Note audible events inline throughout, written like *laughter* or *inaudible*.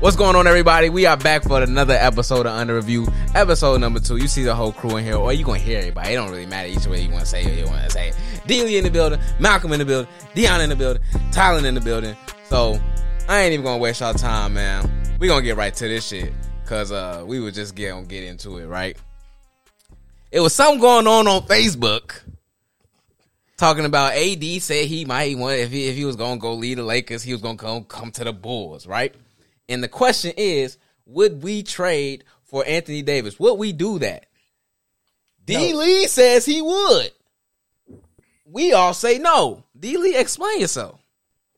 What's going on, everybody? We are back for another episode of Under Review, episode number two. You see the whole crew in here, or you gonna hear everybody. It don't really matter each way you want to say it. You want to say it. Dealey in the building, Malcolm in the building, Dion in the building, Tyler in the building. So I ain't even gonna waste y'all time, man. We gonna get right to this shit, cause uh, we was just getting get into it, right? It was something going on on Facebook. Talking about AD said he might want if he if he was gonna go lead the Lakers, he was gonna come come to the Bulls, right? And the question is, would we trade for Anthony Davis? Would we do that? D Lee says he would. We all say no. D Lee, explain yourself.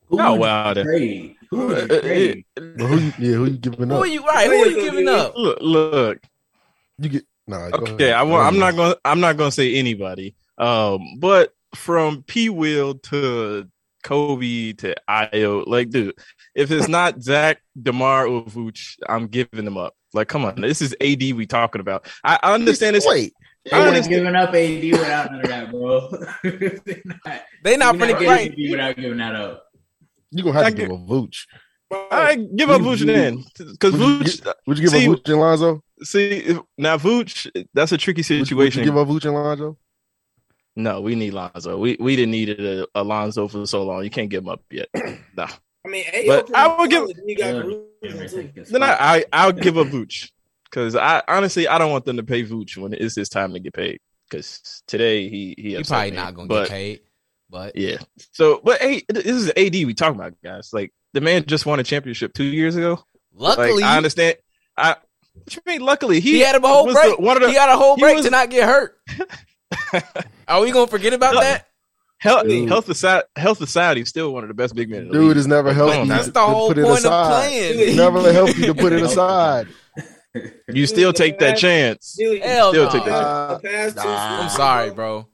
Who No, would well, you the- trade? Who would you Uh, uh, trade? But who you, yeah, who you giving up? Who are you right? Who are you giving up? Look, look. You get nah. go Okay, I, ahead. Go am ahead. not gonna. I'm not gonna say anybody. Um, but from P. Will to Kobe to Io, like, dude, if *laughs* it's not Zach, Demar, or Vooch, I'm giving them up. Like, come on, this is AD we talking about. I, I understand this. Wait, They I not understand. giving up AD without none of that, bro. *laughs* They're not, They not you're pretty not great. getting AD without giving that up. you gonna have I to give get- a Vooch. I give up Vooch then, because Would you Vooch. Would you give See- a Vooch and Lonzo? Would- See, if- now Vooch, that's a tricky Would, situation. you give a Vooch and Lonzo? no, we need Lonzo. We we didn't need a, a Lonzo for so long. You can't give him up yet. *clears throat* no. I mean, But AO I would give- You got Yeah. Caruso, Yeah, man, too. take this Then I, spot. I I'll *laughs* give up Vooch because I honestly I don't want them to pay Vooch when it's his time to get paid because today he he You upset probably me. not gonna But, get paid. But Yeah. So, but hey, this is AD we talking about, guys. Like the man just won a championship two years ago. luckily like, I understand. I what you mean? Luckily, he, he, had a whole was break. the- one of the he had a whole he break was- to not get *laughs* hurt. are we gonna forget about Look, that? health Dude. health aside health aside. He's still one of the best big men. In the Dude, league. it's never come healthy. on, to- man. That's to the whole put it point of aside. It's playing. never healthy *laughs* to put it aside. you still take that chance. Really, Hell Still no. take that. Uh, the past two nah. seasons, I'm sorry, bro.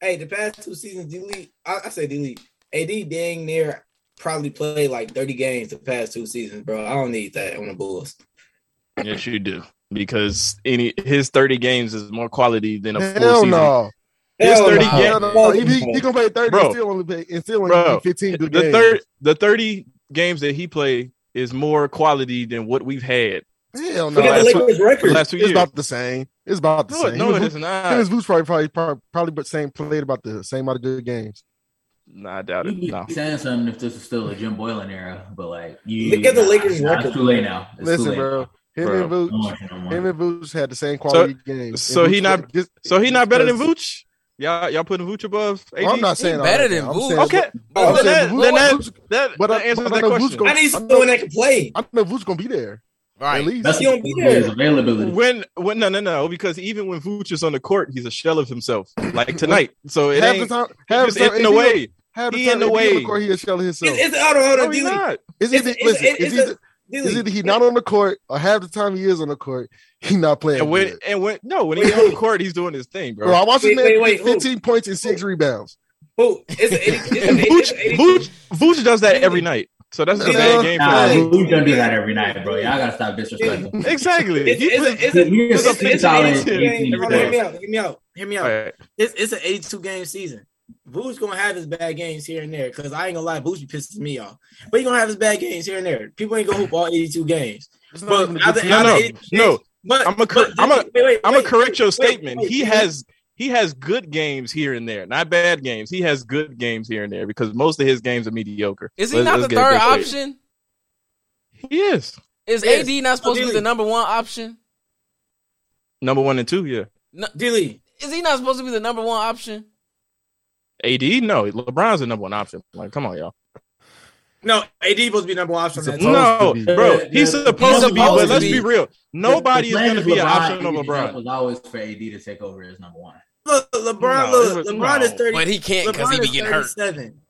Hey, the past two seasons, delete. I, I say delete. AD dang near probably played like 30 games the past two seasons, bro. I don't need that on the Bulls. Yes, you do because any his thirty games is more quality than a full Hell season. no. It's Hell 30 no. games. Hell no. If he, he gonna play thirty, Bro. and still only play and still only Bro. play fifteen the good games. third the 30 games that he played is more quality than what we've had Hell no. Look at the Last- Lakers for the record. last two It's years. about the same. It's about the no, same. no, it Him is and not. his Vooch probably probably probably, probably but same played about the same amount of good games. Nah, I doubt it. You'd be No. saying something if this was still a Jim Boylan era, but like you Look at the Lakers nah, record. It's too late now. It's too Listen, late. bro. Him Bro. and I don't Vooch, want you no more. Him and Vooch had the same quality games. so And he Vooch- not- just- So he not better than because- Vooch? Y'all y'all putting Vooch above AD? I'm not saying all better that. than I'm Vooch. saying- Okay. I'm Well, then saying that, Vooch- then that, Vooch- that, but I- that answers but I that know question. Vooch gonna- I need someone that can play. I know Vooch gonna be there at Right. least. That's He don't be the Lakers' there. availability. When when no no no because even when Vooch is on the court he's a shell of himself like tonight so it half the ain't time, he half just the time, in the if he- way Half the He time, in the if way. He on the court, he a shell of himself. It's, it's, hold on, hold no on, he's delete. not It's It's, either, it's, listen, it's, it's it's, either, a- it's delete. either he not on the court or half the time he is on the court, he not playing. and when good. and when no when Wait, he's on the who? court he's doing his thing bro Bro, I watched Wait, him wait, wait, who? 15 points and six rebounds. Who? It's, a- it's, a- And it's, Vooch, a- it's, Vooch, Vooch does that every night. So that's the No, bad game Nah, plan. Hey. Vooch don't do that every night, bro. Y'all gotta stop disrespecting. him. Exactly. It's, He it's, put- a- it's, a- You can it's, a- see it's, Tyler an 82 Higgins game. every Hold on, day. Hear me out. Hear me out. Hear me out. All right. It's it's an 82 game season. Boo's gonna have his bad games here and there. Cause I ain't gonna lie, Boo's be pissing me off. But he gonna have his bad games here and there. People ain't gonna hoop all 82 games. It's not But even a out good of- team. No, out of no, 82 no. games- But I'ma cor- but- I'ma- wait, wait, I'm gonna wait, correct your wait, wait, statement. wait, He wait. has he has good games here and there, not bad games. He has good games here and there because most of his games are mediocre. Is he Let's- not let's the get it third straight. option? He is Is Yes. AD not supposed to be Really? the number one option? number one and two. Yeah, Dilly. Is he not supposed to be the number one option? AD. No, LeBron's the number one option. Like, come on, y'all. No, AD supposed to be number one option. He's a on that Supposed No, team. to be. bro, Yeah, he's yeah. supposed, He's to be. But supposed to let's be. be real. Nobody The is plan going to be an option is over LeBron LeBron. was always for AD to take over as number one. Look, LeBron, No, look, it was- LeBron is no. 30. But he can't because LeBron he be is getting hurt. 37.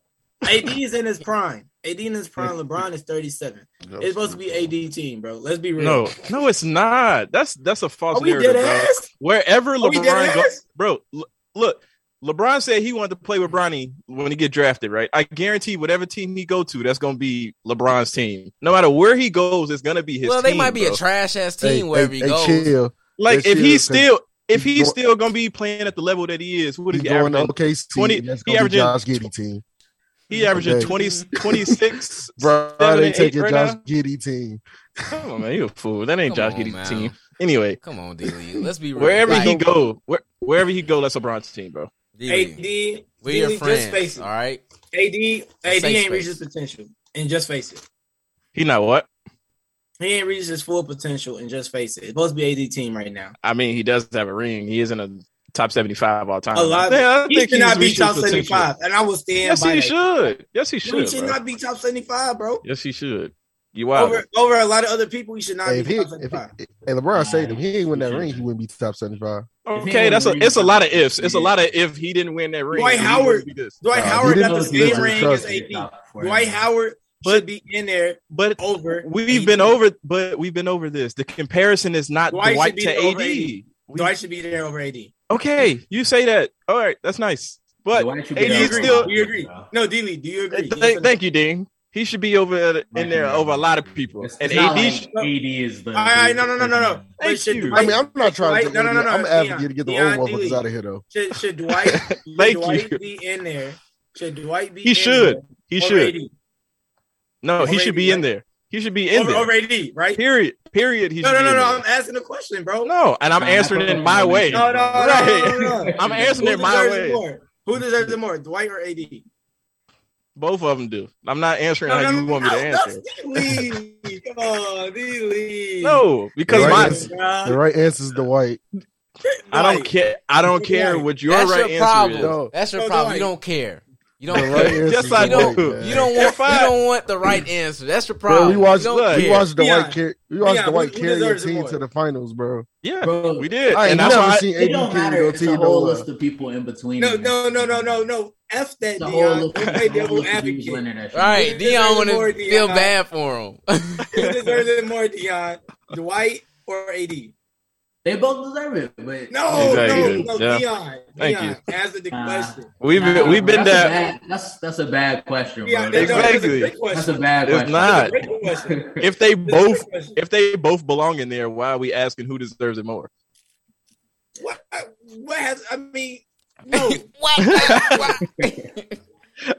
AD is in his prime. AD in his prime. LeBron is 37. It's supposed to be AD team, bro. Let's be real. No, no, it's not. That's that's a Are false we narrative, dead bro. ass? Wherever Are we LeBron dead goes, ass? bro. l- look, LeBron said he wanted to play with Bronny when he get drafted, right? I guarantee whatever team he go to, that's gonna be LeBron's team. No matter where he goes, it's gonna be his. Well, they team, might be bro. a trash ass team Hey, wherever hey, he hey, goes. Chill. like that if shit he's is con- still if he's he's going- still gonna be playing at the level that he is, what is He's he going to averaging? OKC. 20 and that's he gonna be averaging- Josh Giddy team. He averaging Okay. *laughs* 20, 26, Bro, seven, they and eight taking right Josh now? Giddy team. Come on, man, you a fool. That ain't Come Josh on, Giddy's man. team. Anyway, Come on, D. Lee. Let's be real. wherever Like, he go, where, wherever he go, that's LeBron's team, bro. D. AD, Lee, D we your Lee, just face friends. it. All right. AD, AD Safe ain't space. reached his potential, and just face it, He not what? he ain't reached his full potential, and just face it. It's supposed to be AD team right now. I mean, he does have a ring. He isn't a top seventy-five all time. A lot. Yeah, I He think should he's not be reached his top potential. seventy five, and I will stand Yes, by he that. should. Yes, he he should. should bro. not be top seventy five, bro. Yes, he should. You wild. Over over a lot of other people, he should not Hey, if be he, top if seventy he, five. hey, LeBron saved him. Nah, He ain't win that he ring. He shouldn't. wouldn't be top seventy-five. If he Okay, ain't that's a winning, it's a lot of ifs. he It's a is. lot of if he didn't win that ring. Dwight he Howard- wouldn't be this. Dwight Nah, Howard he got the didn't same listen, ring as trust AD. me. Dwight Howard But- should be in there But over. we've AD. been over. But we've been over this. The comparison is not Dwight Dwight, should be to AD. over AD. We- Dwight should be there over AD. okay, you say that. All right, that's nice. But Dwight should Do be AD you there agree? still- over do you agree? LeBron, bro. No, D Lee, do you agree? th- thank you, Dean. He should be over at- in Dwight there should be over a lot of people. It's- and it's not AD, like should- AD is the. All right, no, no, no, no, no. Thank But should you. I Dwight- mean, I'm not trying Dwight- to. no, no, no, no, I'm it's advocating Deion. to get the Deion old motherfuckers Dewey. out of here, though. Should should *laughs* Dwight should Thank Dwight you. be in there? Should Dwight be? He in should. there he over should. AD? No, he Over should AD, be in right? there. He should be in over, there. over AD, right? Period. Period. He No, should no, be no, in no. there. I'm asking a question, bro. No, No, and I'm answering it in my way. no, no, no, Right. no, no. *laughs* I'm answering it my deserves it way. more? Who deserves it more, Dwight or AD? Both of them do. I'm not answering how you want me to that's answer. D-League. Come on, D League. No, because Right. my, Yes. The right answer is Dwight. I don't care. I don't Dwight. care what your That's right your answer is. *laughs* problem. No. That's your No, problem. Dwight. You don't care. You don't The right care. answer Yes, is I Dwight, do. man. You don't want. If I- You don't want the right answer. That's your Bro, problem. we watched. You don't We care. watched Dwight. Deion. Car- we watched Deion, who- Dwight who carry a deserves it team more? to the finals, bro. Yeah, Bro, we did, I ain't and that's never why. seen It AD don't carry matter. no It's a team whole nowhere. list of people in between. No, in that no, no, shit. no, no, no. F that, It's a whole Dion. list. *laughs* Don't play it's a whole devil list of people in there advocate. that All right, You deserve Dion want more, to Deion. feel bad for him. Who deserves it more, Dion? Dwight or AD? They both deserve it, but No, Exactly. no, no, Yeah. Dion. Thank Dion, answer the Nah. question. We've Nah, been, we've bro, been that's a that. bad- That's that's a bad question, bro. Dion, no, that's a Exactly. great question. That's a bad It's question. not. That's a great question. If they That's a great both, question. if they both belong in there, why are we asking who deserves it more? What, what has, I mean, no. Dwight Okay,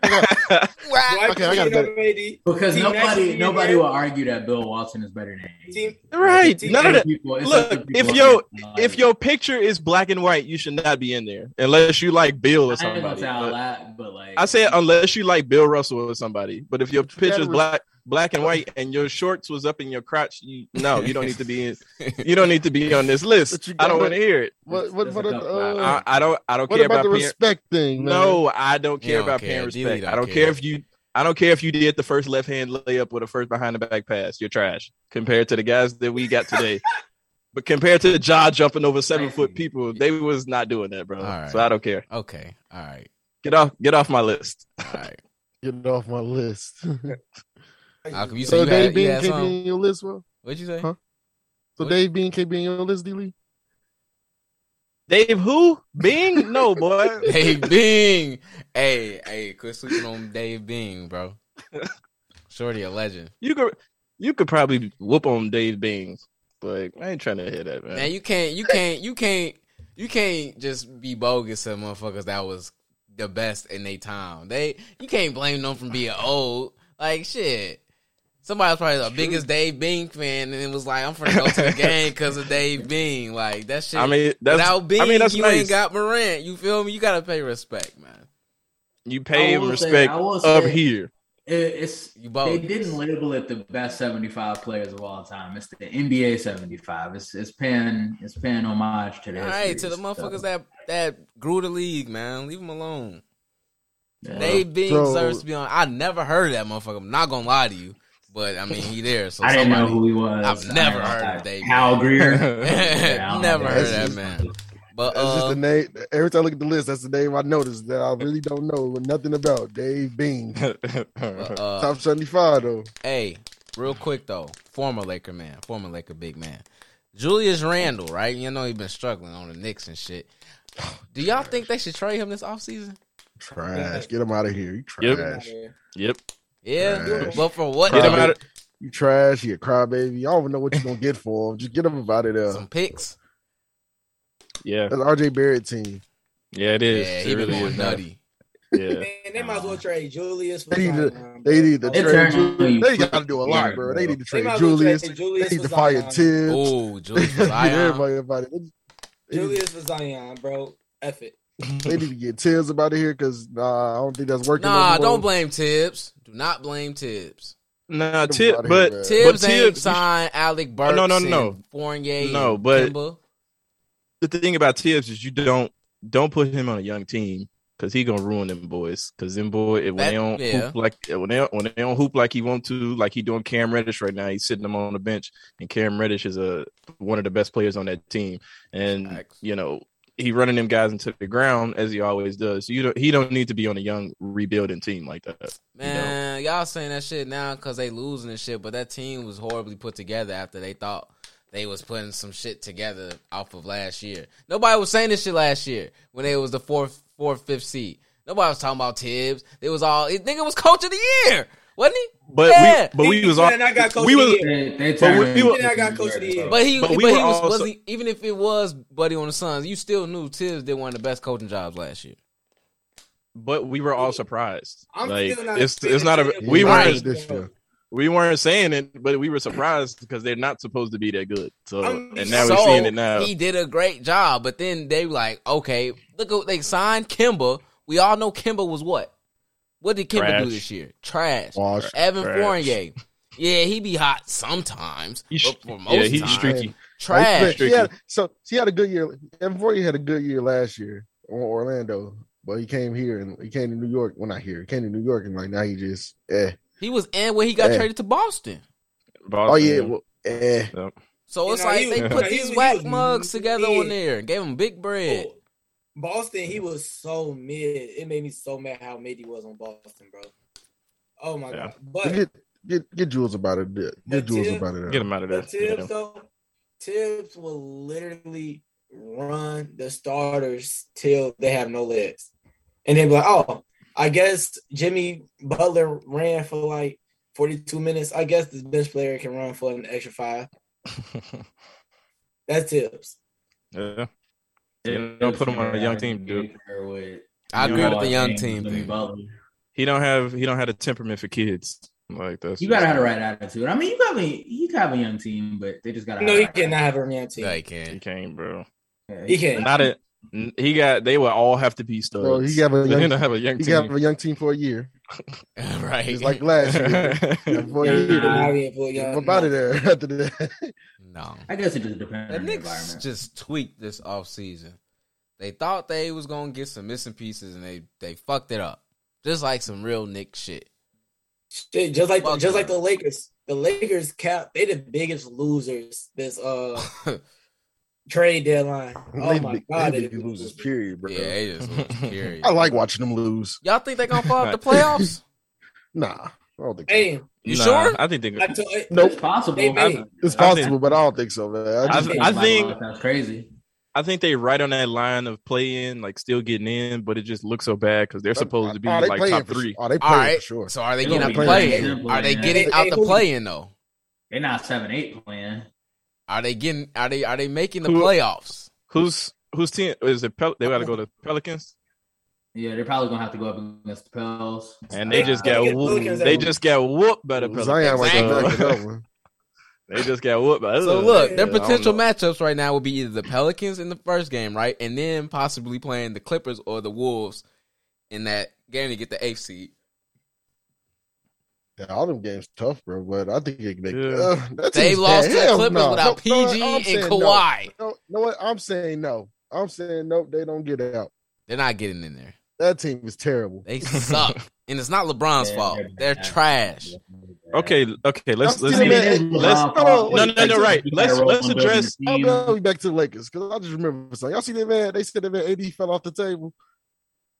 I got a Casino, better- baby. *laughs* because Team Max should be nobody in nobody there. will argue that Bill Walton is better than AD. Team- right? Team- None of that. People- it's Look, other if people uh, yo- out there, like, If your picture is black and white, you should not be in there unless you like Bill or I didn't know somebody. say out But loud, but like I said unless you like Bill Russell or somebody. But if *laughs* your But you gotta picture's re- black black and white and your shorts was up in your crotch, you, no, you don't need to be in. You don't need to be on this But list. you I don't gotta- want to hear it. What? What? There's What? a Uh, couple out. I, I don't. I don't what care about the parent- respect thing? man? No, I don't He care don't about care. parent Dilly respect. don't I don't care. care if you. I don't care if you did the first left hand layup or the first behind the back pass. You're trash compared to the guys that we got *laughs* today. but compared to the jaw jumping over seven foot people, they was not doing that, bro. All right. So I don't care. okay, all right, Get off. Get off my list. all right. get it off my list. Malcolm, you said so you Dave had, you Bean had can't be something. in your list, well. What'd you say? Huh? So What? Dave Bean can't be in your list, D. Lee. Dave, who *laughs* Bing? No, boy. Dave Bing. Hey, hey, quit sleeping on Dave Bing, *laughs* bro. Shorty a legend. You could. You could probably whoop on Dave Bing, but I ain't trying to hear that, man. Man, you can't, you can't, you can't, you can't just be bogus to motherfuckers that was the best in their time. They, you can't blame them for being old. Like shit, somebody was probably the biggest Dave Bing fan, and it was like, I'm finna go to the game *laughs* because of Dave Bing. Like that shit. I mean, that's. without Bing, I mean, that's you nice. ain't got Morant. You feel me? You gotta pay respect, man. you pay I him will say- respect I will up say- *laughs* here. it, it's You they both. didn't label it the best 75 players of all time. It's the NBA 75. It's it's paying it's paying homage to the All right, to history, the so, motherfuckers that that grew the league, man. Leave them alone. yeah. They being So- deserves to be on. I never heard of that motherfucker. I'm not gonna lie to you, but I mean he there. So I didn't know *laughs* somebody- who he was. I've never I- heard of I- Dave Hal *laughs* Greer. *laughs* Yeah, I don't know never that. heard of That's that just- man. But That's just uh, the name. Every time I look at the list, that's the name I noticed that I really don't know nothing about. Dave Bean, *laughs* but, uh, top seventy-five though. hey, real quick though, former Laker man, former Laker big man, Julius Randle, right? You know he been struggling on the Knicks and shit. Do y'all think they should trade him this offseason? Trash. Get him out of here. You Yep. trash. Yep. Yeah, Trash. but for what? Get him out of You trash. He a crybaby. I don't even know what you're gonna get for him. Just get him out of there. Some picks. Yeah. That's RJ Barrett team. Yeah, it is. Yeah, It he been really going is, man. nutty. Yeah. Man, they might as well trade Julius. For They need to- Zion, They bro. need to They trade. turned- Ju- They got to do a lot, Yeah, bro. They need to They trade might as well Julius. trade They Julius need for to fire Zion. Tibbs. Oh, *laughs* Julius They need Zion. everybody about it. They need, Julius for Zion, bro. F it. they need to get Tibbs about it here because nah, I don't think that's working. Nah, no more. don't blame Tibbs. Do not blame Tibbs. nah, Get tip, him outta here, but man. Tibbs ain't Tibbs- Oh, signed Alec Burks. no, no, and no. Fournier. No, and but- Kemba. the thing about Tibbs is you don't don't put him on a young team because he gonna ruin them boys. Because them boy, if That- when they don't yeah. hoop like when they when they don't hoop like he want to, like he doing Cam Reddish right now, he's sitting them on the bench, and Cam Reddish is a one of the best players on that team, and Facts. you know he running them guys into the ground as he always does. So you don't he don't need to be on a young rebuilding team like that. Man, y'all saying that shit now because they losing and shit, but that team was horribly put together after they thought they was putting some shit together off of last year. Nobody was saying this shit last year when they was the fourth, fourth, fifth seed. Nobody was talking about Tibbs. It was all it, nigga was coach of the year, wasn't he? But Yeah. we but we He was all said, "I got coach we of the was year." They, they But we- turned. we were- I got Coach of the Year. But he, But but, we he were was, also- was he, even if it was Buddy on the Suns, you still knew Tibbs did one of the best coaching jobs last year. but we were all surprised. I'm like still not. it's it's not a offended, we Yeah, bro. weren't right. this year. we weren't saying it, but we were surprised because they're not supposed to be that good. So I'm- and now so we're seeing it now. He did a great job, but then they were like, okay, look, who- they signed Kimba. We all know Kimba was what? What did Kimba do Trash. this year? Trash. Wash. Evan Trash. Fournier. Yeah, he be hot sometimes, He's- but for most yeah, he's time, streaky. Like, trash. but he had- so he had a good year. Evan Fournier had a good year last year on Orlando, but he came here and he came to New York. Well, not here. He came to New York and like now he just eh. He was in where he got Yeah. traded to Boston. Oh Boston, yeah, well, eh. So You it's know, like he they was- put he these was- whack he was mugs together on mid. there and gave him big bread. Boston, he was so mid. It made me so mad how mid he was on Boston, bro. Oh my Yeah. god! But Get get get Jules about it. Get But Jules Tibbs- about it. get him out of but there. Tibbs though, Tibbs will literally run the starters till they have no legs, and then be like, "Oh, I guess Jimmy Butler ran for like forty-two minutes. I guess this bench player can run for an extra five. *laughs* That's Tibbs. yeah. You don't put him on a young team, dude. I You agree know, with the I young think team Jimmy thing. Butler. He don't have he don't have a temperament for kids. Like that's You gotta just- have the right attitude. I mean, you gotta be, you can have a young team, but they just gotta. No, have he the cannot have a young team. They He can. can't, bro. right- He can't. Not a he got they would all have to be studs. So he have *laughs* a They young- don't have a young He team. got a young team for a year. *laughs* right. It's like last *laughs* year. *laughs* Evan Fournier, He get cannot be a young him out of there *laughs* after that. no. I guess it just depends The on the Knicks environment. just tweaked this offseason. They thought they was gonna get some missing pieces and they they fucked it up. Just like some real Nick shit. *laughs* Shit, just like Fuck just like no. the Lakers. The Lakers cap they the biggest losers this uh yeah, trade deadline. Oh They my big- god, they they big the losers. losers. Period, bro. they just was curious. I like watching them lose. Y'all think they gonna fall off the playoffs? Nah, I don't think. so. Hey, You Nah, sure? I think they. I told Nope. It's possible. They made I- it. It's I think- possible, but I don't think so, man. I I, just, I think that's crazy. I think they right on that line of playing, like still getting in, but it just looks so bad because they're supposed to be Oh, they like playing top for- three. Oh, they All playing right. for sure. So are they They getting out gonna the be play playing. in? Are they They- getting they out the who- play in though? They're not seven eight playing. Are they getting are they are they making the Who- playoffs? Who's who's team? Is it Pel- they got to go to Pelicans? Yeah, they're probably gonna have to go up against the Pels. And they just Yeah, got they get whooped. Pelicans They at- just got whooped by the Zion Pelicans. was Exactly. back to that one. *laughs* They just got whooped by. So look, their I don't potential know. matchups right now would be either the Pelicans in the first game, right, and then possibly playing the Clippers or the Wolves in that game to get the eighth seed. Yeah, all them games tough, bro. But I think it can make. Yeah. Uh, that They team's lost to bad. the Hell Clippers no. without No, no, PG I'm saying and no. Kawhi. No, no, what I'm saying no. I'm saying nope. They don't get out. They're not getting in there. That team is terrible. They *laughs* suck, and it's not LeBron's Yeah, fault. they're They're bad. trash. Okay, okay. Let's I'm let's. No, still mad. let's- Oh, no, no, no. Right. You Let's gotta roll let's one building address. I'm team. gonna be Oh, back to the Lakers because I just remember something. Y'all see that man? They said that man AD fell off the table.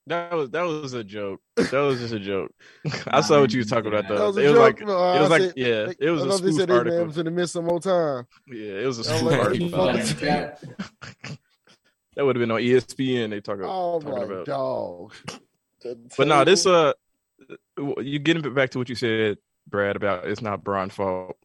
That was that was a joke. That was just a joke. *laughs* I saw what you was talking about That That though. was a Uh, It was joke. like it No, I was like said- yeah. It was I a thought they spoof said that man article. was gonna miss some more time. Yeah, it was a Y'all spoof like- article. Fucking crap. That would have been on E ESPN. They talk about. Oh talking my about. dog. But no, this uh, you getting back to what you said, Brad, about it's not Bron's fault.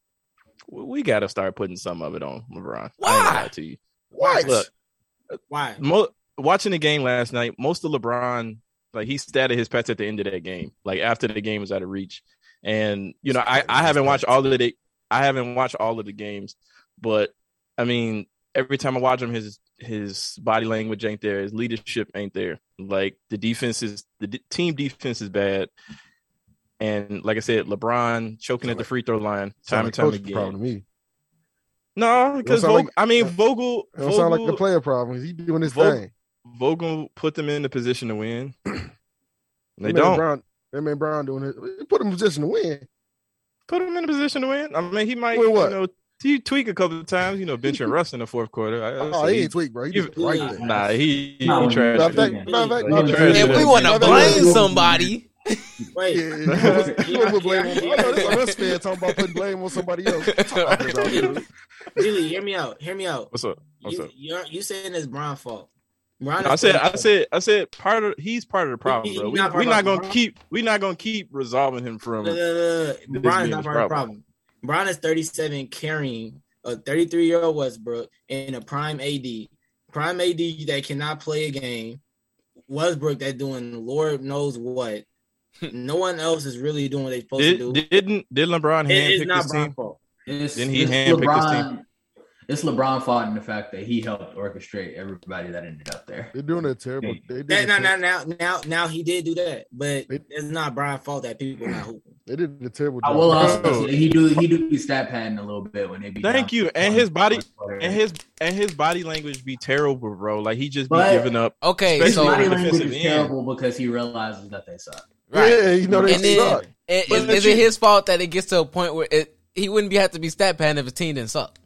We got to start putting some of it on LeBron. I ain't gonna Why? lie to you. what? Look, Why? *laughs* mo- watching the game last night, most of LeBron Like he statted his pets at the end of that game. Like after the game was out of reach. And you know, I, I haven't watched all of the I haven't watched all of the games, but I mean, every time I watch him, his his body language ain't there, his leadership ain't there. Like the defense is the d- team defense is bad. And like I said, LeBron choking Sound at the like- free throw line time Sound and like time coach's problem again. to me. No, because sound Vogel, like- I mean it Vogel It don't sound like the Vogel- player problem. 'cause He doing his Vogel- thing. Vogel put them in the position to win. *clears throat* They That man don't Brown, that man Brown doing it. Put him in position to win. put him in a position to win. I mean, he might Win you what? know he tweak a couple of times. You know, benching Russ in the fourth quarter. I, I Oh, say he he- ain't tweak, bro. He you- did the right nah. there. nah, he he, Nah, trash. Matter of fact- Yeah. matter of fact, Yeah. he Yeah. trash. Yeah. If we want Matter to of fact, he blame was- *laughs* somebody, Wait, Yeah, yeah, yeah, yeah. Yeah. You wanna put blame Yeah. on- I know this is Russ fan talking about putting blame on *laughs* somebody else. What you talking *laughs* about, dude? really, hear me out. Hear me out. What's up? What's You, up? you're you saying it's Brian's fault. Brian I said, I said, I said. Part of he's part of the problem, He- bro. he's We, not part we're not of the gonna problem. keep. We're not gonna keep resolving him from. No, no, no, no. this Brian's being not his part of the problem. problem. Brian is 37 carrying a 33 year old Westbrook and a prime AD. Prime AD that cannot play a game. Westbrook that doing Lord knows what. no one else is really doing what they supposed to Did, do. didn't did LeBron It is handpick not this team? Brian's fault. It's, Didn't he it's handpick this LeBron, It's LeBron fault in the fact that he helped orchestrate everybody that ended up there. They're doing a terrible. Yeah. They That, did. now, A, now, ter- now, now, now he did do that, but It- it's not Brian's fault that people not hooping. they did a terrible. I job. will also Bro. say he do he do be stat padding a little bit when they be. Thank down. you. And his body- And his and his body language be terrible, bro. Like he just be But- giving up. okay, his so body on the language defensive is end. terrible because he realizes that they suck. right. Yeah, you know they And then- suck. I- But Is, that is it you- his fault that it gets to a point where it, he wouldn't be have to be stat padding if his team didn't suck?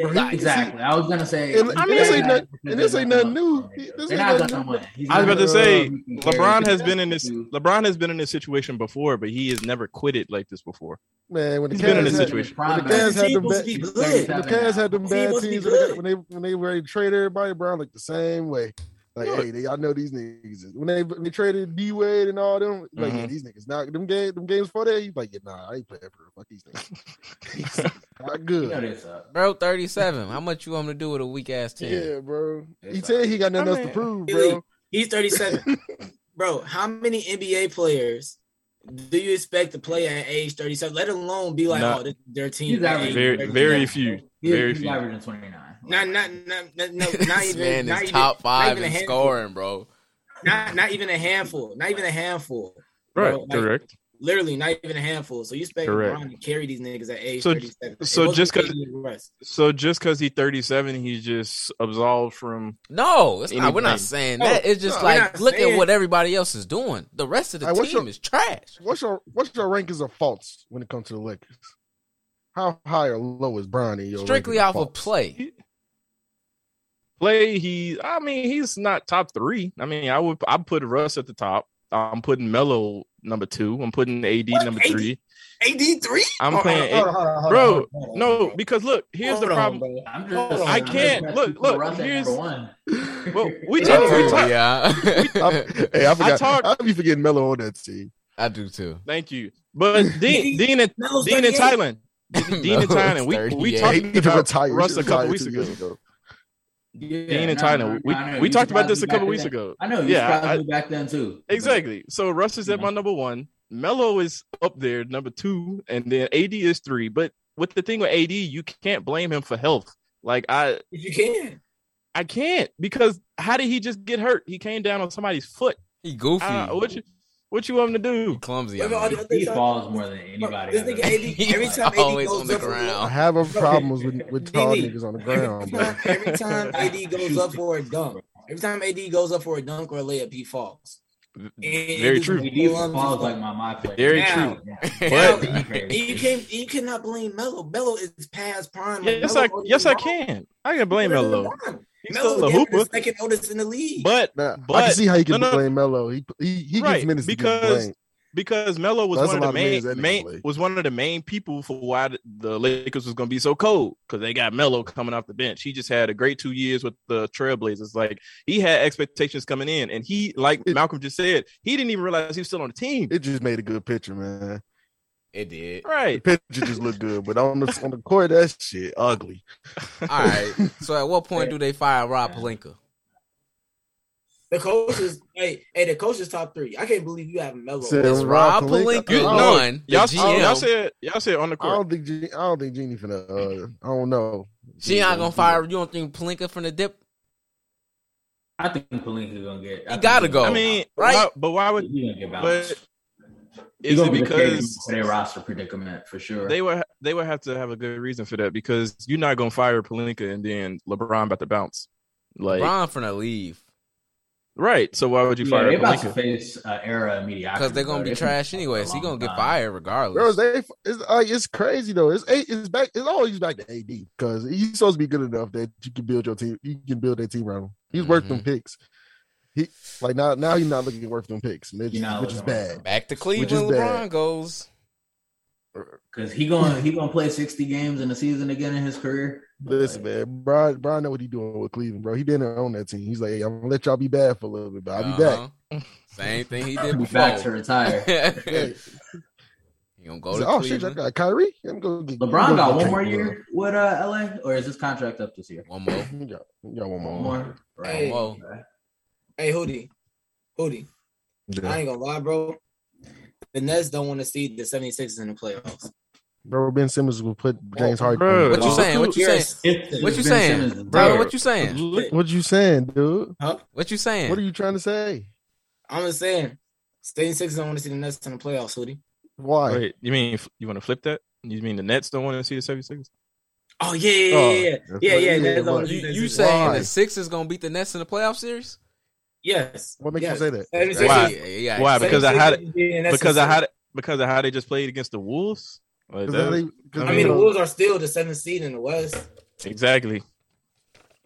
Right. Exactly. I was gonna say. And- I mean, this ain't nothing- and this ain't nothing new. This They're ain't not nothing gonna new. win. He's I was not about to gonna say, win. He can carry LeBron the has team. been in this. He can LeBron has been in this situation before, but he has never quit it like this before. Man, when the He's been in Cavs this his had, situation. prime But the Cavs back. had Team them supposed back- to be when good. the Cavs had them Team bad must be teams when they, got, good. when they when they ready to trade everybody. Brown looked the same way. Like, Look. hey, they, I know these niggas. is- When they when they traded D Wade and all them, like, yeah, Mhm. these niggas not them games. Them games for that, he's like, yeah, nah, I ain't playing for fuck these niggas. not You know good. they suck. Bro, 37. How much you want him to do with a weak ass team? Yeah, bro. He It's said he got nothing I else to mean- prove, Really? bro. *laughs* He's 37. Bro, how many NBA players do you expect to play at age 37? Let alone be like, Not- oh, this, their team. He's at averaging age Very- 37. very few. He- Very he's few. averaging twenty nine. Not, not, not, not, *laughs* this no, *laughs* not even, man not is even, top not five even a in handful. scoring, bro. Not, not even a handful. Not even a handful. Right. Bro, like, Correct. Literally, not even a handful. So you expect Correct. LeBron to carry these niggas at age So- 37. so just 'cause- because So just because he's 37, he's just absolved from. No, it's not, we're not Anything. saying No, that. It's just no, we're like not look at saying- what everybody else is doing. The rest of the Hey, what's team your- is trash. What's your what's your rankings of faults when it comes to the Lakers? How high or low is Brown in your Strictly rankings off of faults? play. Play, he. I mean, he's not top three. I mean, I would. I put Russ at the top. I'm putting Melo number two. I'm putting AD What? number AD? three. AD three. I'm playing. Hold on, A- hold on, hold on, Bro, hold on, hold on, no, bro. because look, here's the Hold on, problem. bro. I'm Hold just. on. I I'm can't. just- Look, look, Russ at here's- number one. *laughs* Well, we I talked. do, We talked. I, yeah. *laughs* hey, I I forgot. I talked- will be forgetting Melo on that team. *laughs* I do too. Thank you. *laughs* But Dean, Dean, and Melo's Dean in 38. Thailand. Dean *laughs* and No, Tynan, we- it's we 38. talked- He need to about retire. He Russ should a couple retire weeks two ago. years Yeah, Dean and no, Tyler. We, I know. we You talked about surprised this me a couple back weeks then. ago. I know. You Yeah, surprised I- me back then too. Exactly. So Russ is at my Yeah. number one. Melo is up there, number two, and then AD is three. But with the thing with AD, you can't blame him for health. Like I, If you can, I can't because how did he just get hurt? He came down on somebody's foot. He goofy. Uh, what you, what you want him to do? clumsy. I Look at all mean. the He other times- falls more than anybody. This I've nigga ever seen. AD, every *laughs* He's time AD always goes on the up for- I Uh, ground. have a problems with with tall Dini. niggas on the Every Um, ground, bro. time, every time *laughs* AD goes up for a dunk, every time AD goes up for a dunk or a layup, he falls. And Very he true. just He clumsy falls like fuck. my my player. Very Now- true. *laughs* Now, But- and you can you cannot blame Melo. Melo is past prime. Like, Yes, Melo I older yes than I LeBron. can. I can Older blame than Melo. LeBron. He's Melo's still a damn near the hooper, second oldest in the league. but Nah, I can But- see how you can no, no. blame Melo. He he he Right, gets minutes because- to get because Melo was That's one a of the lot of main, minutes that nigga main played. was one of the main people for why the Lakers was going to be so cold because they got Melo coming off the bench. He just had a great two years with the Trailblazers. Like he had expectations coming in, and he, like It- Malcolm just said, he didn't even realize he was still on the team. blamed. It just made a good picture, man. It did. The right? picture just looked good, but on *laughs* the on the court, that shit ugly. All right. So at what point do they fire Rob Palinka? The coach is like, hey, the coach is top three. I can't believe you have Melo. Said It's Rob Palinka, You- no, one. The Y'all, GM. y'all said y'all said on the I court. don't think Genie, I don't think Genie finna. Uh, I don't know. she not gonna fire. You don't think Palinka from the dip? I think Palinka gonna get. I think gotta he's go. gonna I mean, Right. why- but why get would bounced. He gonna get but bounced. He is gonna it be the carrying because for their roster predicament for sure? they would they would have to have a good reason for that because you're not gonna fire Palinka and then LeBron about to bounce. Like LeBron from the leave right, so why would you yeah, fire they about to Palinka? face uh, era of mediocrity because they're gonna bro. be They've been trash for a anyway. So he long gonna get time. fired regardless. Bro, they it's like it's crazy though. It's eight. It's back. It's always back to AD because he's supposed to be good enough that you can build your team. You can build that team around him. He's worth Mm-hmm. them picks. He like now. Now he's not looking worth them picks, which, He not which is looking worth bad. them. Back to is Cleveland. LeBron bad. goes. Cause he gonna he gonna play sixty games in a season again in his career. Listen, Like, man, Brian. Brian know what he's doing with Cleveland, bro. He didn't own that team. He's like, hey, I'm gonna let y'all be bad for a little bit, but I'll be back. Uh-huh. Same thing he did Be back to before. *laughs* retire. Hey, he gonna go he's to like, oh shit, I Cleveland. got Kyrie. I'm gonna get LeBron got one Drake more Bell. year with uh, LA, or is his contract up this year? One more. You got, you got one more. One more. Right. Hey. Whoa. Right. Hey, Hootie. Hootie. Yeah. I ain't gonna lie, bro. The Nets don't want to see the 76ers in the playoffs. Bro, Ben Simmons will put James Harden. Bro, What you Well, saying? What you saying? It's- What you Ben saying, Simmons is bro? there. What you saying? Look What you saying, dude? What you saying? What are you trying to say? I'm just saying, 76ers don't want to see the Nets in the playoffs, Hootie. Why? Wait, you mean f- you want to flip that? You mean the Nets don't want to see the 76ers? Oh, yeah, yeah, yeah, yeah. that's yeah, what- yeah, yeah, Nets don't but wanna see You, the you 76ers. saying Why? the Sixers gonna beat the Nets in the playoff series? Yes. What makes yes. you say that? 76ers Why? Yeah, yeah, Why? yeah. Because I had it- 76ers being in that because I season. had it because of how they just played against the Wolves. Like Cause that- they- 'cause I mean, mean, they- the Wolves are still the seventh seed in the West. exactly.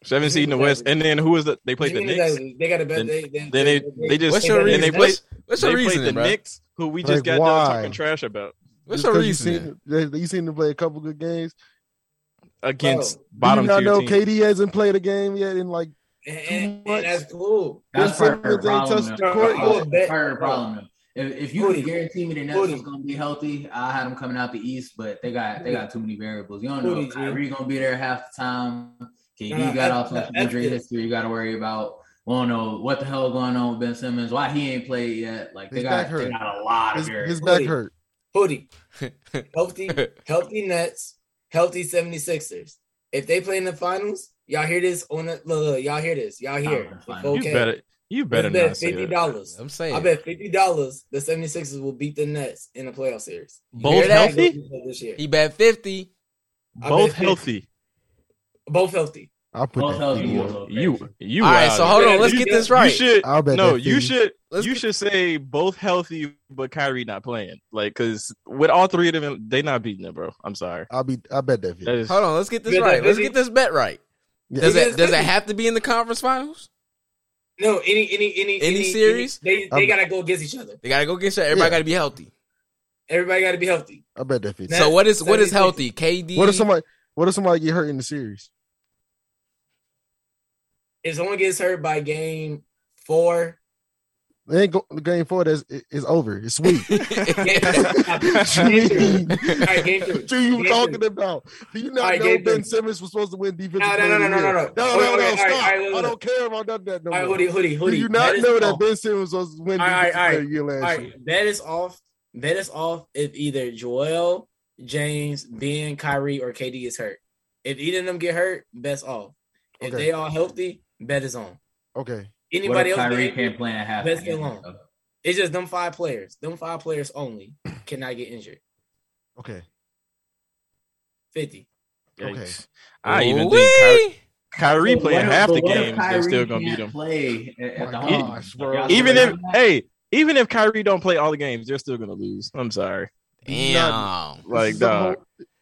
Seven seed in the West, and then who was the? They played the They Knicks. They got a better. Then- They, they, Then they they just What's your then they reason? played What's, what's they your played the reason, bro? Knicks, who we Like, just got why? done talking trash about What's just your 'cause you reason? seen- they- You seen them play a couple good games. against Bro, bottom Do you not tier know teams. KD hasn't played a game yet in like and, too and- much. and that's cool. That's Ben part of the Simmons ain't problem. touched though. the court Part of yet. the- part of the problem. though. If, if you Woody. could guarantee me the Nets Woody. was gonna be healthy, I had them coming out the East, but they got they got too many variables. You don't know Woody, if G. Kyrie gonna be there half the time. KD No, no, got F- all sorts of no, F injury this. history you got to worry about. We don't know what the hell going on with Ben Simmons. Why he ain't played yet? Like they His got back they hurt. got a lot of his, variables. his back Wait. hurt. *laughs* Hoodie, healthy, healthy Nets, healthy 76ers. If they play in the finals, y'all hear this on the look, look, y'all hear this. Y'all Oh, hear. fine. If You You okay. better you better I bet not say fifty that. dollars. I'm I saying. bet fifty dollars the 76ers will beat the Nets in the playoff series. Both hear that? healthy, This year. He bet fifty. I both bet fifty. healthy. Both healthy. I'll put Both that. healthy. fee You on. go You crazy. you All right, out. so hold on. Let's You get bet- this right. You should I'll bet no. that You fee. should Let's you get- should say both healthy, but Kyrie not playing. Like, cause with all three of them, they not beating them, bro. I'm sorry. I'll be. I bet that. That fee. is, Hold on. Let's get this Bet that right. Let's 50. get this bet right. Yeah. Does It it is does it 50. have to be in the conference finals? No, any any any Any series? they they I'm- gotta go against each other. They gotta go get shot. Everybody Yeah. gotta be healthy. Everybody gotta be healthy. I bet that fee. Now- So what is what is 76. healthy? KD. What if *laughs* somebody? What if somebody get hurt in the series? If someone gets hurt by game four, It ain't go, game four. That's it- it's over. It's *laughs* sweet. *laughs* game three. All right, game three. What are you Game talking three. about? Do you All not right, know game Ben three. Simmons was supposed to win defensive? No, no, player of no, the no, no, year? no. no, Wait, no, no, wait, all right, all Stop! right, look, I look. don't care about none of that no All right, more. hoodie, hoodie, Do hoodie. you not That is know that off. Ben Simmons was winning All right, defensive all player right. of the year All last year? right, bet is off. Bet is off if either Joel, James, Ben, Kyrie, or KD is hurt. If either of them get hurt, bet's off. If Okay. they all healthy, bet is on. Okay. Anybody what if else? Kyrie get- can't play in half. Best the game, alone. though? It's just them five players. Them five players only cannot get injured. Okay. Fifty. Okay. Yikes. I even think Kyrie, Kyrie playing half the games, they still gonna beat them. Play at, at the My home. gosh, bro. Y'all Even sure if about that? hey, even if Kyrie don't play all the games, they're still gonna lose. I'm sorry. Damn. This Like is a dog,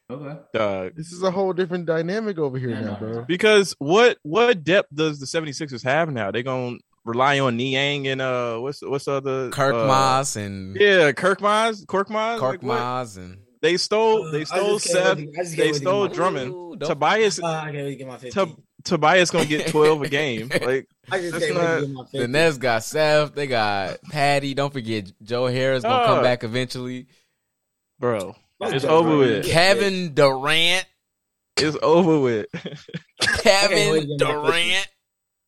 whole- okay. dog. This is a whole different dynamic over here Yeah, now, no. bro. Because what what depth does the 76ers have now? They're gonna rely on Niang and uh what's what's the other Kirk uh, Moss and Yeah, Kirk Mize, Kirk Mize, Kirk like, what? Moss and They stole, Uh, they I stole just can't Seth. wait to- I just can't They wait to get stole my- Drummond. Ooh, don't- Tobias, Uh, I can't wait to get my fifty. Tob- Tobias gonna get twelve a *laughs* game. Like I just that's can't not- wait to get my fifty. The Nets got Seth. They got Patty. Don't forget Joe Harris gonna come Dog. back eventually. bro, Fuck it's that, over bro. with. Yeah. Kevin Durant. it's over with. wait Kevin to get my Durant.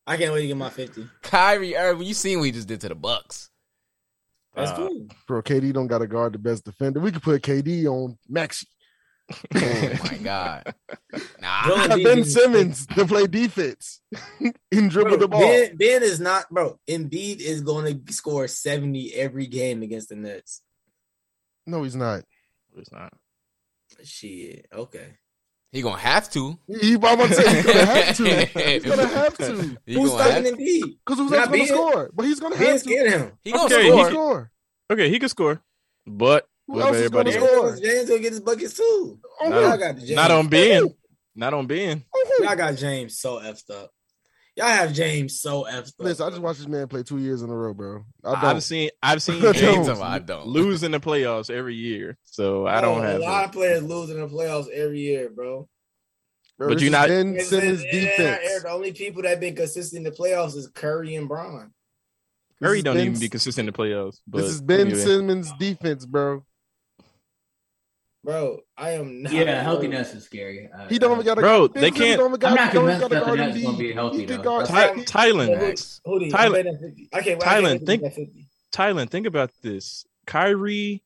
I can't wait to get my fifty. Kyrie Irving, you seen what he just did to the Bucks. *laughs* That's Uh, *laughs* cool. Bro, KD don't got to guard the best defender. We could put KD on Maxi. Oh my god. Nah. Joel Got Embiid Ben is- Simmons to play defense *laughs* and dribble Bro, the ball. Ben, ben is not, bro. Embiid is going to score seventy every game against the Nets. No, he's not. It's not. Shit. Okay. He gonna have to. He, I'm about to say, he's gonna *laughs* have to. He's gonna have to. He Who's gonna, have, stopping Embiid? Because who's Not else gonna Ben. score? But he's gonna Ben have to. scared of him. he gonna Okay, score. He score. Okay, he can score, but Who What else is about gonna everybody James, score? gonna- James gonna get his buckets too. Oh, Not who? Y'all on- got James. not on Ben. Ooh. Not on Ben. Oh, who? Y'all got James so effed up. Y'all have James so effed up. Listen, I just watched this man play two years in a row, bro. I don't. I've seen *laughs* I've seen I James, James don't. I don't. lose in the playoffs every year, so I don't Bro, have. Oh, a lot it. of players losing the playoffs every year, bro. Bro, But this you is not- Ben It's- Simmons it's- it's- defense. The only people that have been consistent in the playoffs is Curry and Braun. This Curry is don't Ben- even be consistent in the playoffs. But This is Ben anyway. Simmons defense, bro. Bro, I am not. Yeah, healthiness is scary. Uh, I- He don't I- even got a Bro, Ben they Simmons can't- Don't even got, I'm not don't convinced even got a that the guard Nets gonna Embiid. be healthy, He can though. guard- That's- Ty- Tylen, Facts. Who do you? Tyler- I Tyler, can't. Tyler, think- think. Tylen, think about this: Kyrie,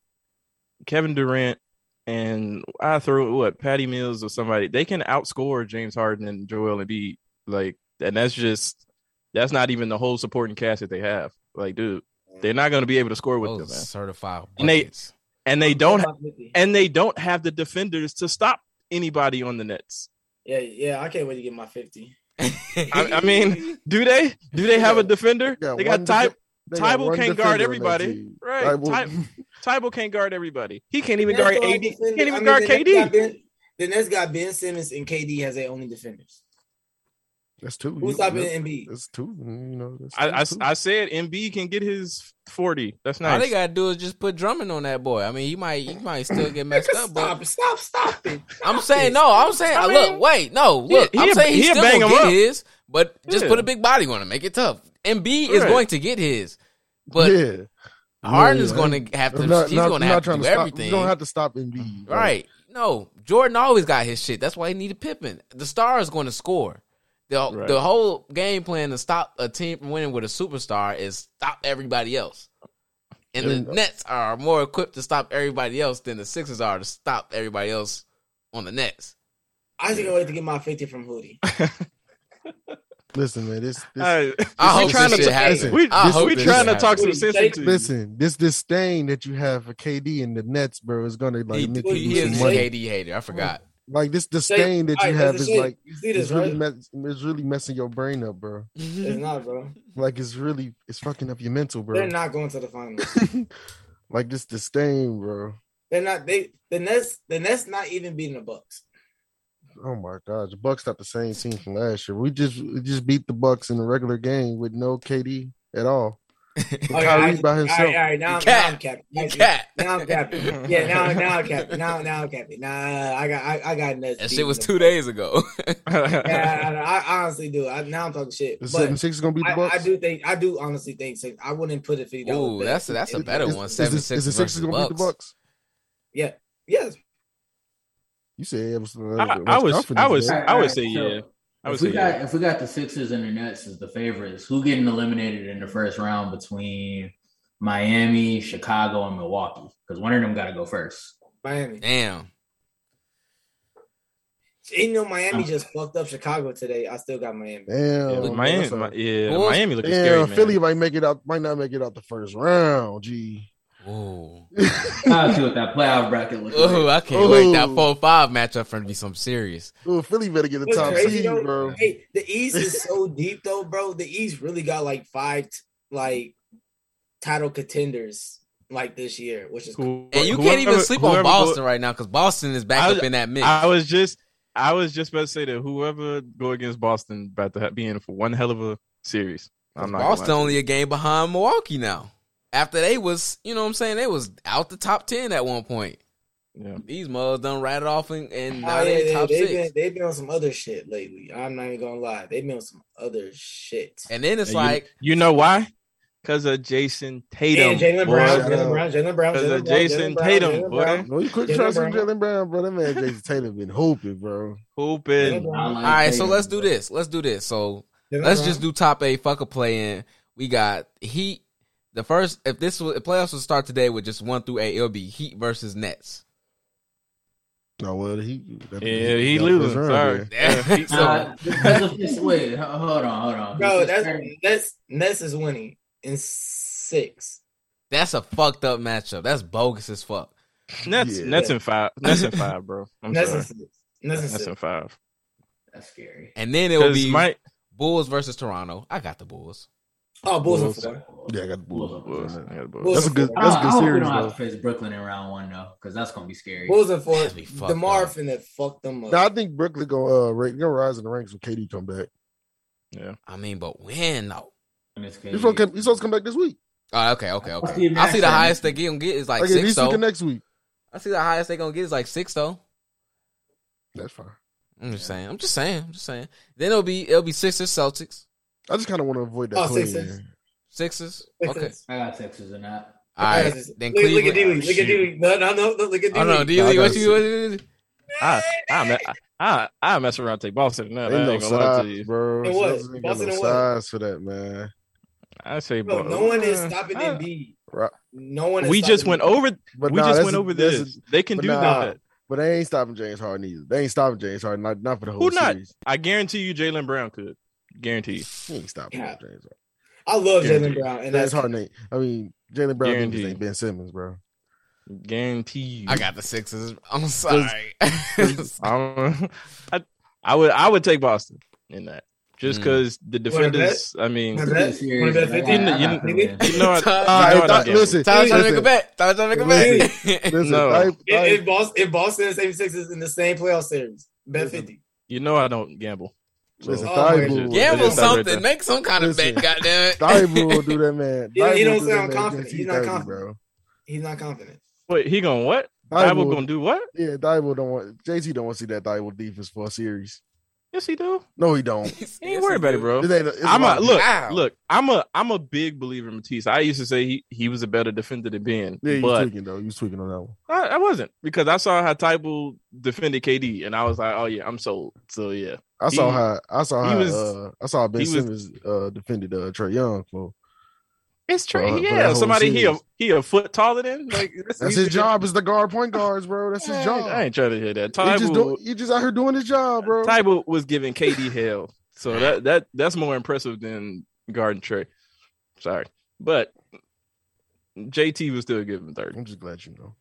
Kevin Durant, and I throw what Patty Mills or somebody. They can outscore James Harden and Joel Embiid. Like, and that's just that's not even the whole supporting cast that they have. Like, dude, they're not going to be able to score with Those them, man. certified And they- buckets. And they don't, Yeah, and they don't have the defenders to stop anybody on the Nets. yeah, I can't wait to get my fifty. I- I mean, Do they? Do they have a defender? They got They one got Ty. defe- they got Tybal one can't defender guard on that everybody. team. Right. Tybal- Ty- Tybal can't guard everybody. He can't even Nets guard AD. don't have He defenders. can't even I mean, guard the Nets KD. got Ben- The Nets got Ben Simmons and KD as their only defenders. That's two. Who's You- stopping that's- Embiid? That's two. You know. That's I, I, two. I said MB can get his 40. That's All they nice. gotta do is just put Drummond on that boy. I mean, he might he might still get messed up, but Stop! Stop! Stop! it. I'm saying no. I'm saying I look, mean, wait, no, look. he- I'm he- saying he's he'll still bang gonna him get up. his, but just Yeah. put a big body on him, make it tough. Embiid is Right. going to get his, but yeah. Harden is Yeah. going to have to. I'm not- he's not- going to not have to trying do stop- everything. You don't have to stop Embiid. bro. Right. No, Jordan always got his shit. That's why he needed Pippen. The star is going to score. The, Right. the whole game plan to stop a team from winning with a superstar is stop everybody else. And Yeah. the Nets are more equipped to stop everybody else than the Sixers are to stop everybody else on the Nets. I just can't wait to get my fifty from Hootie. Listen, man. This. this I, I We hope trying this to shit talk- happens. listen, we I this- hope we this trying to happens. talk some happens. sense into you. *laughs* Listen, this disdain that you have for KD and the Nets, bro, is gonna like He, make well, you he lose is some a money. KD hater. I *laughs* forgot. Like this disdain that you Alright, have that's is the shit. like you see this, it's really right? mess, it's really messing your brain up, bro. It's not, bro. Like it's really it's fucking up your mental, They're bro. not going to the finals. like this disdain, bro. They're not. They the Nets. The Nets not even beating the Bucks. Oh my god, the Bucks not the same team from last year. We just we just beat the Bucks in the regular game with no KD at all. With Okay, Kyrie I- by himself. All right, all right. Now, You now I'm cap. capping. You cat. Now I'm capping. Yeah, now now I'm capping. Now now I'm capping. Nah, I got I, I got Nets. That shit beating was the two Bucks. days ago. *laughs* Yeah, I, I honestly do. I, now I'm talking shit. the But 76 is gonna beat the I, Bucks. I do think I do honestly think six. I wouldn't put a fifty dollars. Ooh, that's that's a better Is- one. is the- Seven six Is the Sixers versus gonna beat the Bucks. Bucks? yes. You said uh, Everson. I- I was- I was- All right, I would all right, say so yeah. I would If we say got yeah. if we got the Sixers and the Nets as the favorites, who getting eliminated in the first round between Miami, Chicago, and Milwaukee? Because one of them got to go first. Miami. Damn. Even though Miami just fucked up Chicago today, I still got Miami. Damn, Yeah, uh, bro, Miami, that's a- Mi- yeah, Bulls- Miami looking Damn, scary, man. Philly might make it out, might not make it out the first round. Gee, Ooh. I'll see what that playoff bracket looks *laughs* Oh, like. I can't wait. That Ooh. four five matchup for it to be something serious. Ooh, Philly better get the What's top crazy seed, though, bro. Hey, the East *laughs* is so deep though, bro. The East really got like five like title contenders like this year, which is cool. Who- And you whoever- can't even sleep whoever on go- Boston right now because Boston is back I up in that mix. I was just I was just about to say that whoever go against Boston about to ha- be in for one hell of a series. I'm not gonna Boston lie. only a game behind Milwaukee now. After they was, you know what I'm saying, they was out the top ten at one point. Yeah. These mugs done ratted off and, and now Oh, yeah, they they, top they've six. been they've been on some other shit lately. I'm not even gonna lie, they've been on some other shit. And then it's And you- like you, know why? Because of Jason Tatum. And Jalen boy. Brown, shout Jalen out. Brown, Jalen Brown, Because Jalen of Brown, Jason Jalen Brown, Tatum, Jalen boy. Brown. No, you quit Jalen trusting Brown. Jalen Brown, bro. That man Jason Taylor been hooping, bro. Hooping. I like all right, so Tatum, let's do but- this. Let's do this. So Let's just do top eight. Fuck a play in. We got Heat. The first, if this was, if playoffs would start today with just one through eight, it'll be Heat versus Nets. No, well, he. that- Yeah, he got losing. first round Sorry. *laughs* there. Yeah. Heat- So- Uh, that's a fist- wait, h- hold on, hold on. bro. This is That's fair. that's Nets is winning in six. That's a fucked up matchup. That's bogus as fuck. Nets, Yeah. Nets in five. Nets *laughs* in five, bro. I'm Nets sorry. in six. Nets in Nets six. in five. that's scary. And then it will Because be Mike, Bulls versus Toronto. I got the Bulls. Oh, Bulls in Bulls. four. Yeah, I got the Bulls. Bulls. I got the Bulls. Bulls That's a good. in four. That's a I, I good hope we series don't have to though. face Brooklyn in round one though, because that's gonna be scary. Bulls in four. That'd be fucked DeMar up. finna fuck them up. Now, I think Brooklyn gonna uh, ra- gonna rise in the ranks when KD come back. I mean, but when though? In this case. He's supposed to come, he's supposed to come back this week. Oh, okay, okay, I see okay. it I see the matchup. highest they gonna get is like Like, six he's though. the next week. I see the highest they gonna get is like six though. That's fine. I'm just saying. I'm just saying. I'm just saying. Then it'll be it'll be Sixers Celtics. I just kind of want to avoid that. Oh, play. six, six. Sixers. Sixers. Okay. I got Texas in that. All right. Look- Then look, look at Cleveland. Dewey. Look at Shoot. Dewey. No, no, no. Look at Dewey. Oh no, ah, D. Lee, I what got you? What, you- I, I, me- I, I mess around, and take Boston. No, I Ain't ain't no gonna lie to size, you. bro. And what? Celtics ain't got Boston no and what? size for that, man. I say Bro, Boston. no one is Uh, ah. stopping I- Embiid. Right. No one. Is We just stopping went Embiid. over. But we nah, just that's went a- over that's a- this. they can but do nah. that. but they ain't stopping James Harden either. They ain't stopping James Harden. Not, not for the whole Who not? series. I guarantee you, Jalen Brown could. Guarantee you. He ain't stopping Yeah. James Harden. I love Jalen Guaranteed. Brown, and James that's Harden ain't. I mean, Jalen Brown niggas Guaranteed. ain't Ben Simmons, bro. Guarantee you. I got the Sixers. I'm sorry. *laughs* Um, *laughs* I, I would. I would take Boston in that, just Mm. because the Wanna bet? defenders. I *laughs* mean, Wanna you bet? know, That- Series, that but I got- 15? I got You- Philly in. you know Tyler I- you know I Alright, don't Ty- gamble. listen, trying to make a listen. bet. Tyler trying to make a bet. Listen, No. Ty- Ty- if, if Boston, if Boston and 76 is in the same playoff series, bet Listen, fifty. You know I don't gamble. So, listen, Oh, Ty my Boo- God. Yeah, Gamble It is that right something. there. Make some kind of bet. Listen. Goddamn it. Ty *laughs* Boo will do that, man. *laughs* He- he Ty Boo don't do that, sound man, confident. He's not 15-30, confident. bro. He's not confident. Wait, he gonna what? Ty Bible Boo- gonna do what? Yeah, Thibault don't want JT don't want to see that Thibault defense for a series. Yes, he do. No, he don't. He ain't worried about it, bro. It ain't a- it's I'm lot a of- look, Wow. look. I'm a I'm a big believer in Matisse. I used to say he, he was a better defender than Ben, Yeah, you was but tweaking though. You was tweaking on that one. I, I wasn't because I saw how Tybull defended KD, and I was like, oh yeah, I'm sold. So yeah, I saw He- how I saw he how was- uh, I saw how Ben he was- Simmons uh, defended uh, Trey Young for. it's For- true. for that yeah, whole somebody he a, series. he a foot taller than like That's his job. Is the guard point guards, bro. That's his job. I ain't trying to hear that. He just, do, Tybull he just out here doing his job, bro. Tybull was giving KD hell, so that that that's more impressive than Garden Trey. Sorry, but JT was still giving thirty. I'm just glad you know.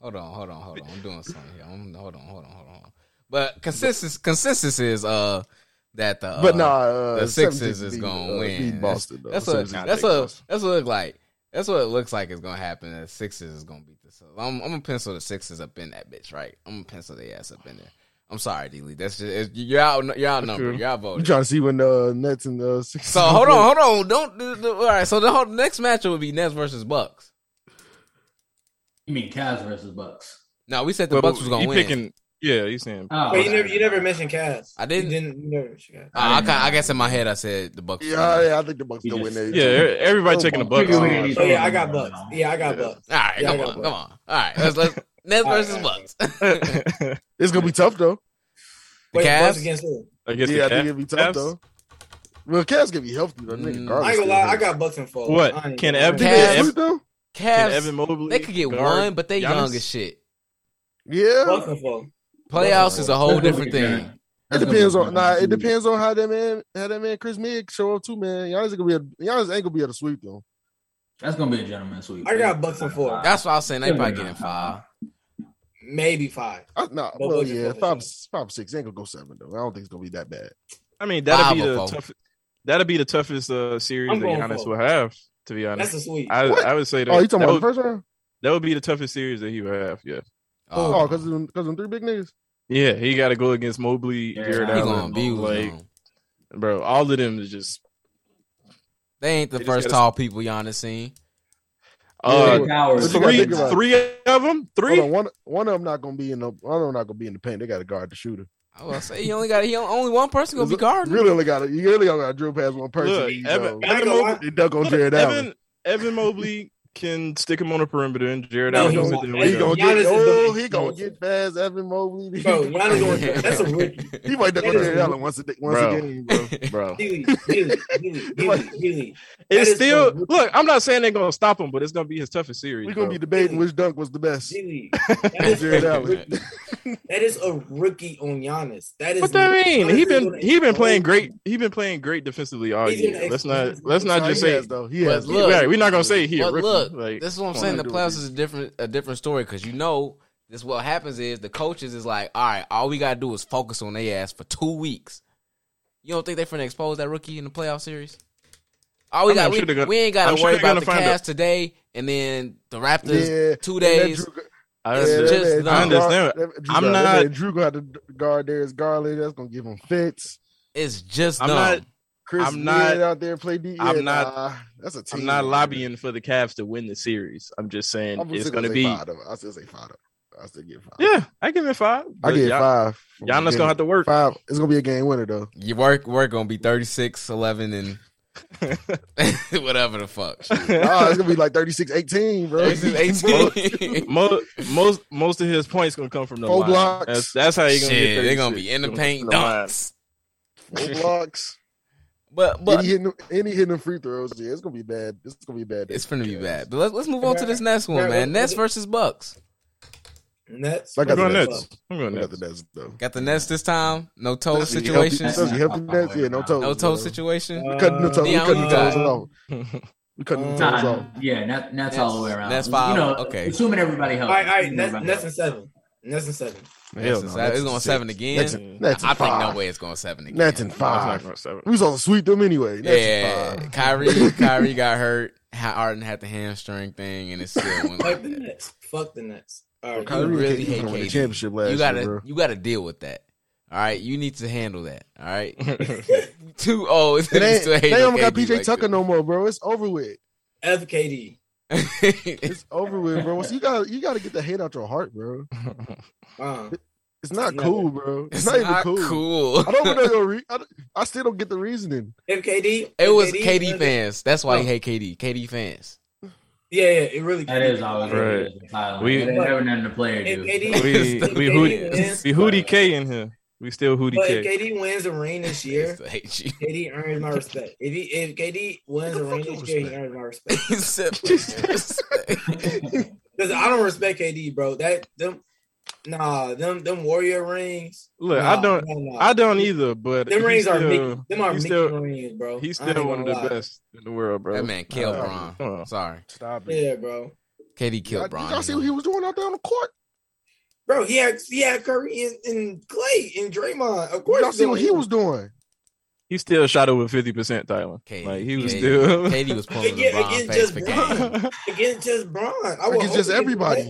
Hold on, hold on, hold on. I'm doing something here. I'm, hold on, hold on, hold on. hold on. But consensus, consensus is uh that the uh, but nah, uh, the Sixers 76 is beat, gonna uh, win. Beat Boston though. that's The what 76 that's beat what Boston. that's what it look like. That's what it looks like is gonna happen. The Sixers is gonna beat the Celtics. I'm, I'm gonna pencil the Sixers up in that bitch, right? I'm gonna pencil the ass up in there. I'm sorry, D. Lee. That's just it's, you're out. You're outnumbered. Okay. You're You outvoted. trying to see when the Nets and the Sixers? So hold on, hold on. Don't. Do, do, all right. So the whole, next matchup would be Nets versus Bucks. You mean Cavs versus Bucks? No, we said the Well, Bucks was gonna you win. Picking, yeah, he's saying Oh, But you okay. never, you never mentioned Cavs. I didn't. You didn't. You never mentioned Cavs. Uh, I, kinda- I guess in my head I said the Bucks. Yeah, yeah, I think the Bucks You gonna win just- that. Yeah, e- everybody Oh, taking the my bucks. God. on. Oh yeah, I got Bucks. Yeah, I got Yeah. Bucks. All right, Yeah, I come got on, Bucks. come on. All right, let's let's Nets All right, versus all Bucks. right. *laughs* I It's gonna be tough though. The Wait, Bucks Cavs? against who? guess yeah, the I think Cavs. it'd be tough Cavs? though. Well, Cavs gonna be healthy though. Mm. Nigga, I Garland I ain't gonna still lie, I hurt. got Bucks in four. What? I ain't Can gonna lie. Evan- Think Cavs- they asleep, though? *laughs* Cavs, Can Evan Mobley. they could get guard one, but they Giannis? young as shit. Yeah, Bucks in four. Playoffs is a whole That's different gonna be thing. good. it That's gonna depends be on good. nah. It depends on how that man, how that man Chris Migg show up too, man. Giannis ain't gonna be, a, Giannis ain't gonna be able to sweep though. That's gonna be a gentleman sweep. I got Bucks in four. That's what I was saying. They probably getting five. Maybe five. I, nah, But well, what you yeah, focus five, five, six. Ain't gonna go seven though. I don't think it's gonna be that bad. I mean, that'll be Five the or four. toughest. That'll be the toughest uh, series I'm that going Giannis four. will have. To be That's honest, a sweep. I, What? I would say that. Oh, you talking that, about would, the first round? that would be the toughest series that he would have. Yeah, Oh, because because them three big niggas. yeah. He got to go against Mobley, Yeah. Jared He he that gonna Allen. be with like, them. bro, all of them is just. They ain't the they just first gotta- tall people Giannis seen. Uh, Yeah. But you gotta three, think about it. three of them, Hold three. on, one one of them not gonna be in the one of them not gonna be in the paint. They got to guard the shooter. I was say he only got he only, only one person gonna be It's- guarding. Really only got you really only got to drill past one person. Look, you Evan, know. I ain't Evan gonna Mobley. lie. They duck on Look, Jared Allen. Evan, Evan Mobley can stick him on the perimeter and Jared No, Allen he can won't. sit there He with gonna him. get Giannis is the oh, man. he gonna get fast Evan Mobley. Bro, Giannis *laughs* going that's a rookie. he might not go That is- to Allen once a day, once Bro. a game, bro. bro. Healy, Healy, Healy, Healy, Healy. It's is still the- look. I'm not saying they're gonna stop him, but it's gonna be his toughest series. We're gonna bro. be debating which dunk was the *laughs* best. Healy. That is, Jared a Allen. rookie. that is a rookie on Giannis. That is What that mean? Giannis He is been gonna he been playing expose- great. He been playing great defensively all He's year. gonna Let's not expose- let's not Nah, just he say has, though. He But has. look- right. We're not gonna say here. But rookie. look, like, this is what I'm come saying. on, The dude. playoffs is a different a different story because you know this. What happens is the coaches is like, all right, all we gotta do is focus on their ass for two weeks. You don't think they finna expose that rookie in the playoff series? All we I mean, got, I'm we, sure they're gonna- we ain't gotta I'm sure worry they're about gonna the find Cavs today and then the Raptors Yeah, two and that days. Drew- I It's just- understand. that- that I Drew Gar- understand. that Drew I'm Gar- not- that Drew gonna have to guard Darius Garland. That's gonna give him fits. It's just I'm dumb. not- Chris I'm not- Beard out there and play D. I'm yeah, not- nah, that's a team. I'm not lobbying for the Cavs to win the series. I'm just saying I'm it's still gonna say be. Five, though. I still say five. Though. I still get five. Yeah, I give it five. I but get Gian- five. Giannis gonna have to *laughs* work. five. It's gonna be a game *laughs* winner though. Your work work gonna be 36, 11, and *laughs* *laughs* whatever the fuck. Nah, it's gonna be like 36-18, bro. This is *laughs* 18. most most most of his points gonna come from the Four line. blocks. That's, that's how you gonna get. Shit, they're gonna 36. be in the Gonna come paint from the line. dunks. Four blocks. But But but any hitting, them- any hitting them free throws. Yeah, it's gonna be bad. It's gonna be bad. it's gonna be bad. But let's let's move on to this next Yeah, one, man. let's- Nets versus Bucks. Nets. I I'm got the going Nets. nuts. I'm going I got the nuts. Nets though. Got the Nets this time. No toe That's the situation. healthy- that's the healthy Nets. Yeah, no toes. No toe bro. situation. We cutting the Uh, toes. We Neon, cutting you the toes got- off. *laughs* We cutting the Nah. toes off. yeah, that, that's all the way around. That's You five. know, Okay. assuming everybody All helps. right, all right. Nets, Nets and seven. Nets and seven. Nets is- it's going seven again. Nets, in- Nets in I think five. no way it's going seven again. Nets in That's not five. going seven. *laughs* *laughs* We was gonna sweep them anyway. Nets yeah, in five. *laughs* Kyrie Kyrie got hurt. Ha- Harden had the hamstring thing, and it still went Fuck like the that. Nets. Fuck the Nets. All right. Kyrie Kyrie really really hate hate win the KD. championship last you gotta *laughs* year, bro. you gotta deal with that. All right, you need to handle that. All right, *laughs* two oh, *laughs* They, ain't- still they hating don't got KD PJ like Tucker this. no more, bro. It's *laughs* over with. FKD. It's over with, bro. So you got to you got to get the hate out your heart, bro. Uh, It's not Yeah. cool, bro. *laughs* It's, it's not, even not cool. cool. I don't know your. Re- I, don't- I still don't get the reasoning. FKD. It was KD KD fans. That's why he hate KD. KD fans. Yeah, yeah. It really. That is always Right. right. Silent. We- We ain't never nothing to play or do. FKD. we It's we the hoodie biggest. we hoodie K in here. We still hoodie But if K. KD wins a ring this They year, still hate you. KD earns my respect. If he if KD wins a ring this year, he earns my respect. *laughs* He said- *laughs* He Because I don't respect KD, bro. That them, nah, them them warrior rings. Look, nah, I don't nah, nah. I don't either, but Them he rings are still- Mickey. Them are he Mickey still- rings, bro. He's I ain't still one of gonna the lie. best in the world, bro. that man killed Uh, Bron. come on. Sorry, Stop Yeah, bro. KD Y'all, killed did Bron. y'all see what he was doing out there on the court? Bro, he had he had Curry and, and Clay and Draymond. Of course, Y'all see what he they- was doing? He still shot over fifty percent, Tyler. KD, Like he was KD, still *laughs* KD was pulling Yeah, the Bron against face just for Bron. game. against just Bron. I would Like it's hope just he did everybody.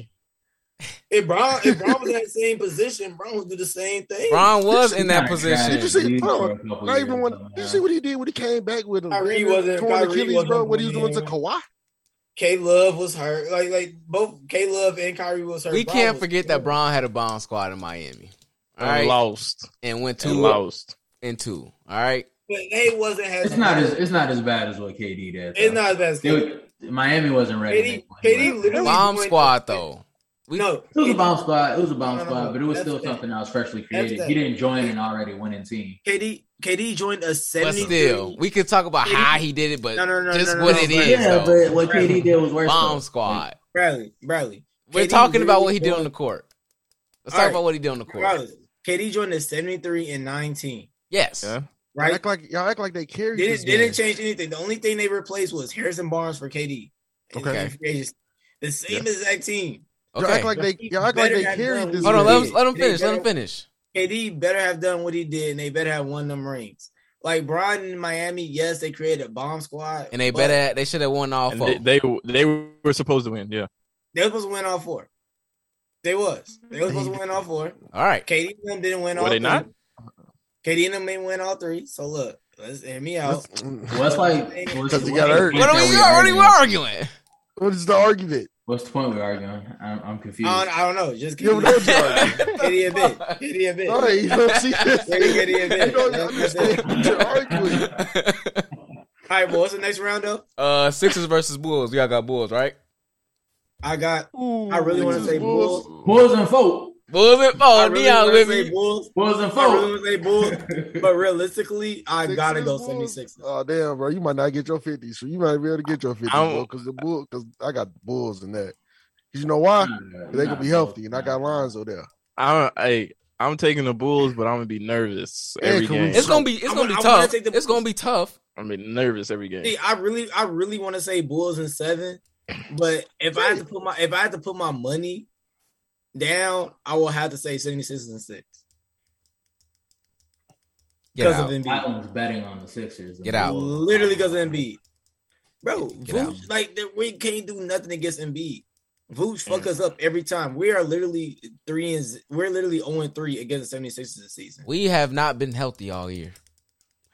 that. If Bron if Bron was in that same position, Bron would do the same thing. Bron was in that Did you position. see- bro, Oh, Not even when. Did you see what he did when he came back with him? Kyrie wasn't- Torn Kyrie Achilles, wasn't bro. What he was going doing to Kawhi? K Love was hurt. Like like both K Love and Kyrie was hurt. We Bron can't was forget hurt. that Bron had a bomb squad in Miami. All And right, lost. and went And two lost. and two. All right, But they wasn't as It's not as it's not as bad as what KD did. it's though. not as bad. as Clay. Dude, Miami wasn't ready. KD KD literally bomb went- squad though. We- no, It was a bomb squad. It was a No, bomb no, no. squad, but it was That's still the thing. something that was freshly That's created. the He thing. didn't join an already winning team. KD KD joined a But seventy. still, we could talk about how he did it, but No, no, no, just no, no, what no, it but- is. Yeah, though. but what KD did was worse. bomb though. squad. Bradley Bradley. We're KD talking about really what he did joined- on the court. Let's All talk right. about what he did on the court. Bradley. KD joined a seventy three and nineteen. Yes, Yeah. Y'all Right. act like y'all act like they carried They this didn't, they didn't man. change anything. The only thing they replaced was Harrison Barnes for KD. in- Okay. in free agency. The same exact team. Y'all okay. act like they y'all act like Better they not carried done. this. Hold on, man. let him, let him They finish. Let better- him finish. KD better have done what he did, and they better have won them rings. Like Brian in Miami, yes, they created a bomb squad, And they but better they should have won all And four. they, they they were supposed to win, yeah. they was supposed to win all four. They was they was supposed to win all four. all right, KD and them didn't win Were all. they three. not? KD and them didn't win all three. So look, let's hear me *laughs* out. That's- Well, that's like what's- 'Cause he got hurt. what are we, that what are we arguing? arguing? What is the argument? What's the point we're arguing? I'm, I'm confused. I don't, I don't know. Just You KD, don't know what you're arguing. KD a bit. KD a bit. All right, you don't *laughs* see this. KD a bit. *laughs* You don't understand what you're arguing. *laughs* All right, well, what's the next round though? uh, Sixers versus Bulls. Y'all got Bulls, right? I got Ooh, I really wanna this say is Bulls. Bulls and folk. Bulls and I oh, really Dion wanna with say me. Bulls. Bulls and I really folk. wanna say *laughs* *laughs* Bulls, but realistically, I Sixers, gotta go Bulls? 76. Oh damn, bro, you might not get your fifty, so you might be able to get your fifty I'm- because the bull because I got bulls in that. 'Cause You know why? 'Cause They gonna be healthy, and I got Lonzo there. I'm I, I'm taking the Bulls, but I'm gonna be nervous Hey, every Caruso. game. It's gonna be it's I gonna be wanna- I wanna tough. take the It's gonna be tough. I'm gonna be nervous every game. See, I really, I really want to say Bulls in seven, but if I had to put my if I had to put my money down, I will have to say 76 and six Get because of out. Embiid. Island's betting on the Sixers. Get out. Literally because of Embiid, bro. Get out. Mm. Vooch, like that, we can't do nothing against Embiid. Vooch fuck us up every time. We are literally three and z- we're literally 0 and three against the 76ers this season. We have not been healthy all year.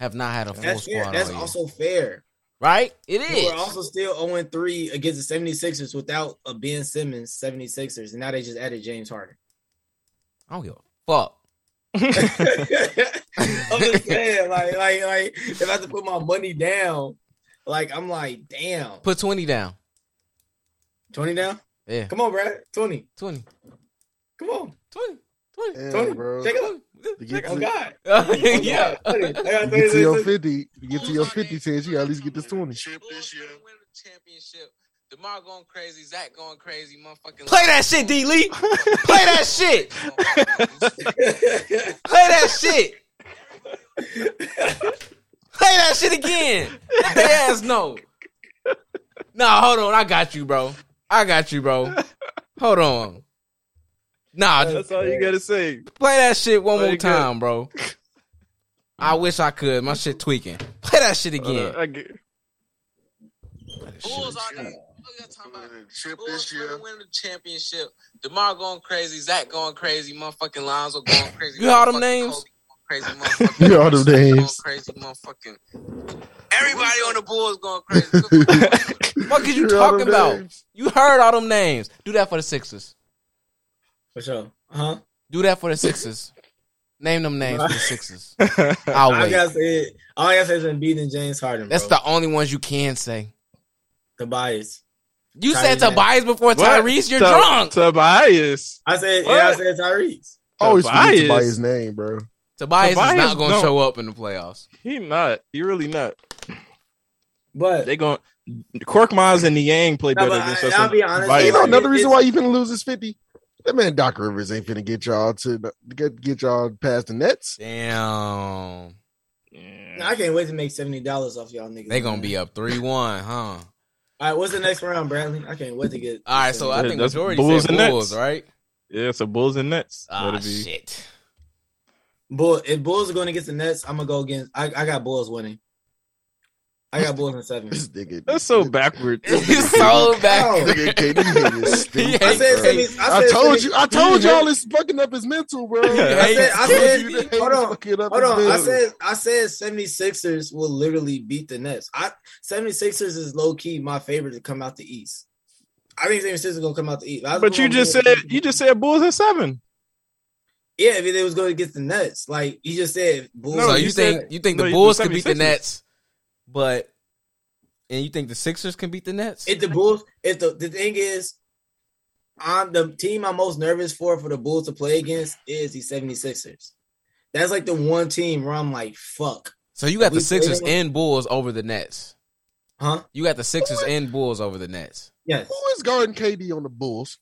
Have not had a full That's fair. squad That's all year. also fair. right? It But is. We're also still 0 and 3 against the 76ers without a Ben Simmons 76ers. And now they just added James Harden. *laughs* I don't give a fuck. I'm just saying, like, like, like, if I had to put my money down, like, I'm like, damn, Put twenty down. twenty down. Yeah, Come on, Brad, twenty. 20, Come on, 20, 20. Damn, Tony, bro. take To get oh to- God, *laughs* yeah. Oh, God. 20. I got you get to your 20. fifty, you get to your fifty, Ted. You gotta at least get this twenty. Championship. Demar going crazy, Zach going crazy, motherfucking. Play that shit, D *laughs* Lee. Play that shit. Play that shit. Play that shit again. Let their ass know. Nah, hold on. I got you, bro. I got you, bro. Hold on. Nah, just That's all you gotta say. play that shit one Play more it good. time, bro. I wish I could. My shit tweaking. Play that shit Uh, again. I get- *laughs* Bulls are Shit. Chip Bulls *laughs* gonna win the championship. Demar going crazy, Zach going crazy, motherfucking Lonzo going crazy. You all them motherfucking names? Kobe going Crazy motherfucking. You all them Russell going names. Crazy motherfucking. Everybody on the Bulls going crazy. Look what the fuck is you Hear all talking them about? names. You heard all them names. Do that for the Sixers. *laughs* For sure, huh? Do that for the Sixers. Name them names for the Sixers. *laughs* I'll I wait. gotta say it. All I gotta say is Embiid and James Harden. That's bro. the only ones you can say. the bias. You said Tyrese. Tobias before What? Tyrese. You're Tob- drunk. Tobias. I said, yeah, I What? said Tyrese. Always forget Tobias. to buy his name, bro. Tobias, is Tobias not going to don't- show up in the playoffs. He not. He really not. But They going Cork Miles and Niang play No, better but than I- Sesame I'll be honest, Valley. You know Like, another reason it's- why you finna lose is fifty. That man Doc Rivers ain't finna get y'all to get get y'all past the Nets. Damn. Yeah. I can't wait to make seventy dollars off y'all niggas. They gonna be up three one, huh? All right, what's the next round, Bradley? I can't wait to get. All right, so I think That's majority Bulls said and Nets. Bulls, right? Yeah, so Bulls and Nets. Ah, That'll be- shit. *laughs* Bull, if Bulls are going against the Nets, I'm gonna go against. I, I got Bulls winning. I got Bulls in seven. This nigga, That's so this- backward. It's so Oh. *laughs* bad. Nigga, KD is stupid, I said bro. seventy- I, said told 70 you. I told y'all this fucking up his mental, bro. I said- I Told said- you that hold on, fucking up Hold his on, I mental. said I said 76ers will literally beat the Nets. I 76ers is low key my favorite to come out the East. I think 76ers gonna come out the East. I was But you gonna just go- said you just said Bulls and seven. yeah, if they was going against the Nets, like you just said, Bulls. No, so you you said- think you think no, the you- Bulls the can beat the 76ers. Nets, but and you think the Sixers can beat the Nets? if the Bulls, if the the thing is, I'm the team I'm most nervous for for the Bulls to play against is the 76ers. That's like the one team where I'm like, fuck, so you got we the Sixers played- and Bulls over the Nets. huh? You got the Sixers and Bulls over the Nets. Yes. Who is guarding KD on the Bulls?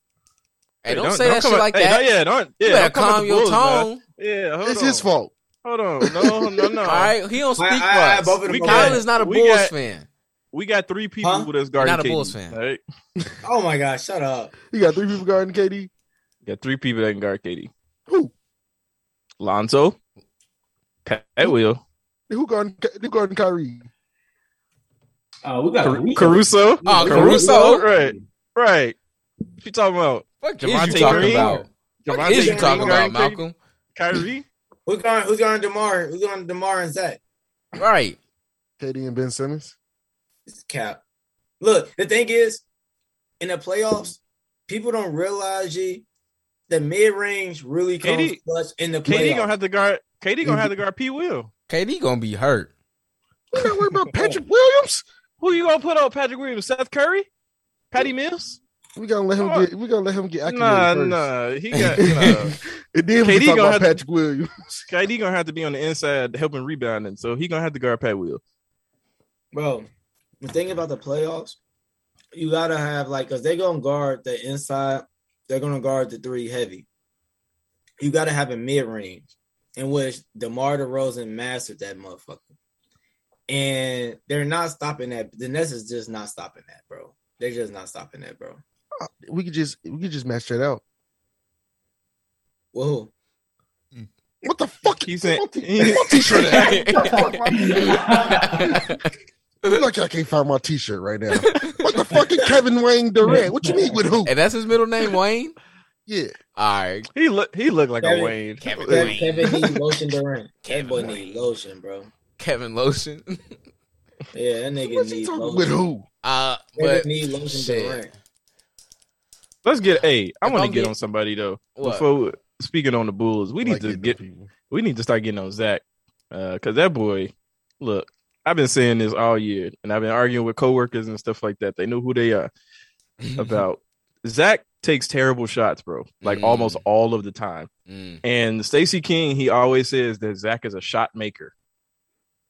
Hey, don't, say that come shit at- like hey, that. don't- yeah, don't. Yeah, you better don't come at calm the your Bulls, man. tone. Yeah, hold it's on. his fault. Hold on. No, *laughs* no, no. All right, he don't I- speak for I- I- both us. of We them. got- Kyle is not a we Bulls got- fan. We got three people Huh? with us guarding Not a KD, Bulls fan. all right? Oh my god, shut up. You got three people guarding KD. We got three people that can guard KD. Who? Lonzo. Pat Will. Who guarding? Who guarding Kyrie? Uh, we got Caru- we- Caruso. Oh, Caruso. Caruso. Right. Right. What you talking about? What is Javante you talking Green. about? What Javante is you Green talking about, guarding Malcolm? Kyrie. Who's going? Who's going? Demar? Who's going? Demar and Zach? Right. KD and Ben Simmons. It's cap. Look, the thing is, in the playoffs, people don't realize G, the mid range really comes KD clutch in the KD playoffs. gonna have to guard. KD gonna have to guard P. Will. KD gonna be hurt. *laughs* We *laughs* not worried about Patrick Williams. Who you gonna put on Patrick Williams? Seth Curry, Patty Mills. We gonna let him Oh. get. We gonna let him get Nah, acclimated first. nah. He got nah. *laughs* And then KD we talk gonna about have to- Patrick Williams. *laughs* KD gonna have to be on the inside helping rebounding, so he gonna have to guard Pat Will. Bro, the thing about the playoffs, you gotta have like because they're gonna guard the inside, they're gonna guard the three heavy. You gotta have a mid range in which DeMar DeRozan mastered that motherfucker. And they're not stopping that. The Nets is just not stopping that, bro. They're just not stopping that, bro. We could just we could just match that out. Whoa. What the fuck? He said- what the, what t-shirt? at? Look like I can't find my t-shirt right now. What the fuck is Kevin Wayne Durant? What you mean with who? and that's his middle name, Wayne. Yeah, All right, He look he looked like Kevin- a Wayne. Kevin Kevin, Wayne, Kevin need lotion Durant. That boy Kevin need lotion, bro. Kevin Lotion. *laughs* Yeah, that nigga what you need talking with lotion. who? Uh, Kevin but need lotion shit. Durant. Let's get hey, I If want to I'm get get- on somebody though. what? Before speaking on the Bulls, we need Like to getting get them people. we need to start getting on Zach. Uh, cause that boy, look, I've been saying this all year, and I've been arguing with coworkers and stuff like that. They know who they are Mm-hmm. about. Zach takes terrible shots, bro. Like Mm. almost all of the time. *laughs* Mm, And Stacey King, he always says that Zach is a shot maker,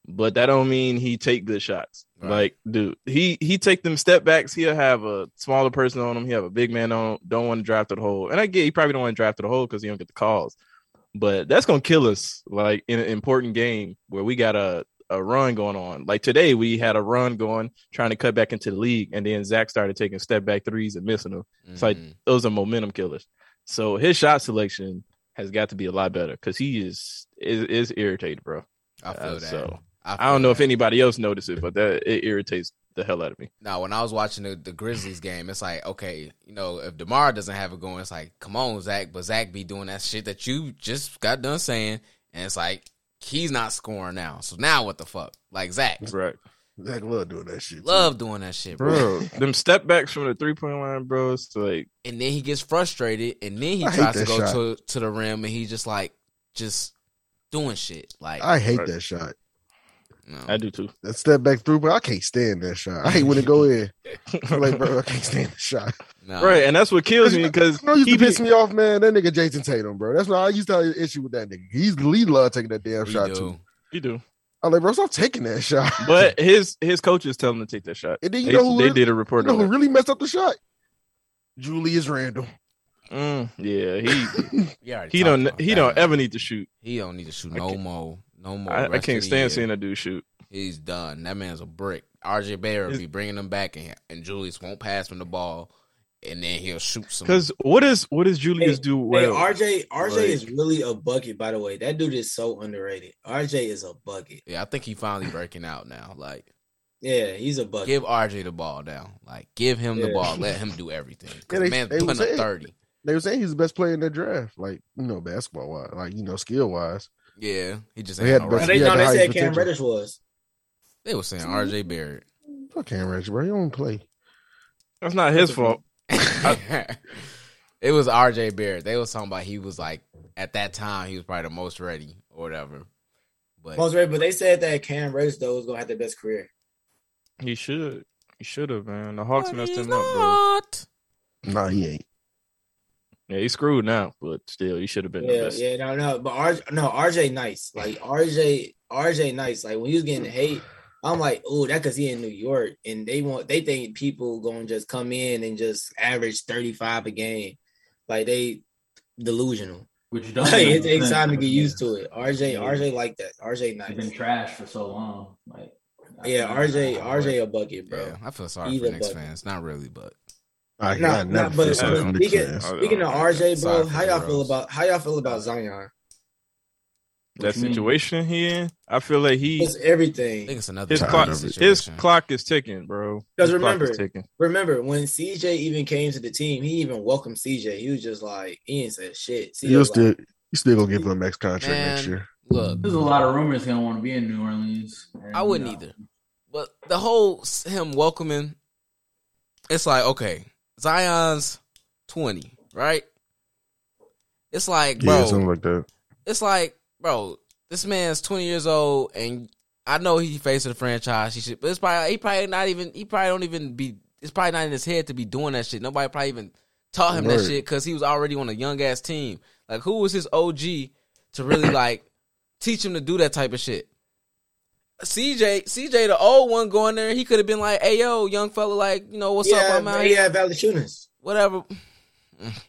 but that don't mean he take good shots. Right. Like, dude, he he take them step backs. He'll have a smaller person on him. He have a big man on. him, Don't want to drive to the hole. And I get he probably don't want to drive to the hole because he don't get the calls. But that's gonna kill us. Like in an important game where we got a a run going on. Like today, we had a run going trying to cut back into the league, and then Zach started taking step back threes and missing them It's like- mhm. those are momentum killers. So his shot selection has got to be a lot better because he is is, is irritated, bro. I feel uh, that. so, feel I don't know if that. anybody else noticed it, but that it irritates the hell out of me. No, when I was watching the, the Grizzlies game, it's like, okay, you know, if DeMar doesn't have it going, it's like, come on, Zach. But Zach be doing that shit that you just got done saying. And it's like, he's not scoring now. So now what the fuck? Like, Zach, Right, Zach love doing that shit. love doing that shit, bro. bro. *laughs* Them step backs from the three point line, bro. It's like And then he gets frustrated and then he I hate tries to that go shot. to, to the rim and he's just like, just doing shit. Like, I hate that shot. no. I do too. That step back through, but I can't stand that shot. I hate when it go in. I'm *laughs* like, bro, I can't stand the shot. no. *laughs* right, and that's what kills me because You know, used he to be- piss me off, man. That nigga Jason Tatum, bro. That's why I used to have an issue with that nigga. He's the lead love taking that damn We shot do. too. you do, I'm like, bro, stop taking that shot. but his his coaches tell him to take that shot. *laughs* And then you They, know who they really- did a you report know on who it. really messed up the shot? Julius Randle. Mm, yeah, he We already *laughs* he talked don't about he that. don't ever need to shoot. He don't need to shoot I no can't- more. No more. I, I rest of can't the stand year. seeing that dude shoot. He's done. That man's a brick. RJ Barrett will be bringing him back, and, and Julius won't pass him the ball, and then he'll shoot some. Because what is what does Julius Hey, do Hey, well? RJ, RJ is like- really a bucket, by the way. That dude is so underrated. RJ is a bucket. yeah, I think he *coughs* finally breaking out now. Like, Yeah, he's a bucket. give RJ the ball now. Like, give him the Yeah. ball. Let him do everything. 'Cause Yeah, the they- man's they putting was up saying- thirty. They were saying he's the best player in the draft, like you know, basketball wise, like you know, skill wise. Yeah, he just They ain't had no the Oh, right. best- they, he had no, the they highest said Cam potential. Reddish was. They was saying RJ Mm-hmm. Barrett. *laughs* Fuck him, Reggie, bro. He don't play. That's not his fault. it was RJ Barrett. They was talking about he was like at that time he was probably the most ready or whatever. But Most rated, but they said that Cam Reddish though was gonna have the best career. He should. He should have, man. The Hawks But messed he's him up, bro. not. Nah, he ain't. Yeah, he's screwed now, but still, he should have been the Yeah, best. yeah, no, no. But RJ no, RJ nice. Like RJ RJ nice. Like when he was getting hate, I'm like, oh, that cause he in New York and they want they think people gonna just come in and just average 35 a game. Like they delusional. Which don't. Like, make it no takes sense, time to but get yeah. used to it. RJ, Yeah. RJ like that. RJ He's been nice. trash for so long. Like, I Yeah, can't- RJ, I don't RJ a bucket, bro. Yeah, I feel sorry He's for a Knicks bucket. fans. Not really, but I, Nah, I nah, never but- feel sorry but for we Knicks get- fans. I don't Speaking know. of Sorry RJ, bro, for how the y'all feel Rose. about how y'all feel about Zion? that What you mean? situation he in, I feel like he It's I everything. think it's another his tired clock of it. his situation. clock is ticking, bro. 'Cause His clock remember- is ticking. Remember when CJ even came to the team, he even welcomed CJ. He was just like, he ain't said shit. CJ You'll was still, like, you still gonna give him a max contract Man. next year. Look, There's a lot of rumors gonna want to be in New Orleans. and, uh, I you wouldn't know, either. But the whole s- him welcoming, it's like okay, Zion's twenty, right? It's like, bro, Yeah, something like that. it's like, bro, this man's twenty years old, and I know he facing the franchise. He should, but it's probably he probably not even he probably don't even be It's probably not in his head to be doing that shit. Nobody probably even taught him that Word. shit because he was already on a young ass team. Like, who was his OG to *clears throat* really like teach him to do that type of shit? CJ, CJ, the old one going there, he could have been like, "Hey, yo, young fella, like, you know, what's up? I'm out here, yeah, Valachunas. whatever."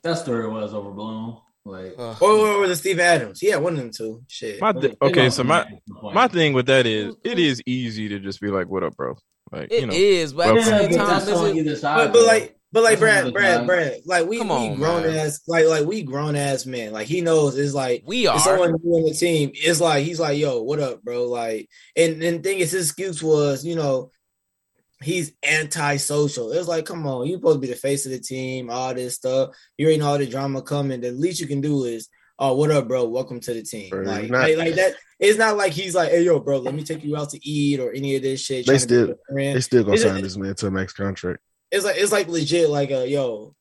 That story was overblown. Like Ugh. Or, or was it Steve Adams? Yeah, one of them two. Shit. My One of di- them. okay, so my my thing thing with that is it is easy to just be like, "What up, bro?" Like It is, you know, but at the Yeah, same but time, is it- but, but like but like That's Brad, another Brad, guy. Brad, like we, Come we on, grown man. ass like like we grown ass men. Like he knows it's like we are. if someone new on the team, it's like he's like, "Yo, what up, bro?" Like, and and the thing is, his excuse was, you know, he's antisocial. It was like, come on, you supposed to be the face of the team, all this stuff. You're in all the drama coming. The least you can do is, "Oh, what up, bro? Welcome to the team." Bro, Like, not- like, like that. It's not like he's like, "Hey, yo, bro, let me take you out to eat" or any of this shit. They trying to be still- your friend. They still gonna Is it- sign this man to a max contract. It's like it's like legit. Like, uh, yo,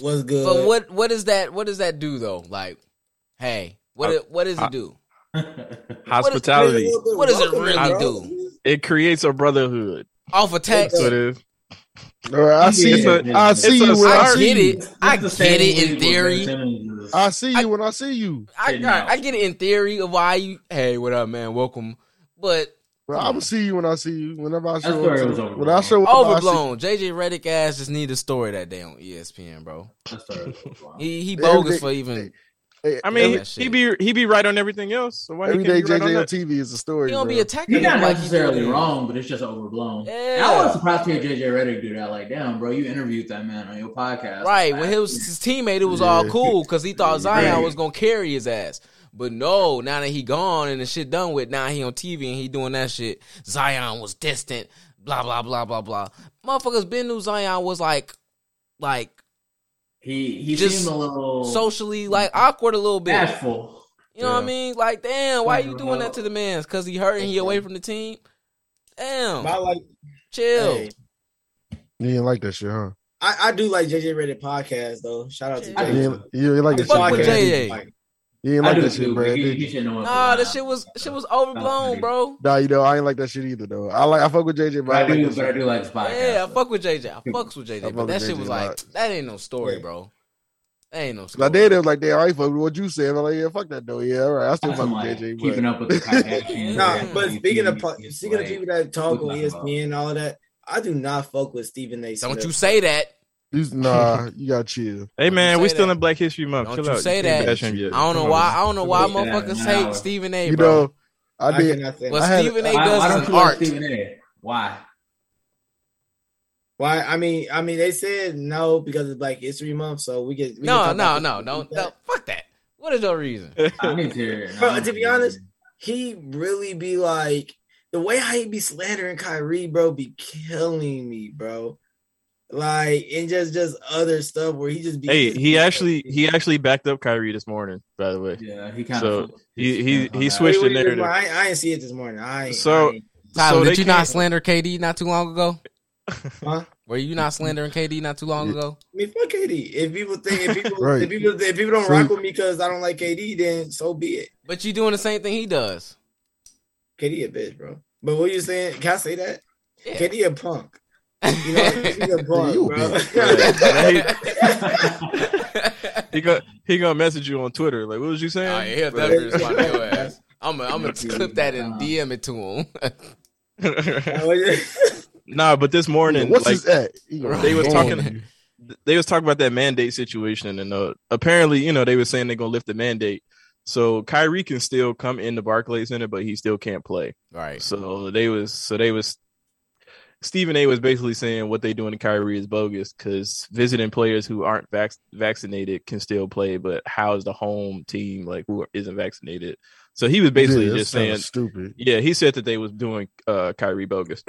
what's good? But what what is that? What does that do though? Like, hey, what I- it- what does I- it do? *laughs* hospitality. It, What does it Welcome, really bro. do? creates a brotherhood. Off a tax? That's what it is. Bro, I see It's you. a- I it's see a you when I I start. see get you. it. I get it in theory. I see you when I see you. I got. I get it in theory of why you. Hey, what up, man? Welcome. But Bro, I'm gonna see you when I see you. Whenever I That show story up, was to- overblown. when I Oh, show up, I see- overblown. JJ Redick ass just need a story that day on E ESPN, bro. *laughs* He he bogus Everything- for even. Hey, I mean, that he shit. be he be right on everything else. So why he every can't day be right on JJ on that? TV is a story. He don't be bro. attacking You're not him like he necessarily do. wrong, but it's just overblown. And I Yeah. was surprised to hear JJ Reddick do that. Like, damn, bro, you interviewed that man on your podcast. Right. Like, When he was his teammate, it was all Yeah. cool because he thought Zion Right. was gonna carry his ass. But no, now that he gone and the shit done with, now he on TV and he doing that shit. Zion was distant. Blah blah blah blah blah. Motherfuckers been knew Zion was like, like he he Just seemed a little socially like awkward a little bit. bashful. You know what I Yeah. mean? Like, damn, why you Mhm. doing that to the man? Because he hurt and he away from the team. Damn, But I like, chill. hey, You didn't like that shit, huh? I, I do like JJ Reddit podcast though. Shout out to I You JJ. do. didn't, you didn't like The that I fuck shit. with podcast bro. JJ. is like- You didn't I like do that too, shit, but bro. he, Did he you? should know what Nah, going that on. shit was shit was overblown, bro. Nah, you know I ain't like that shit either though. I like I fuck with JJ, but But I I, do, like but I that shit. do like his podcast. Yeah, I though. fuck with JJ. I fucks with JJ, fuck but with that shit JJ was a like lot. that ain't no story, Yeah. bro. That ain't no story. My dad was like, "Damn, I ain't fuck with what you said." I'm like, "Yeah, fuck that though. Yeah, all right, I still That's fuck some, with like, JJ." keeping but- up *laughs* with the Kardashians. Nah, Yeah. but speaking of po- It's speaking of like- people that talk on E Nah. ESPN and all that, I do not fuck with Stephen A. Smith. Don't you say that. These- Nah, you gotta chill. Hey man, you we say still that. in Black History Month. Don't Chill you out. say can't that. bash him yet. I don't know Come on. *laughs* why. I don't know why Yeah, motherfuckers nah. hate Stephen A. you Bro, know, I I did. cannot say what I had- Stephen A. Why, why does don't is you like art. Stephen A? Why? why. I mean, I mean, they said no because it's Black History Month, so we get we No, can talk no, about no, it. no, no. Fuck that. What is your reason? I need to hear it. Bro, to be honest, He really be like the way how he be slandering Kyrie, bro, be killing me, bro. Like and just just other stuff where he just be. Hey, *laughs* he actually he actually backed up Kyrie this morning. By the way, yeah, he kind So, of he- he- he Wait, switched- wait, the wait, wait, narrative. I, I didn't see it this morning. I ain't, So- I ain't. Tyler, they did you not can't- slander KD not too long ago? Huh? Were you not slandering KD not too long ago? I mean, fuck KD. If people think if people *laughs* Right. if people if people don't So- rock with me because I don't like KD, then so be it. But you doing the same thing he does. KD a bitch, bro. But what you saying? Can I say that? Yeah. KD a punk. *laughs* You know, *laughs* he's a punk, You a bro. *laughs* bitch. *laughs* he gonna he gonna message you on Twitter. Like, what was you saying? Oh, yeah, he'll Bro. definitely respond to your ass. I'm gonna I'm gonna clip that and DM it to him. *laughs* *laughs* nah, but this morning, What's like, his at? He gonna *laughs* they was go talking- on you. they was talking about that mandate situation, and uh, apparently, you know, they were saying they're gonna lift the mandate, so Kyrie can still come in the Barclays Center, but he still can't play. right. So they was so they was Stephen A was basically saying what they doing to Kyrie is bogus because visiting players who aren't vac- vaccinated can still play, but how is the home team like who isn't vaccinated? So he was basically Yeah, just that's kinda saying, stupid. yeah, he said that they was doing uh, Kyrie bogus.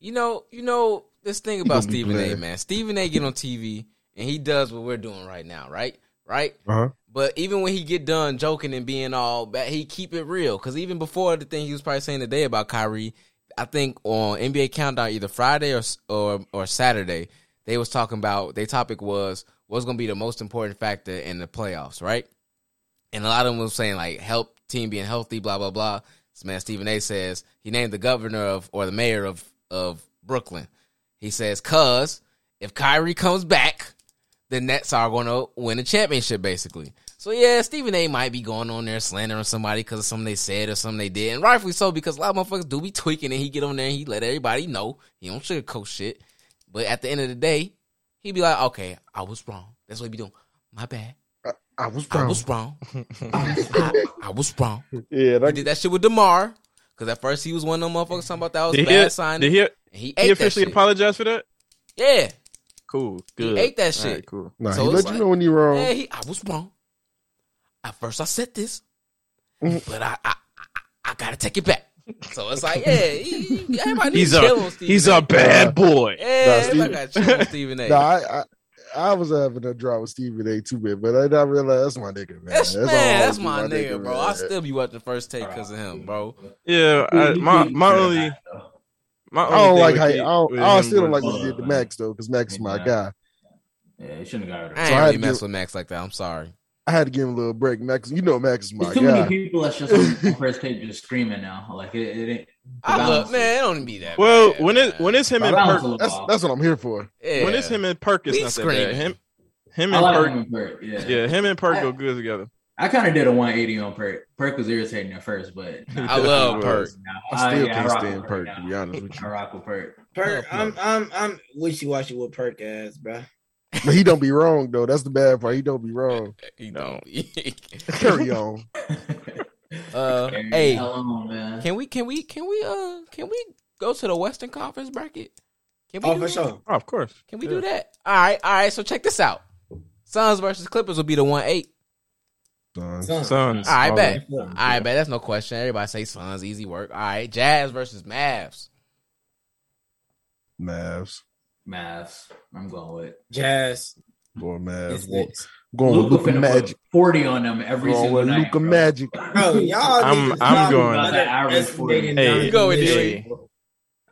You know, you know this thing about gonna be Stephen A. playing. Man, Stephen A. get on TV and he does what we're doing right now, right? Right. Uh huh. But even when he get done joking and being all bad, he keep it real. Because even before the thing he was probably saying today about Kyrie, I think on NBA Countdown either Friday or or or Saturday, they was talking about their topic was what's going to be the most important factor in the playoffs, right? And a lot of them was saying like help team being healthy, blah blah blah. This man Stephen A. says he named the governor of or the mayor of of Brooklyn. He He says, "Cause if Kyrie comes back, the Nets are going to win a championship, basically." So yeah, Stephen A. might be going on there slandering somebody because of something they said or something they did, and rightfully so because a lot of motherfuckers do be tweaking, and he get on there and he let everybody know he don't sugarcoat shit. But at the end of the day, he be like, "Okay, I was wrong. That's what he be doing. My bad. I was I wrong. was wrong. I was, I- I was wrong." yeah, He that, did that shit with Demar because at first he was one of them motherfuckers talking about that was a Did bad he, sign. did he, and he ate he officially that shit. apologize for that? Yeah, Cool. He Good. ate that All right, shit. cool. nah, so he it's let like- you know when you're wrong. yeah, he, I was wrong. At first I said this, but I I, I I gotta take it back. So it's like, yeah, he, he- everybody needs He's to a- chill on Stephen He's A. a bad boy. yeah, everybody Stephen- got to chill on Stephen A. Nah, I, I, I was having a drop with Stephen A. too, man, but I, I realized that's my nigga, man. *laughs* that's man, that's always my, nigga, bro. I man. still be watching the first take because of him, bro. Yeah. I, uh, my my only my I only thing don't like with how I it- don't, with I him still don't was- like what he did to Max though, because Max is my Yeah. guy. Yeah, he shouldn't have got I ain't rid of So I him. had really to mess give- with Max like that. I'm sorry. I had to give him a little break. Max, you know Max is my There's too many guy. people that's just on *laughs* first take just screaming now. Like it, it ain't. I balance look, man, it don't be that. Well, bad, when it man. when it's him the and balance Perk, a That's little off. that's what I'm here for. yeah. when it's him and Perk, it's We not that screaming. bad. Him him I and like him Perk, and Perk. Yeah. yeah, him and Perk I- go good together. I kind of did a 180 on Perk. Perk was irritating at first, but *laughs* I love Perk. I still yeah, can't rock with stand Perk, now. to be honest with I you. rock with Perk. *laughs* Perk, I'm I'm I'm wishy washy with Perk ass, bro. But he don't be wrong though. That's the bad part. He don't be wrong. He No. don't. Carry on. Uh, Carry hey. the hell on, man. *laughs* Can we? Can we? Can we? Uh, can we go to the Western Conference bracket? Can we? Oh, do for that? sure. Oh, of course. Can we Yeah. do that? All right, all right. So check this out. Suns versus Clippers will be the one eight. Son. Son. Suns. All right, all bet. Yeah. All right, bet. That's no question. Everybody say Suns, easy work. All right, Jazz versus Mavs. Mavs. Mavs. I'm going with. Jazz Boy, Mavs. is Going, next. going with Luca Luka finna put Magic. 40 on them every Going single with night. Luka bro. Magic. *laughs* Bro, y'all I'm- niggas I'm talking going- about The average for underestimating Hey, Donovan you go with Mitchell. Diddy.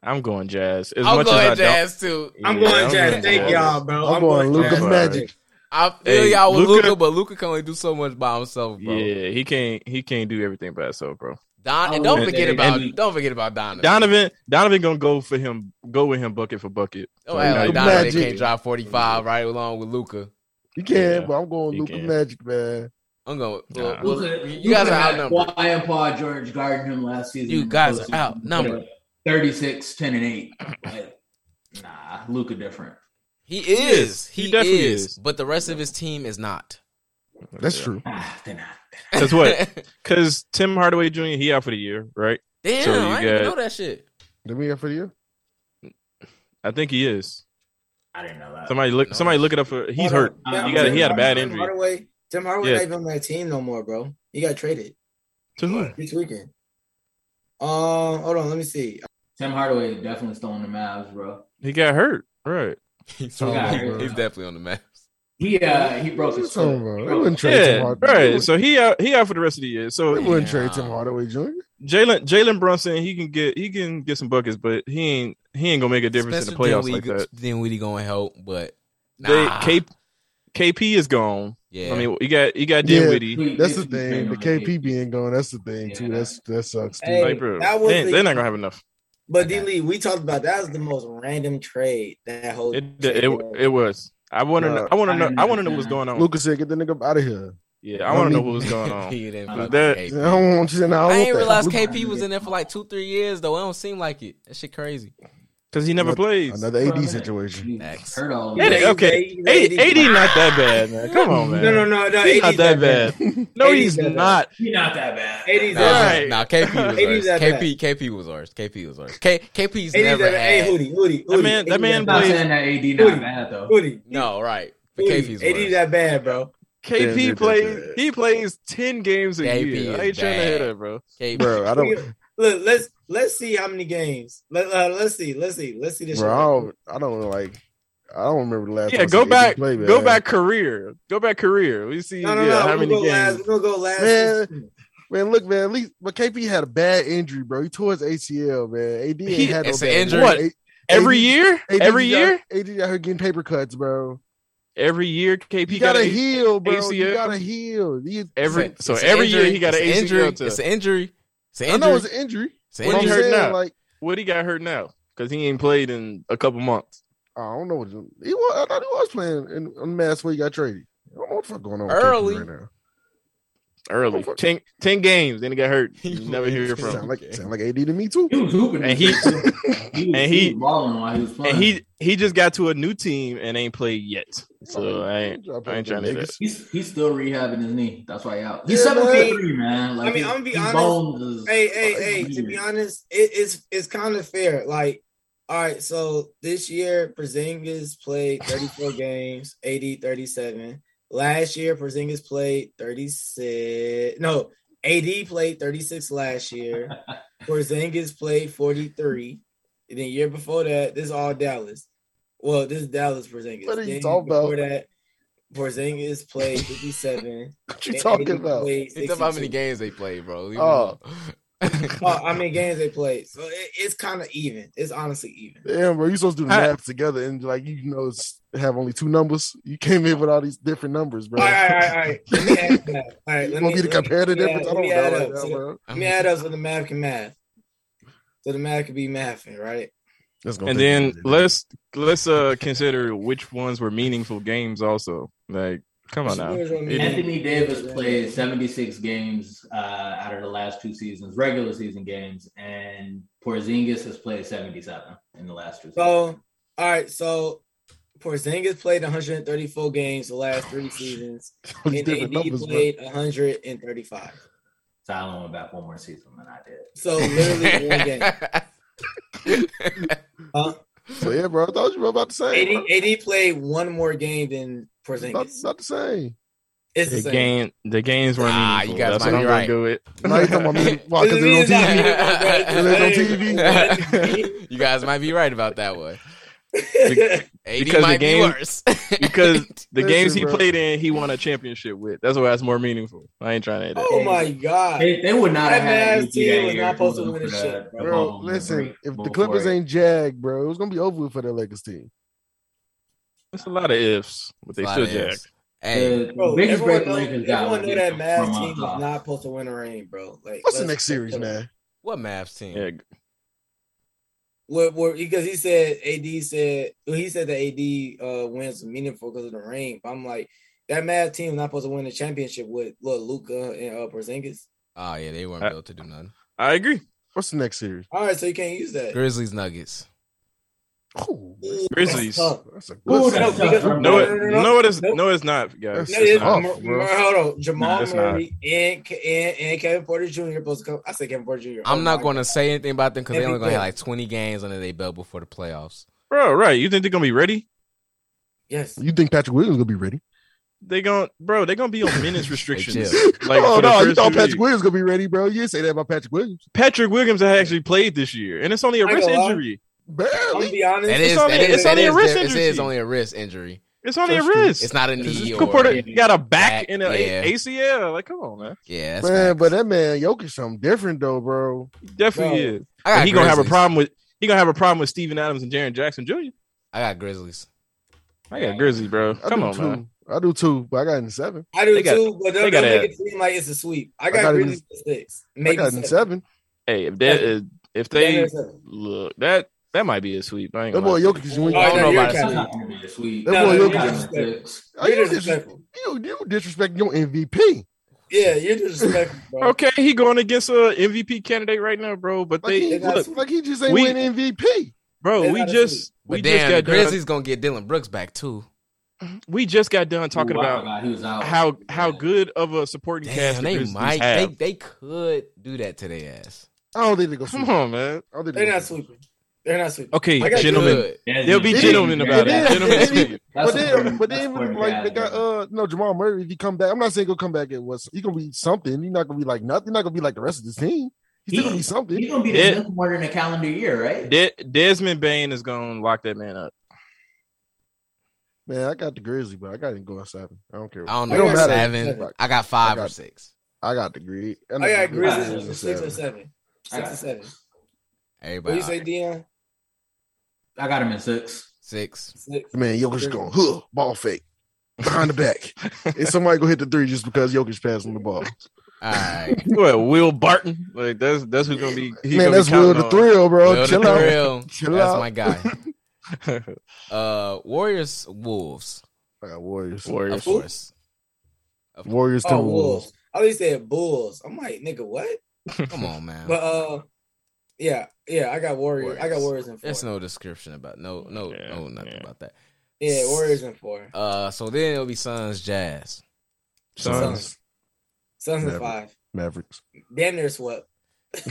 I'm going jazz. As I'm much going as I don't, Jazz too. I'm Yeah, going Jazz. going Thank Jazz. y'all, bro. I'm going Luka Jazz. Luka Magic. I feel Hey, y'all with Luka- Luca, but Luca can only do so much by himself, bro. Yeah, he can't. He can't do everything by himself, bro. Don, and Oh, don't and- forget and- about and- don't forget about Donovan. Donovan, Donovan gonna go for him. Go with him bucket for bucket. don't act like Luka Donovan Magic. can't drop forty five right along with Luca. You can, Yeah, but I'm going you Luka can. Magic, man. I'm going. Nah. well, Luka- you guys Luka are had outnumbered. Kawhi and Paul George guarding him last season. You in the guys are postseason. outnumbered. Put up 36, 10, and 8. Like, nah, Luca different. He is. He, He definitely is. is. But the rest of his team is not. That's true. Ah, they're not. Cause what? Cause Tim Hardaway Jr. He out for the year, right? *laughs* Damn, So I you didn't even got- know that shit. Did we have for you? I think he is. I didn't know that. Somebody look. No. Somebody look it up for. He's Hold on. hurt. Tim- He got- he had a bad Tim injury. Hardaway, Tim Hardaway Yeah. not even on that team no more, bro. He got traded To who? this weekend. Um, hold on, let me see. Tim Hardaway definitely still on the Mavs, bro. He got hurt. Right. He's, Oh, on- bro. he's definitely on the map. He uh he What broke are you his talking foot. about? He They broke his wouldn't trade Yeah. Tim Hardaway. They Right. wouldn't- So he out. He out for the rest of the year. So they wouldn't trade Tim Yeah. Hardaway Jr. Jalen Jalen Brunson, he can get he can get some buckets, but he ain't he ain't gonna make a difference in the playoffs like that. Dinwiddie going to help, but nah. They, K, KP is gone. yeah. I mean, you got you got Yeah. Dinwiddie. foot. That's He- the he played thing. The on the KP being gone, that's the thing too. Yeah. That's that sucks too. Hey, like, bro, that was they, the- they're not gonna have enough. But D Lee, we talked about that was the most random trade that whole. It it, it was. I want to Nah. know. I want to I know. didn't I want to know understand what's that. going on. Lucas said, "Get the nigga up out of here." yeah, I want I to know mean- what *laughs* was going *laughs* on. He didn't Uh, fuck that- with I KP. don't want you. and I, I don't ain't realize want that. KP was in there for like two, three years, though. It don't seem like it. That shit crazy. because he never Another- plays. Another AD Right. *laughs* situation. He Facts. Hurt all. Yeah, Yeah, they- okay, He's AD. AD, AD not that bad, man. Come on, man. No, no, no, no. he's 80s not that bad. No, AD 's he's that bad. not. he not that bad. 80s Nah, Right. nah, KP was It is worse. that KP, KP was worse. KP was worse. K, KP's 80s never that had. Hey, Hootie, Hootie, That man- Hootie, that 80s man I'm bad. not plays- saying that AD not Dude. bad though. Hootie, No, right. But Hootie, KP's 80s worse. that bad, bro. Yeah, KP they're plays. bad. He plays ten games a KP year. is I ain't trying to hear bad. that, bro. KP. Bro, I Look, don't. let's let's see how many games. Let uh, let's see, let's see, let's see this. Bro, I shit. don't. I don't like. I don't remember the last. time Yeah, I go seen back, AD play, go man. back career, go back career. We see No, no, yeah, no. how we're, many gonna go last, games. we're gonna go last. Man. season. Man, look, man. At least, but KP had a bad injury, bro. He tore his ACL, man. AD He- ain't had it's no an bad injury. What? A- Every AD year, AD every out- year, AD out here getting paper cuts, bro. every year. KP You got gotta a heal, bro. You ACL. gotta heal. You- every. It's a- So it's a every year injury. he got It's an ACL injury. to- It's an injury. It's an I injury. know it's an injury. It's an But I'm What he injury. hurt saying, now? like, What he got hurt now? Because he ain't played in a couple months. I don't know. What he was. I thought he was playing in on the mass where he got traded. I don't know what the fuck going on with Kaepernick Early. right now. early. fuck. Ten, 10 games, then he got *laughs* hurt. He You never hear played from. him. Sound like sound like AD to me too. He was hooping, And he- he was, and he- was balling while he was playing. And he he just got to a new team and ain't played yet. So I ain't I ain't trying to do that. he's he's still rehabbing his knee. That's why he out. Yeah, He's seven man. foot three, man. Like I mean, his- I'm gonna be his honest. bones is- Hey, hey, like, hey, to be weird. honest, it, it's it's kind of fair. Like, all right, so this year Porzingis played *sighs* 34 games, 80, 37. Last year, Porzingis played 36. No, AD played 36 last year. *laughs* Porzingis played 43. And then year before that, this is all Dallas. Well, this is Dallas Porzingis. What are you Then talking about? Before that, Porzingis played 57. What you Then talking AD about? played It's about how many 62. games they played, bro. Leave Oh. it Oh, alone. *laughs* I mean games they played. So it, it's kind of even. It's honestly even. Damn, bro, you supposed to do the I- math together and like you know it's- have only two numbers. You came in with all these different numbers, bro. All right, all right, all right. Let me add that. All right, You let want me to me, let me- compare the let me difference? I add- let don't me know add like up. that, So- bro. Let me add up so the math can math. So the math can be mathing, right? That's gonna And take then some time. let's let's uh consider which ones were meaningful games also. Like come on now. Anthony Davis played 76 games uh, out of the last two seasons, regular season games, and Porzingis has played 77 in the last two. seasons. So, all right, so Porzingis played 134 games the last three seasons, All these and AD different numbers, bro. played 135. Tyler went back one more season than I did. *laughs* So literally one game. Uh, So yeah, bro, I thought you were about the same. bro. AD, AD played one more game than It's About, it's Porzingis. about the same. It's the The same. *laughs* game the games were Ah, meaningful. you guys That's might what I'm be gonna right. go with. Now you talking about me? Why? Because it's on *laughs* *laughs* TV. you guys might be right about that one. AD Because the might be game- worse. *laughs* Because the Listen, games he bro. played in, he won a championship with. That's why it's more meaningful. I ain't trying to hit that. oh my god! They, they would not have That had Mavs AD team that was year not supposed to if it win wasn't this for shit, the- bro. the Bro, ball and the listen, break if the before Clippers it. ain't jag, bro, it's gonna be over with for that Lakers team. It's a lot of ifs, but they Lot still of ifs. jacked. Hey, the, Bro, the biggest break everyone the know, Lakers got everyone was know that from, Mavs uh, team was not supposed to win a rain, bro. Like, What's the let's- next series, man? what Mavs team? Yeah. Where, where, because he said AD said well, he said that AD uh, wins meaningful because of the rain. But I'm like, that Mavs team was not supposed to win the championship with look Luca and uh, Porzingis. Oh yeah, they weren't Uh, built to do nothing. I agree. What's the next series? All right, so you can't use that. Grizzlies Nuggets. Oh, Ooh, Grizzlies. that's tough. that's a good Ooh, series. that's tough. No, No, it, no, no, no, no. it is. Nope. No, it's not, guys. No, It's it's, tough, Mar- bro. Mar- hold on. Nah, Jamal it's not. Murray and, K- and and Kevin Porter Jr. are supposed to come. I said Kevin Porter Oh Jr. I'm not going to say anything about them because they Every only going to have game. like 20 games under their belt before the playoffs. bro. Right? You think they're gonna be ready? Yes. You think Patrick Williams gonna be ready? They gonna, bro. They're *laughs* gonna be on minutes restrictions. chill. *laughs* like oh for the no, you first thought two Patrick weeks. Williams gonna be ready, bro? You didn't say that about Patrick Williams. Patrick Williams had actually played this year, and it's only a I ain't wrist gonna lie. injury. I'm Barely. gonna be honest. That is, only- that is, it's that only a is- wrist it is injury. only a wrist injury. It's only First a two- wrist. It's not a knee It's- or Porter got a back Back, and an yeah. ACL. Like, come on, man. yeah. That's Man, facts. but that man Jokic something different though, bro. He definitely Bro. is. I And he gonna have a Grizzlies. problem with. He gonna have a problem with Steven Adams and Jaron Jackson Jr. I got Grizzlies. I got Grizzly, bro. I Come do on, two. man. I do two, but I got in seven. I do They got- too, but they don't, got don't make it. it seem like it's a sweep. I got, got it in- Grizzlies at six. Maybe I got in seven. seven. Hey, if that is, if they Seven, seven. look that that might be a sweep. I ain't That gonna lie. boy Jokic, when you, All I right, don't now know you're about counting. That's not going to be a sweep. That No, boy no, Jokic you're is- disrespectful. Oh, You're you, disrespectful. you, you disrespect your MVP. Yeah, you're disrespectful, bro. Okay, he going against a MVP candidate right now, bro. But Like, they he, got look, like he just ain't we- win MVP. bro. they We got a just But we just damn, got the Grizzlies going to get Dylan Brooks back too. done. We just got done talking Ooh, I about forgot he was out. how how good of a supporting cast Damn, the they Grizzlies might. They, have. they could do that to their ass. I don't think they go. Come on, man. I don't think They're they not sweeping. They're not sweeping. Okay, I got gentlemen. Good. That's They'll be insane. gentlemen about It it. is. Gentlemen It is. sweep. That's but a then, pretty- but that's then, a pretty like they bad got game. uh no Jamal Murray. If he come back, I'm not saying he'll come back at what's he gonna be something. He's not gonna be like nothing. Not gonna be like the rest of this team. He's still gonna be something. He's gonna be Yeah. the best one in the calendar year, right? De- Desmond Bain is gonna lock that man up. Man, I got the Grizzly, but I got to go in seven. I don't care. I don't It know. don't matter. seven. I got five I got- or six. I got the Grizz. I got Grizzlies Oh, Grizzlies at six or seven. I Six got- or seven. What Everybody you say, Dion? I got him in six. six. Six. Man, Jokic going huh, ball fake behind *laughs* the back, and somebody go hit the three just because Jokic passing the ball. All right. What Will Barton? Like that's that's who's gonna be. He's Man, gonna that's be counting Will the on. Thrill, *laughs* bro. Will the Chill out. Thrill. Chill That's out. my guy. Uh, Warriors, Wolves. I got Warriors. Of Warriors. course. Warriors Oh, Timberwolves. Wolves. I always said Bulls. I'm like, nigga, what? Come on, man. But uh, yeah, yeah, I got Warriors. I got Warriors. Warriors in four. There's no description about no, no, Yeah, no, nothing yeah. about that. yeah, Warriors in four. Uh, so then it'll be Suns, *laughs* Jazz. Suns. Suns in Never. five. Mavericks. Damn near swept. *laughs*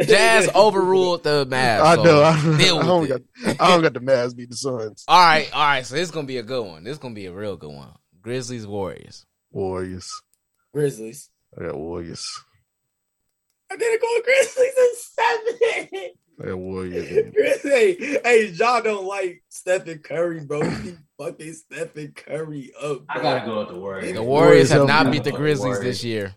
Jazz overruled the Mavs. I so know. *laughs* I, deal I with don't it. got. I don't got the Mavs beat the Suns. All right, all right. So this is gonna be a good one. This is gonna be a real good one. Grizzlies, Warriors. Warriors. Grizzlies. I got Warriors. I'm gonna go *laughs* Grizzlies in seven. I got Warriors. Chris, hey, hey, y'all don't like Stephen Curry, bro. *laughs* He fucking Stephen Curry up. I bro. gotta go with the Warriors. The Warriors Warriors have have not been- beat the Grizzlies this year.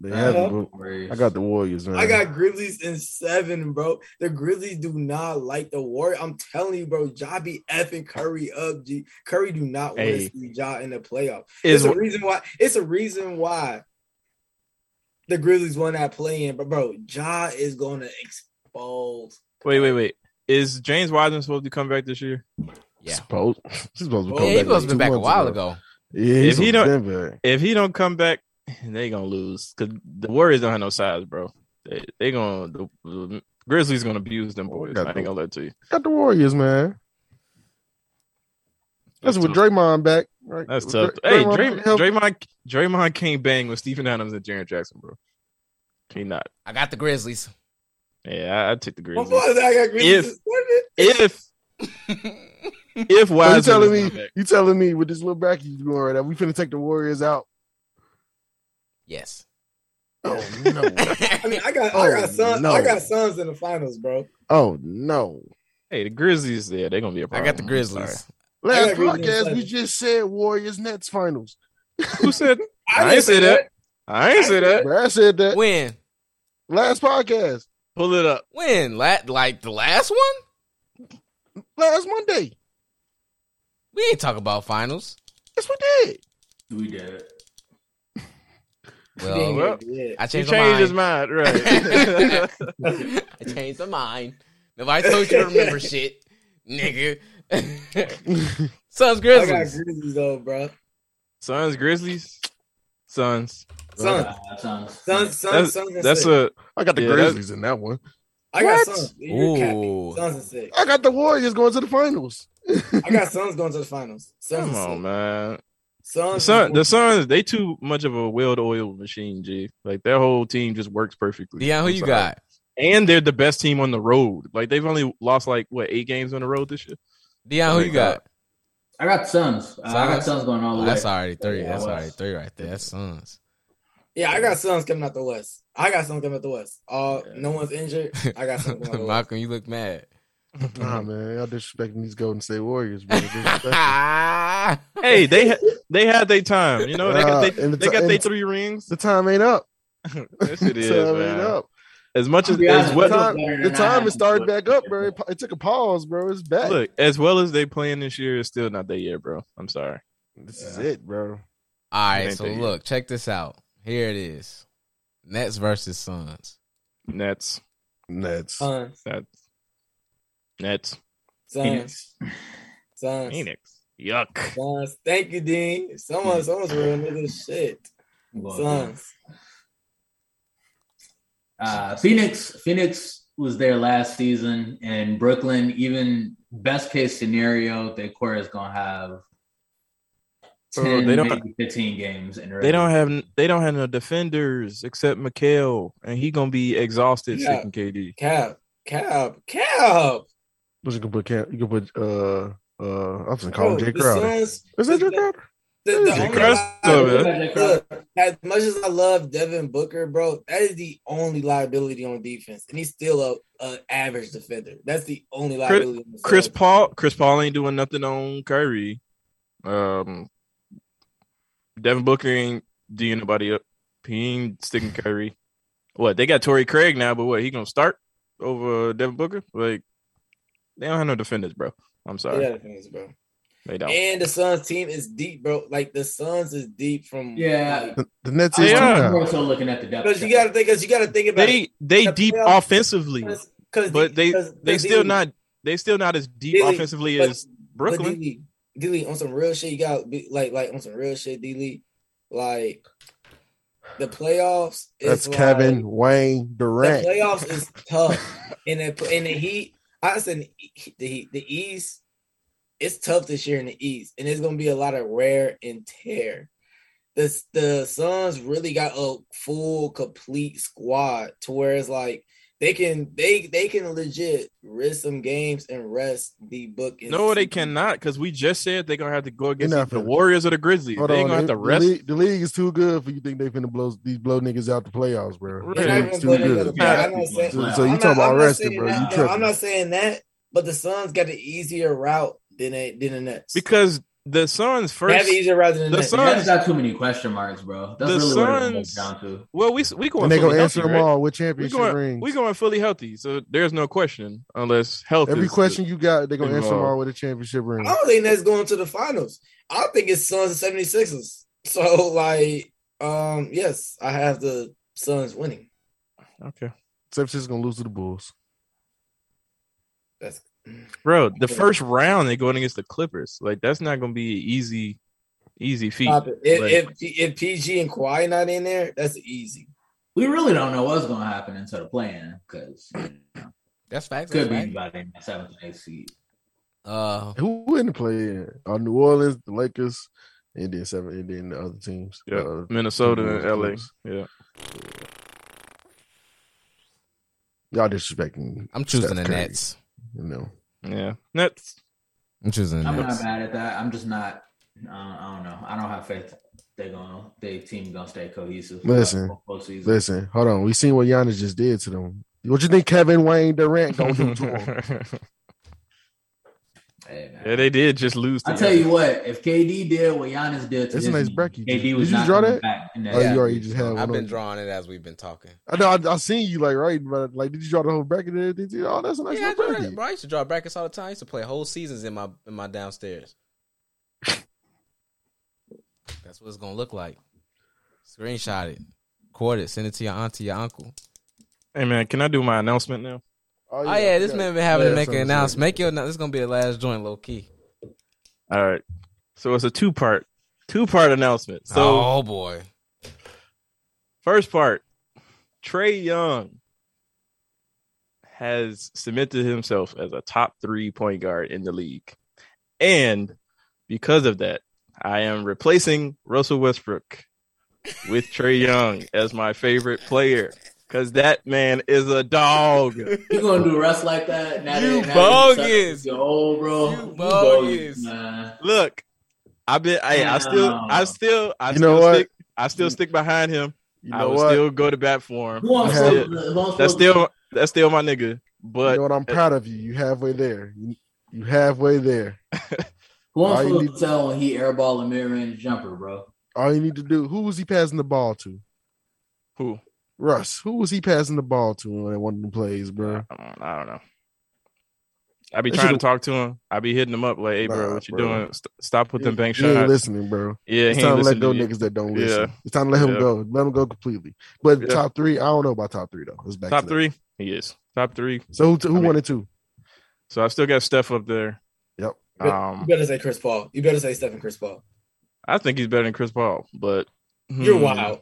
They Uh, have it, bro. Warriors. I got the Warriors, man. I got Grizzlies in seven, bro. The Grizzlies do not like the Warriors. I'm telling you, bro. Ja be effing Curry up. G. Curry do not want Hey. to see Ja in the playoff. *laughs* Is It's a reason why. It's a reason why the Grizzlies won that play in. But bro, Ja is gonna expose. wait, wait, wait. Is James Wiseman supposed to come back this year? Yeah. Supposed, he's supposed to Yeah, come Yeah, he back. must like have been two back a months while ago. Yeah, he's If he supposed to been back. If he don't come back, they gonna lose. Cause the Warriors don't have no size, bro. They they gonna the, the Grizzlies gonna abuse them boys. I ain't gonna let to you. Got the Warriors, man. That's with Draymond back, right? That's With tough. Dray- Hey, Draymond Draymond, helped. Draymond, Draymond can't bang with Stephen Adams and Jaron Jackson, bro. He not. I got the Grizzlies. *laughs* Yeah, I, I take the My Grizzlies. boy, I got Grizzlies. If- in seven. If if Oh, you Wiseman telling is me? not back, You telling me with this little bracket you going right now? We finna take the Warriors out? yes. *laughs* Oh no! *laughs* I mean, I got, Oh, I got sons, no. I got sons in the finals, bro. oh no! hey, the Grizzlies, yeah, they're gonna be a I problem. got the I'm sorry. Grizzlies. Last got Grizzlies in podcast, seven. we just said Warriors Nets finals. *laughs* Who said? I, didn't ain't say that. I ain't say that. Bro, I said that When? last podcast, *laughs* Pull it up. When? La- like the last one? last Monday. We ain't talk about finals. Yes, we did. We did it. Yeah, Well, well, yeah. I He changed, changed my mind. his mind, *laughs* right? *laughs* I changed my mind. Nobody told you to remember shit, nigga. *laughs* Suns, I got Grizzlies. Grizzlies though, bro. Suns, Grizzlies, Suns. Sons, Uh, Suns. sons, That's sons, sons. and that's six. a I got the Yeah, that- Grizzlies in that one. I got what? sons. You're capping. Ooh. Sons and six. I got the Warriors going to the finals. I got sons going to the finals. come Sons and on, six. man. The Sons. Sun, the Suns, they too much of a well-oiled machine, G. Like their whole team just works perfectly. Deion, who I'm you sorry. got? And they're the best team on the road. Like they've only lost like what eight games on the road this *laughs* year. Deion, who you got? I got Suns. Uh, I got Suns? Suns going all the Oh, way. that's already three. Yeah, That's West. already three right there. That's Suns. Yeah, I got sons coming out the west. I got sons coming out the west. Uh, Yeah. no one's injured. I got *laughs* sons coming out the *laughs* west. Malcolm, you look mad. Nah, Um, man, y'all disrespecting these Golden State Warriors, *laughs* bro. uh, Disrespectful. hey, hey, they ha- they had their time. You know, they got Uh, Nah, they, uh, and the they ti- got their and- *laughs* three rings. the time ain't up. that shit is time man. ain't up. as much I'll as be as honest, The well. Suns time, better the than I time am. is started back up, bro. It, it took a pause, bro. It's back. Look, as well as they playing this year, it's still not their year, bro. I'm sorry. this is it, All bro. It right, ain't so that easy. look, check this out. Here it is. Nets versus Suns. Nets, Nets. Sons, Nets, Nets, sons, Phoenix. sons, Phoenix. Yuck. sons. Thank you, Dean. Someone, someone's real nigga shit. I'm going Phoenix. Sons. Uh, Phoenix. Phoenix was there last season, and Brooklyn. Even best case scenario, their core is gonna have Bro, ten, they don't- maybe fifteen games. In They don't have they don't have no defenders except McHale, and he gonna be exhausted Yeah. sitting KD. Cap, cap, cap. But you can put Cam, you can put uh uh I was gonna Bro, call him Jay the Crowder. Suns- Is that Jay the- Crowder? the- the Jay only Crowder, liability- man. Look, as much as I love Devin Booker, bro, that is the only liability on defense, and he's still a, a average defender. That's the only liability. on the Chris Suns. Paul, Chris Paul ain't doing nothing on Kyrie. Um, Devin Booker ain't D'ing nobody up. He ain't sticking Kyrie. What they got Torrey Craig now, but what he gonna start over Devin Booker? Like they don't have no defenders, bro. I'm They sorry, got defense, bro. they don't. And the Suns team is deep, bro. Like the Suns is deep from Yeah. The, the Nets They is are. I'm too more now. so looking at the depth. because you chart. got to think, because you got to think about They they The deep playoffs- offensively, it, because but they they still not They still not as deep Really? offensively But- as Brooklyn. D League on some real shit. You got be- like like on some real shit. D League like the playoffs. is That's like- Kevin Wayne Durant. The *laughs* playoffs is tough, and the in the Heat, I said the Heat, the East. It's tough this year in the East, and it's gonna be a lot of wear and tear. The the Suns really got a full, complete squad to where it's like they can they they can legit risk some games and rest the book. and No, they see- cannot because we just said they're gonna have to go against not either the finna- Warriors or the Grizzlies. Hold they ain't on, gonna have the, to rest. The, league, the league is too good for you think they finna blow these blow niggas out the playoffs, bro. Right. They're This league is not gonna blow too niggas out good. the Yeah, playoffs. I'm not saying- So, playoffs. so you I'm talking not- about I'm not resting, saying bro? You that, tripping? I'm not saying that, but the Suns got the easier route than they than the Nets. because the Suns they have first. the easier route than the, the Nets. The Nets Suns- got too many question marks, bro. That's The really what it Suns- comes down to. Well, we we going and they fully gonna healthy, answer them right? all with We championship going rings. we going fully healthy, so there's no question unless health. Every is the- question you got, they gonna answer them involved. all with a championship ring. I don't think that's going to the finals. I think it's Suns and 76ers. So, like, um, yes, I have the Suns winning. okay, San Francisco's gonna lose to the Bulls. That's bro. The first round they're going against the Clippers. Like that's not gonna be an easy, easy feat. Stop it. If, Like- if, if PG and Kawhi not in there, that's easy. We really don't know what's going to happen until the plan because That's facts. That's could be facts. anybody in that seventh and eighth seed. Uh, Who wouldn't play in? Uh, New Orleans, the Lakers, and then seven, and then the other teams. Yeah, Uh, Minnesota and Bulls, LA. Bulls. Yeah, y'all disrespecting. I'm choosing Steph the Curry, Nets. You know, yeah. That's I'm choosing the I'm Nets. not mad at that. I'm just not. I don't, I don't know. I don't have faith. They're going. They team going to stay cohesive. for Listen, the whole season. listen, hold on. We seen what Giannis just did to them. What you think Kevin Wayne Durant gonna *laughs* do to them? *laughs* yeah. Hey, man. They did just lose. To I tell you what, if KD did what Giannis did, to It's a his nice knee, bracket. Did KD you was not draw coming that? back in that Oh, Yeah. you already just have. one I've been on- drawing it as we've been talking. I know. I, I seen you like right, but like, did you draw the whole bracket and everything? too? Oh, that's a nice Yeah, I little draw that, bracket. bro. I used to draw brackets all the time. I used to play whole seasons in my in my downstairs. That's what it's gonna look like. Screenshot it, record it, send it to your auntie, your uncle. Hey man, can I do my announcement now? Oh yeah, I this forgot. man been having Yeah, to make an something like announcement. that. Make your annou- this is gonna be the last joint, low key. All right. So it's a two part, two part announcement. So oh boy, First part, Trey Young has cemented himself as a top three point guard in the league. And because of that, I am replacing Russell Westbrook with Trey Young as my favorite player. Cause that man is a dog. You gonna do Russ like that? Now You that- now bogus. that you suck- Yo, old bro. You bogus. man. Look, I've been I, I still I still I You still know what? stick I still stick behind him. You I know will what? still go to bat for him. Who I'm Yeah. supposed to- who I'm That's supposed to- still that's still my nigga. you But know what? I'm proud of you. You halfway there. You, you halfway there. who I'm all you supposed need- to tell when he airball a mid range jumper, bro. All you need to do. Who was he passing the ball to? who? Russ. Who was he passing the ball to in one of the plays, bro? I don't, I don't know. I be They trying to should've- talk to him. I be hitting him up like, "Hey, bro, Nah, what you bro. doing? St- stop with them bank You ain't shots." listening, bro. Yeah, It's he ain't time to let listening go to you. niggas that don't Yeah. listen. It's time to let him Yeah. go. Let him go completely. But Yeah. top three, I don't know about top three though. It's back Top to that. three, he is top three. So who, t- who I mean- wanted two? So I still got Steph up there. Yep. You Um, better say Chris Paul. You better say Stephen Chris Paul. I think he's better than Chris Paul, but You're hmm, wild.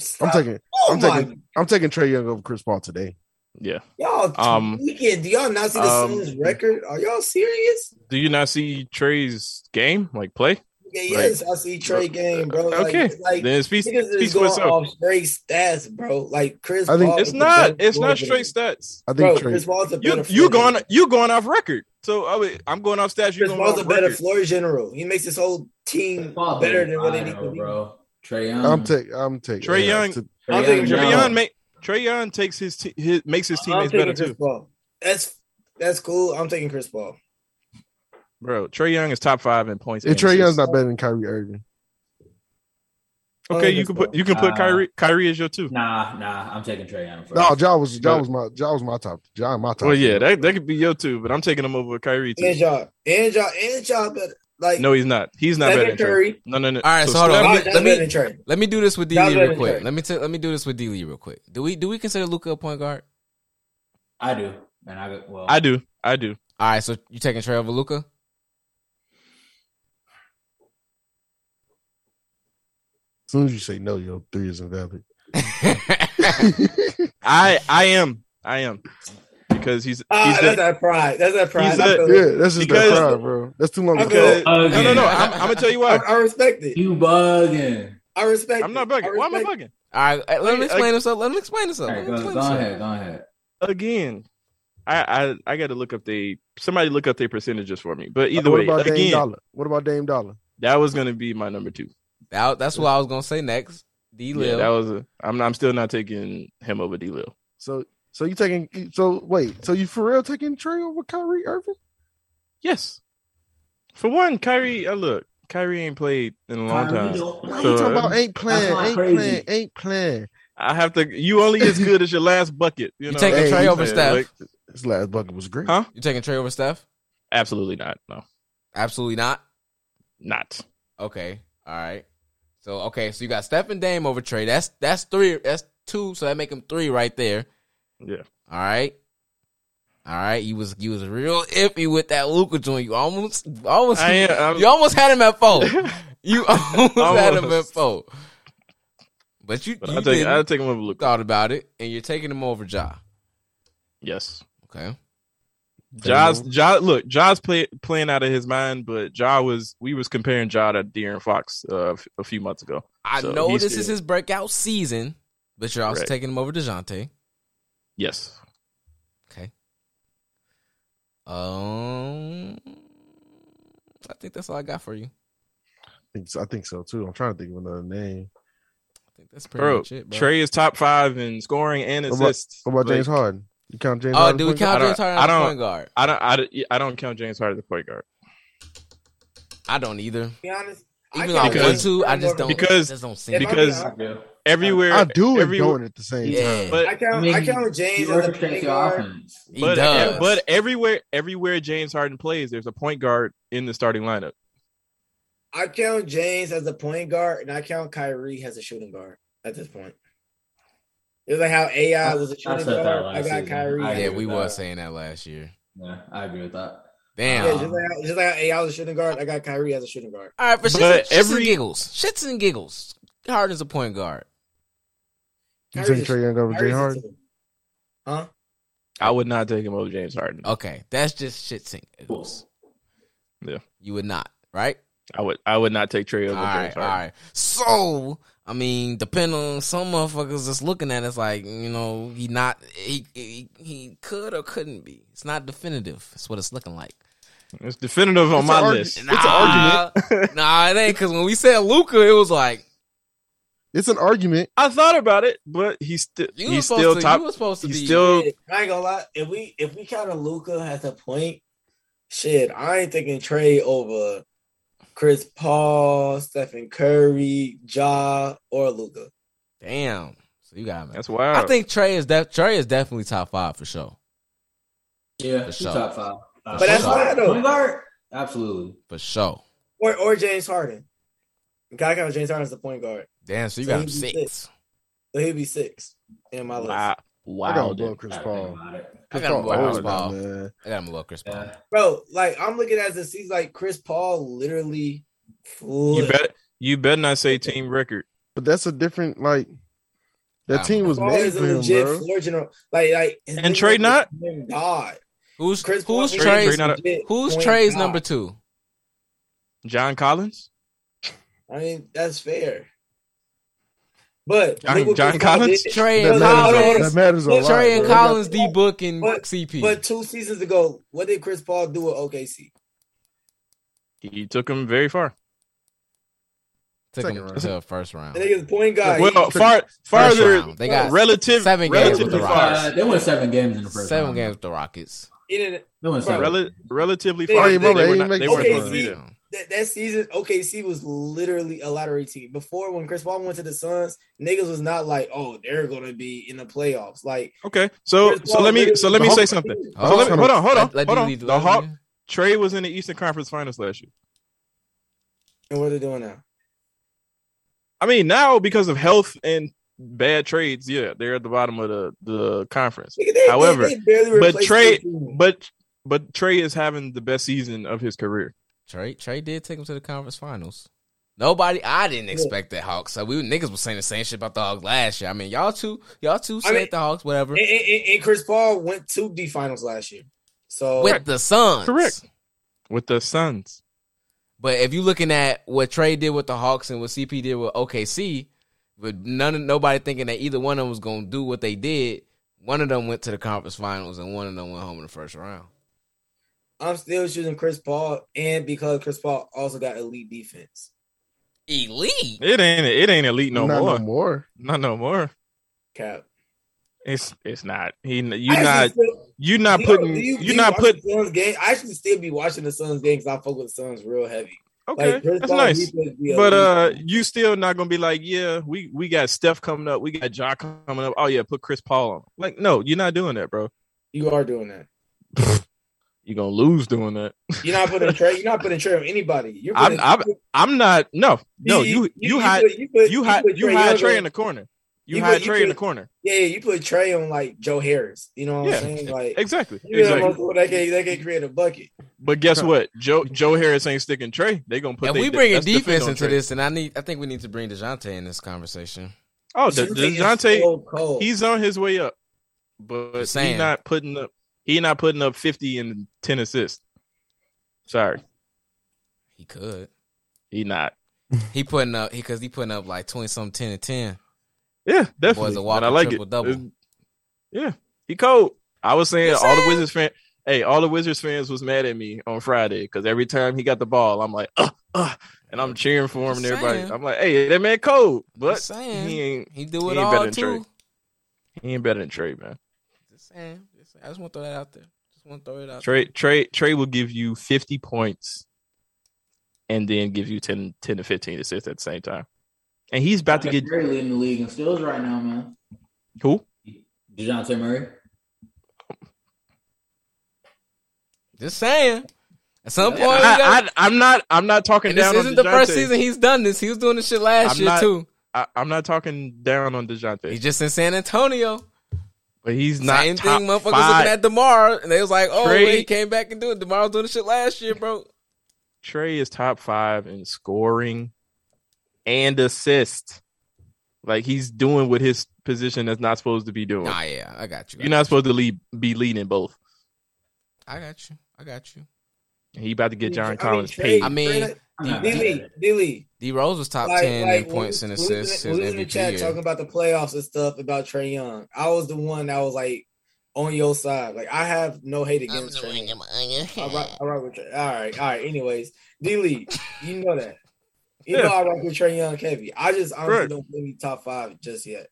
I'm Stop. taking. Oh I'm my! taking. I'm taking Trey Young over Chris Paul today. Yeah. Y'all Um, tweaking. Do y'all not see the um, Suns record? Are y'all serious? Do you not see Trey's game like play? Yeah, yes, I see Trey game, bro. Like, okay. it's like then it speaks, niggas is speaks for going itself. off straight stats, bro. Like Chris I think- Paul. It's is the not. best It's not forward. straight stats. I think Bro, Trey. Chris Paul's a You better. you forward. going you going off record. So I would, I'm going off stats. You Chris going Paul's a off better record. floor general. He makes his whole team better than what they need to be. bro. Trey Young. I'm taking. I'm taking. Trey yeah, Mm. Young- to- I'm Trae taking Young. Trey Young make Trey Young takes his, te- his makes his I'm teammates taking better Chris too, Paul. That's that's cool. I'm taking Chris Paul. bro. Trey Young is top five in points. and and Trey Young's assists. not better than Kyrie Irving. okay. You can put you can put Uh, Kyrie Kyrie as your two. Nah, nah. I'm taking Trey Young first. No, Ja was Ja But- was my Ja was my top. Ja my top. Well, yeah, that, that could be your two, but I'm taking him over Kyrie And too. y'all, and y'all, and y'all better like No, he's not. He's not better Stephen than Trey. Curry. No, no, no. All right, so hold on. Steph- Y'all Let me- better let me- than Trey. let me do this with D Y'all Lee better real quick. than- Let me t- let me do this with D Lee real quick. Do we do we consider Luca a point guard? I do, and I well, I do. I do. All right, so you taking Trey over *laughs* Luca? As soon as you say no, your three is invalid. I I am. I am. Because he's, he's Ah, the- that's that pride. That's that pride. He's I, a- feel it. yeah, that's just Because- that pride, bro. That's too long I ago. because, no, feel- Bugging. no, no. I'm, I'm gonna tell you I, why. I respect it. You bugging. I respect. I'm not it. I bugging. Why am I respect bugging? All right, uh, let him Hey, explain himself. Let him explain himself. All Let right, him go, explain go himself. ahead. Go ahead. Again, I I, I got to look up the somebody look up their percentages for me. But either Uh, what way, about Dame again, Dollar? What about Dame Dollar? that was gonna be my number two. That- that's what I was gonna say next. D Yeah, Lil. that was. A, I'm not- I'm still not taking him over D Lil. So, so you taking? So wait, so you for real taking Trey over Kyrie Irving? Yes. For one, Kyrie. Uh, look, Kyrie ain't played in a long Kyrie time. don't- Why So, you talking about ain't that's playing, not ain't crazy. playing, ain't playing? I have to. You only as good as your last bucket. You, You know? taking Hey, Trey you over said, Steph? like- His last bucket was great. Huh? you taking Trey over Steph? Absolutely not. No, Absolutely not. not. Okay. All right. So okay, so you got Steph and Dame over Trey. That's that's three. That's two. So that make him three right there. Yeah. All right. All right. You was you was real iffy with that Luca joint. You almost almost I *laughs* am. *laughs* you almost had him at four. you almost, had him at Almost. four. But you, But you I'll take. didn't. I'll take him over Luca. thought about it, and you're taking him over Ja. Yes. Okay. Ja's Ja look, Ja's play, playing out of his mind, but Ja was we was comparing Ja to De'Aaron Fox uh, a f- a few months ago. I So know he's this is good. his breakout season, but you're also Correct. taking him over DeJounte. Yes. Okay. Um I think that's all I got for you. I think, so, I think so too. I'm trying to think of another name. I think that's pretty Bro, much it, bro. Trey is top five in scoring and What about- assists. What about Like, uh, James Harden? You count James? oh, Harden do we point guard? count I James don't- Harden I as a don't- point guard? I don't I, don't- I don't count James Harden as a point guard. I don't either. Be honest. Even though I Because- want to, I just don't Because- just don't see If it. I- Because I- everywhere I do and every- don't at the same time. yeah. but I count. I, I mean, count He James as a orchestrates point your guard. offense. he but, does. but everywhere everywhere James Harden plays, there's a point guard in the starting lineup. I count James as a point guard, and I count Kyrie as a shooting guard at this point. It's like how AI was a I shooting said that guard. last I got season. Kyrie. I- Yeah, yeah, agree we with were that. saying that last year. Yeah, I agree with that. Damn. just, like how, just like how AI was a shooting guard, I got Kyrie as a shooting guard. All right, for But shits, and- shits every- and giggles, shits and giggles. Harden's a point guard. You Kyrie's taking a- Trey Young over Jay Kyrie's a Harden? two. Huh? I would not take him over James Harden. Okay, that's just shits and giggles. Yeah. you would not, right? I would I would not take Trey All over right, James all Harden. right. So, I mean, depending on some motherfuckers that's looking at us like, you know, he not he he, he could or couldn't be. It's not definitive. That's what it's looking like. It's definitive on It's my an argu- list. It's an argument. nah, it ain't because when we said Luca, it was like It's an argument. I thought about it, but he's still you he's was supposed still to. top. you was supposed to he's be. still I ain't gonna lie. If we if we count Luca as a point, shit, I ain't thinking Trey over Chris Paul, Stephen Curry, Ja, or Luca. damn. So you got me. that's wild. I think Trey is def- Trey is definitely top five for sure. Yeah, For he's sure. top five. Uh, But that's point why, guard. though. Point guard? Absolutely. For sure. Or or James Harden. Gotta count James Harden as the point guard. Damn, so you So got he him be six. six. So he'd be six in my list. wow, I wow, got to dude. love Chris I Paul. think about it. I Chris got him Paul low Chris older now, Paul. man. I got him low Chris Paul. Yeah. Bro, like I'm looking at this, he's like Chris Paul literally You flipped. bet. You better not say team record. But that's a different like. Nah, That team was Paul made is a for him, legit bro. floor general. Like like his And nigga Trey is not? God. Who's Chris Paul who's is Trey's Trey not a- legit who's point Trey's guard. number two? John Collins. I mean, that's fair. But John- look what John Chris Paul Collins? did. Trey No, and That no, matters, hold on, a- hold Collins. that matters a Look, lot. Trey and bro. Collins, D Book and But- CP. But two seasons ago, what did Chris Paul do with OKC? He took him very far. Took him Second round. to the first round. The nigga's point guard. well, He- far First farther round. They got relative seven games with relatively the Rockets. Uh, far. they won seven games in the first seven round. games with the Rockets. he didn't- They won seven. Rel- relatively They- far. They, They- they were didn't not, make they the weren't first going to round. be there. that, that season, OKC was literally a lottery team. Before when Chris Paul went to the Suns, niggas was not like, oh, they're gonna be in the playoffs. Like, Okay, so Chris so Paul let me literally- so let me The say Hawks- something. Hold So on. let me, hold on, hold on, Let- let hold you on. lead- The let you Hawk lead. Trey was in the Eastern Conference Finals last year. and what are they doing now? I mean, now because of health and bad trades, yeah, they're at the bottom of the the conference. Nigga, they- they- However, they barely but replaced Trey- their team. But but Trey is having the best season of his career. Trey Trey did take him to the conference finals. Nobody, I didn't expect that Hawks. So we niggas was saying the same shit about the Hawks last year. I mean, y'all two, y'all two I said mean- the Hawks, whatever, And, and- and Chris Paul went to the finals last year. So with the Suns. Correct. With the Suns, But if you looking at what Trey did with the Hawks and what CP did with OKC, but none of nobody thinking that either one of them was gonna do what they did. One of them went to the conference finals and one of them went home in the first round. I'm still choosing Chris Paul, and because Chris Paul also got elite defense. Elite. it ain't it ain't elite no Not more. no more. Not no more. Cap. It's it's not. He you I not actually still- you not do putting do do you not watch putting. the Suns game. I actually still be watching the Suns game because I fuck with the Suns real heavy. Okay, Chris that's Paul's nice. defense be But uh, elite. you still not gonna be like, yeah, we we got Steph coming up, we got Ja coming up. Oh yeah, put Chris Paul on. Like, no, you're not doing that, bro. you are doing that. You're gonna lose doing that. You're not putting Trey. You're not putting Trey on anybody. You're I'm- putting, I'm- I'm not. No, no, you you hide put- put- you hide put you Trae hide Young Trey in on- the corner. You You hide put- you Trey in the put- corner. yeah, yeah, you put Trey on like Joe Harris. You know what Yeah. I'm saying? Like Exactly. you know what I'm Exactly. saying? They can they can create a bucket. But guess what? Joe Joe Harris ain't sticking Trey. They gonna put. If they- we bring a that's the fit defense on into Trey. this, and I need, I think we need to bring Dejounte in this conversation. Oh, De- This thing is Dejounte, so cold. he's on his way up, but Just he's saying. not putting up. He not putting up fifty and ten assists. Sorry, He could. he not. He putting up he cause he putting up like twenty something ten and ten. Yeah, definitely. a and I walking like it. triple-double. It's- Yeah, he cold. I was saying You all the saying? Wizards fan. Hey, all the Wizards fans was mad at me on Friday because every time he got the ball, I'm like, uh, uh, and I'm cheering for him and Just everybody. saying. I'm like, hey, that man cold, but Just saying. he ain't He do He it ain't all better than too. Trey. he ain't better than Trey, man. Just saying. Just saying. I just want to throw that out there. Just want to throw it out. Trey, Trey, Trey will give you 50 points and then give you 10, 10 to 15 assists at the same time. And he's about to get Murray leading the league in steals right now, man. who? Dejounte Murray. Just saying. At some Yeah, point, we gotta- I, I, am not. I'm not talking and this down on isn't the first DeJounte. season he's done this. He was doing this shit last I'm year not- too. I, I'm not talking down on He's Dejounte, just in San Antonio. but he's not Same top thing, motherfuckers five. looking at Demar, and they was like, "Oh, Trey- well, he came back and doing it. Demar was doing the shit last year, bro." Trey is top five in scoring and assist. Like he's doing what his position is not supposed to be doing. Nah, yeah, I got you. You're not supposed to lead, be leading both. I got you. I got you. And he about to get I John mean, Collins Trey- paid. I mean, I'm not D mad Lee, at it. D Lee. D Rose was top ten in points and assists. We was his in the MVP chat year. talking about the playoffs and stuff about Trey Young. I was the one that was like on your side. Like I have no hate against Trey. Young. I rock, I rock with Trey. All right, all right. Anyways, D Lee, you know that. You Yeah. know I rock with Trey Young heavy. I just honestly Right. don't think he top five just yet,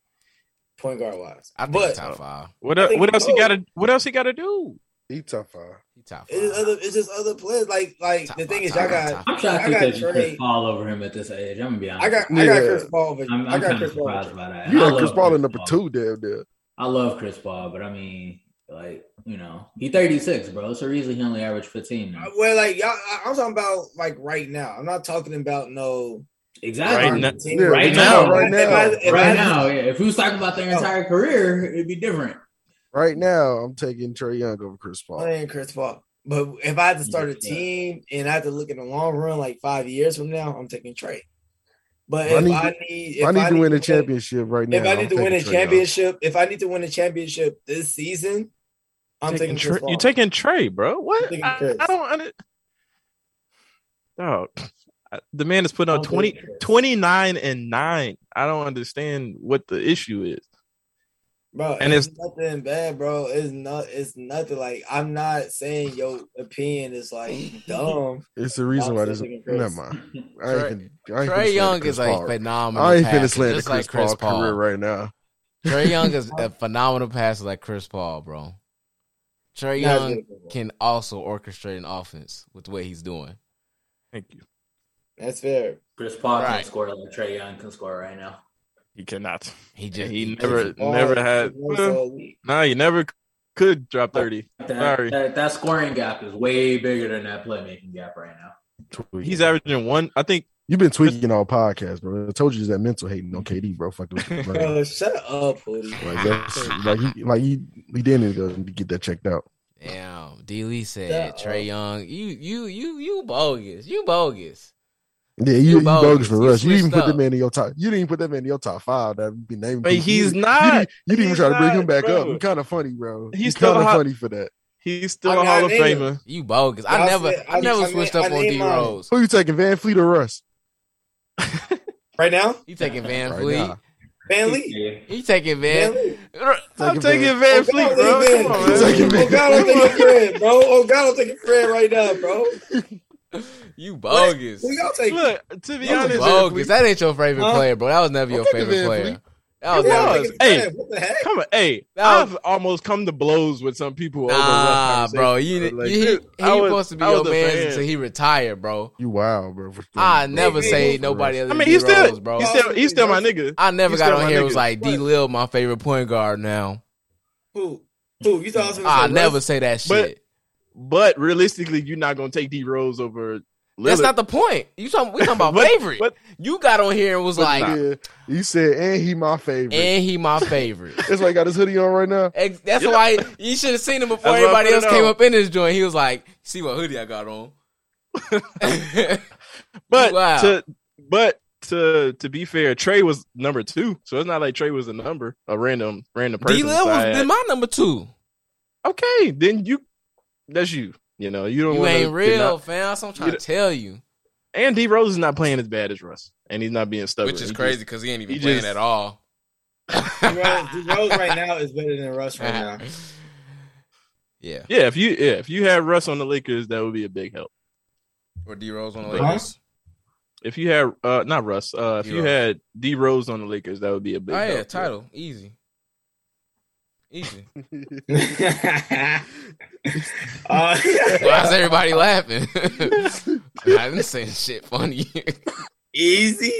point guard wise. I think but he top five. What, I el- think what he else he cold. got to? What else he got to do? He top uh, five. He top it's, five. other, it's just other players. Like like Top the five, thing is, top I five, got top I'm shocked I got to take Chris Trey. Paul over him at this age. I'm gonna be honest. I got I got Yeah. Chris Paul. but- I'm, I'm I got kind of Chris Paul. surprised by that. You I got love Chris Paul Chris in number Paul. two, damn there. I love Chris Paul, but I mean, like you know, he 36, bro. So easily he only averaged 15. now. Well, like y'all, I, I'm talking about like right now. I'm not talking about no Exactly. Right now- team. Right now. Right now. If I- if I- Right now, Oh. yeah. if we was talking about their entire career, it'd be different. Right now, I'm taking Trey Young over Chris Paul. I ain't Chris Paul. But if I had to start a Yeah. team and I had to look in the long run, like five years from now, I'm taking Trey. But If I if need I to- need, If I if need to win a win- championship right now. if I I'm need to win taking a Trae Young. championship, if I need to win a championship this season, I'm taking, Chris Trey- Paul. you taking Trey, bro. What? taking I, Chris. I don't under- Dog. I- The man is putting I'm on taking 20, Chris. 29 and 9. I don't understand what the issue is. bro. and And it's- it's, nothing bad, bro. It's not. It's nothing. Like I'm not saying your opinion is like dumb. It's the reason I'm why still this. *laughs* taking Chris. Never mind. I Trae- ain't, fin- I ain't Trey finna Young slander Chris is a Paul. phenomenal. I ain't passer, finna slander just Chris, like Chris Paul, Paul. career right now. Trey Young is a phenomenal passer like Chris Paul, bro. Trey Not Young as good as Chris Paul. can also orchestrate an offense with the way he's doing. Thank you. That's fair. Chris Paul Right. can score like Trey Young can score right now. He cannot. He just He just- never Paul never is had well, one so elite. nah, he never could drop 30. That, Sorry. that that scoring gap is way bigger than that playmaking gap right now. He's averaging one. I think You've been tweaking all podcasts, bro. I told you it's that mental hating on KD, bro. Fuck with *laughs* your brain. Bro, shut uh, up, Hoodie. *laughs* Like that's like he like he he didn't need to get that checked out. Damn, D Lee said Trey Young. You you you you bogus. You bogus. Yeah, you, You you bogus. bogus for You rush. You, even switched put that up. man in your top. You didn't even put that man in your top five. That we been naming. But people. You he's didn't- not. You didn't, you didn't even He's try to bring not, him back up. bro. You kind of funny, bro. He's you still kind of hot. funny for that. He's still I a mean, Hall I of named him. Famer. You bogus. I Y'all never said- I, I never mean- I switched mean- up I on mean D mine. Rose. Who you taking, Van Fleet or Russ? Right now, You taking Van *laughs* Right Fleet? now. Van Lee. Yeah. You taking Van Van? Lee. I'm Van- taking Van Oh, God, Fleet, I'm bro. taking Come Van. on, man. Taking Van. Oh God, I'm thinking Fred, bro. Oh God, I'm thinking Fred right now, bro. *laughs* You bogus. Who y'all taking? Look, to be You honest, bogus. That ain't your favorite Huh? player, bro. That was never your taking favorite Van player. Fleet. That was It never. Y'all was. taking Hey. Fred. what the heck? come on, hey, That I've almost come to blows with some people. over Nah, rough bro. conversations, You, bro. Like, you, he, dude, he I was- supposed to be I your was a man fan. until he retired, bro. You wild, bro. for sure. I never Hey, say man. nobody other I than mean, he's D-Rose, still, bro. he's still, he's still my nigga. I never he's got still on my here. It was nigga. like D. What? Lil, my favorite point guard. Now Who? Who? You thought I was gonna say I Russ? Ah, never say that But- shit. But realistically, you're not gonna take D Rose over. Lillard. That's not the point. You talking? We talking about But- favorite. but- you got on here and was But like, nah. Yeah, you said, and he my favorite. and he my favorite. That's why he got his hoodie on right now. Ex- That's Yeah. why you should have seen him before That's why I everybody put else it came on. up in this joint. He was like, "See what hoodie I got *laughs* on." But Wow. to but to to be fair, Trey was number two, so it's not like Trey was a number, a random random person. D. Lil was Side. then my number two. okay, then you that's you. You know you don't You want ain't real, Not, fam. That's what I'm trying You to tell you. and D Rose is not playing as bad as Russ, and he's not being stubborn, Which is He crazy because he ain't even he playing just- at *laughs* all. *laughs* Rose, Rose right now is better than Russ right now. *laughs* yeah. Just, yeah, if you yeah if you had Russ on the Lakers, that would be a big help. Or D Rose on the Huh? Lakers. If you had uh not Russ, uh if you D-Rose. had D Rose on the Lakers, that would be a big. Oh yeah, help. title easy, *laughs* easy. uh, *laughs* Why is everybody laughing? *laughs* I didn't say shit funny. *laughs* easy.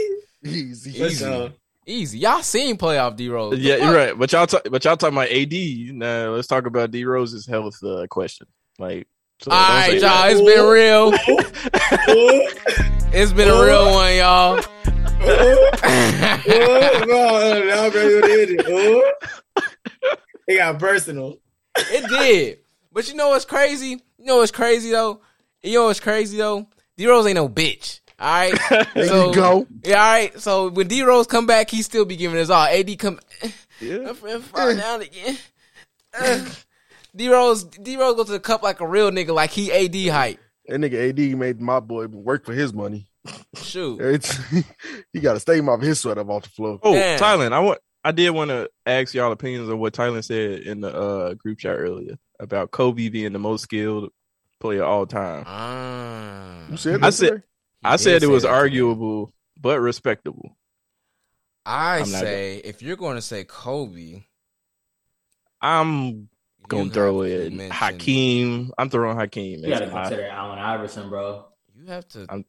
Easy. Let's Easy. go. easy. Y'all seen playoff D Rose? Yeah, you're right. But y'all, talk, but y'all talking about AD. Now let's talk about D Rose's health uh, question. Like, so All don't right, say y'all. that. It's been real. Ooh, It's been a real one, y'all. ooh, ooh, bro, now bro, you did it. Ooh. It got personal. *laughs* it did. But you know what's crazy? You know what's crazy though? You know what's crazy though? D Rose ain't no bitch. All right. There So- you go. Yeah, all right. So when D Rose come back, he still be giving us all. AD come Yeah. My friend fall down again. *laughs* D Rose, D Rose go to the cup like a real nigga, like he AD hype. That nigga AD made my boy work for his money. Shoot, It's, *laughs* he got to stay him off his sweat up off the floor. Oh, Damn. Thailand. I want. I did want to ask y'all opinions of what Thailand said in the uh, group chat earlier about Kobe being the most skilled player of all time. ah, You said I that said- today? I did said say it was that today. arguable but respectable. I I'm not say if you're going to say Kobe, I'm gonna you throw have to in mention- Hakeem. I'm throwing Hakeem. You got to as high. consider Allen Iverson, bro. You have to. I'm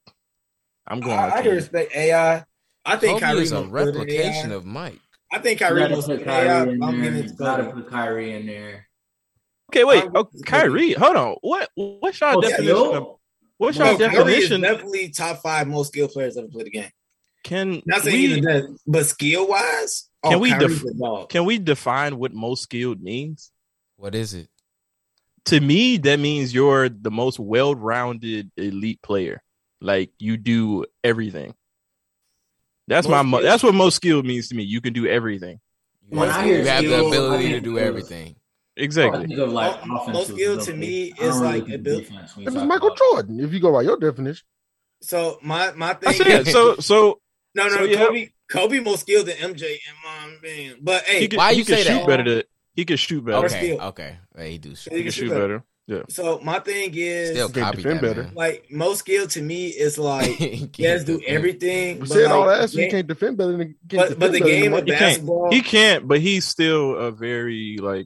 I'm going. I, I can Hakeem. respect AI. I Kobe think Kyrie is a was better than replication AI. of Mike. I think You Kyrie gotta was put better than Kyrie AI. in I'm there. getting You it gotta Kobe. put Kyrie in there. Okay, wait. I'm- Oh, Kyrie, hold on. What? What's y'all Oh, definition? Of, Theo? what's Bro, y'all Kyrie is definition? definitely top five most skilled players ever played the game. Can Not saying we even that, but skill wise, Can we def- dog. can we define what most skilled means? What is it? To me, that means you're the most well-rounded elite player. Like you do everything. That's Most my. Mo- skilled- that's what most skilled means to me. You can do everything. You When have, I hear you have the skills, I ability to think do skills. everything. I Exactly. think of like Most- offensive most skilled to ability. me I don't is, really like, think of abil- defense when you It was talk Michael about- Jordan, if you go by your definition. So my my thing I said so. So no no so you Kobe Kobe more skilled than MJ and my man. But hey, he can, Why he you can say shoot that? better. Than, he can shoot better. Or Okay, steal. okay. They do shoot. He can shoot better. so my thing is Still They copy that, defend better. man. like most skilled to me *laughs* is like Can't yes do defend. everything. We But, said all like, that, so you yeah, can't defend better than can't but, but defend the better than game Mike. of He can't. basketball He can't, but he's still a very like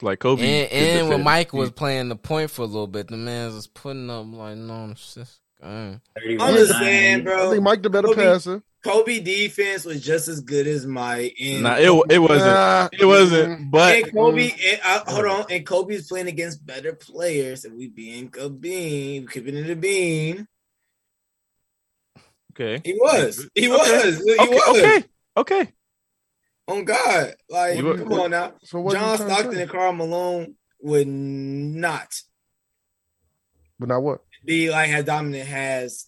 like Kobe. And, could and when defend. Mike was playing the point for a little bit, the man was putting up like, no, I'm just. uh, I'm just I saying, think bro. Mike the better Kobe- passer. Kobe defense was just as good as Mike. And Nah, it wa- it wasn't. Nah, Mm-hmm. it wasn't. But and Kobe, and, uh, hold on, and Kobe's playing against better players, and we being a bean, we keeping it a bean. okay, He was, he was, he okay, was. okay, okay. On God, like You were- come on now, So what you John trying to Stockton say? and Carl Malone would not But not what? be like as dominant has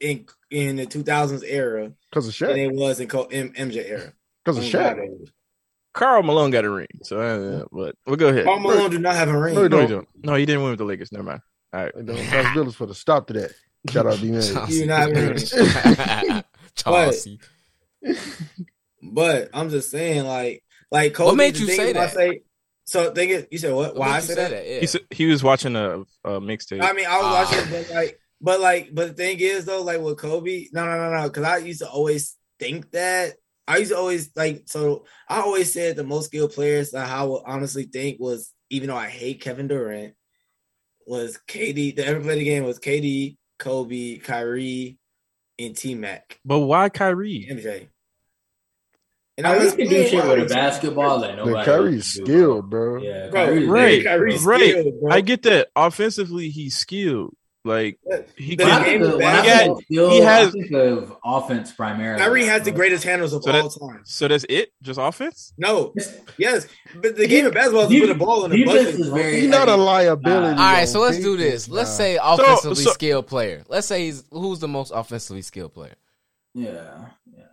in in the 2000s era Because of than Shaq. it was in Co- M- MJ era. Because of Shaq. Carl Malone got a ring, so uh, but we'll go ahead. Paul Malone do not have a No, he ring. No, he don't. don't. No, he didn't win with the Lakers. Never mind. Like, no, Josh Billis put a stop to that. *laughs* Shout out D Man. You not Chauncey. But I'm just saying, like, like Kobe. What made the you thing say is, I that? say, so thing is, you said what? Why I said that? Yeah. He said he was watching a, a mixtape. I mean, I was Ah. watching, but like, but like, but the thing is though, like with Kobe, no, no, no, no, because I used to always think that. I used to always like, so I always said the most skilled players that I would honestly think was, even though I hate Kevin Durant, was KD. That ever played the game was KD, Kobe, Kyrie, and T Mac, but why Kyrie? MJ. And Kyrie can do saying, shit with a why- basketball that nobody. Like, Kyrie's can do. skilled, bro. Yeah, Bro, Kyrie's Right, big, bro. Kyrie's right. skilled, bro. I get that. Offensively, he's skilled. Like he The When I can. think game- of- when I He think of skill, he has- I think of offense primarily. Kyrie has the bro. greatest handles of So that- all time. So that's it. Just offense. No, yes, but the game of basketball is with a ball in the Defense bucket. is bro. very He's not a heavy. liability. All All on right, so let's do defense, this. Let's nah. say offensively so- skilled player. Let's say he's who's the most offensively skilled player. Yeah, yeah.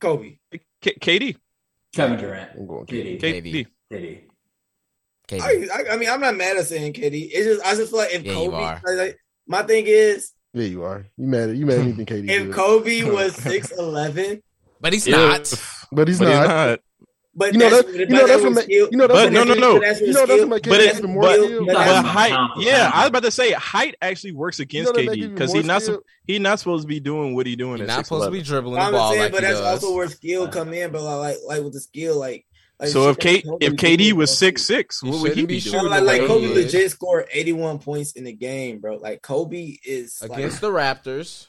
Kobe. K- KD. Kevin Durant, I'm going Diddy, K- Diddy. Maybe. KD. KD. I, I, I mean, I'm not mad at saying Kitty. It's just I just feel like if Yeah, you Kobe, are. like, like, my thing is Yeah, you are. You mad? You mad at anything, KD? if *laughs* did. Kobe was six eleven, But he's Yeah. not. but he's But not. he's not. but You know that's, that- but you know that's what was ma- skill- you know that's But what no, ma- no, no. that's what You know that's what skill- make But KD it- even more but- skilled. but bro. But that's- height. Comp- Yeah, comp. I was about to say height actually works You against know that make KD even because more he's not sup- skilled? he not supposed to be doing what he doing. He's At not supposed to be dribbling the I'm just ball saying, like but he that's does. also where skill come in. But like, like, like with the skill, like, like So if K shit, Kobe if KD did- was six six, He what would he shouldn't be be Bro, shooting doing? like, the like way Kobe he is. legit scored 81 points in the game, bro. Like Kobe is against like, the Raptors,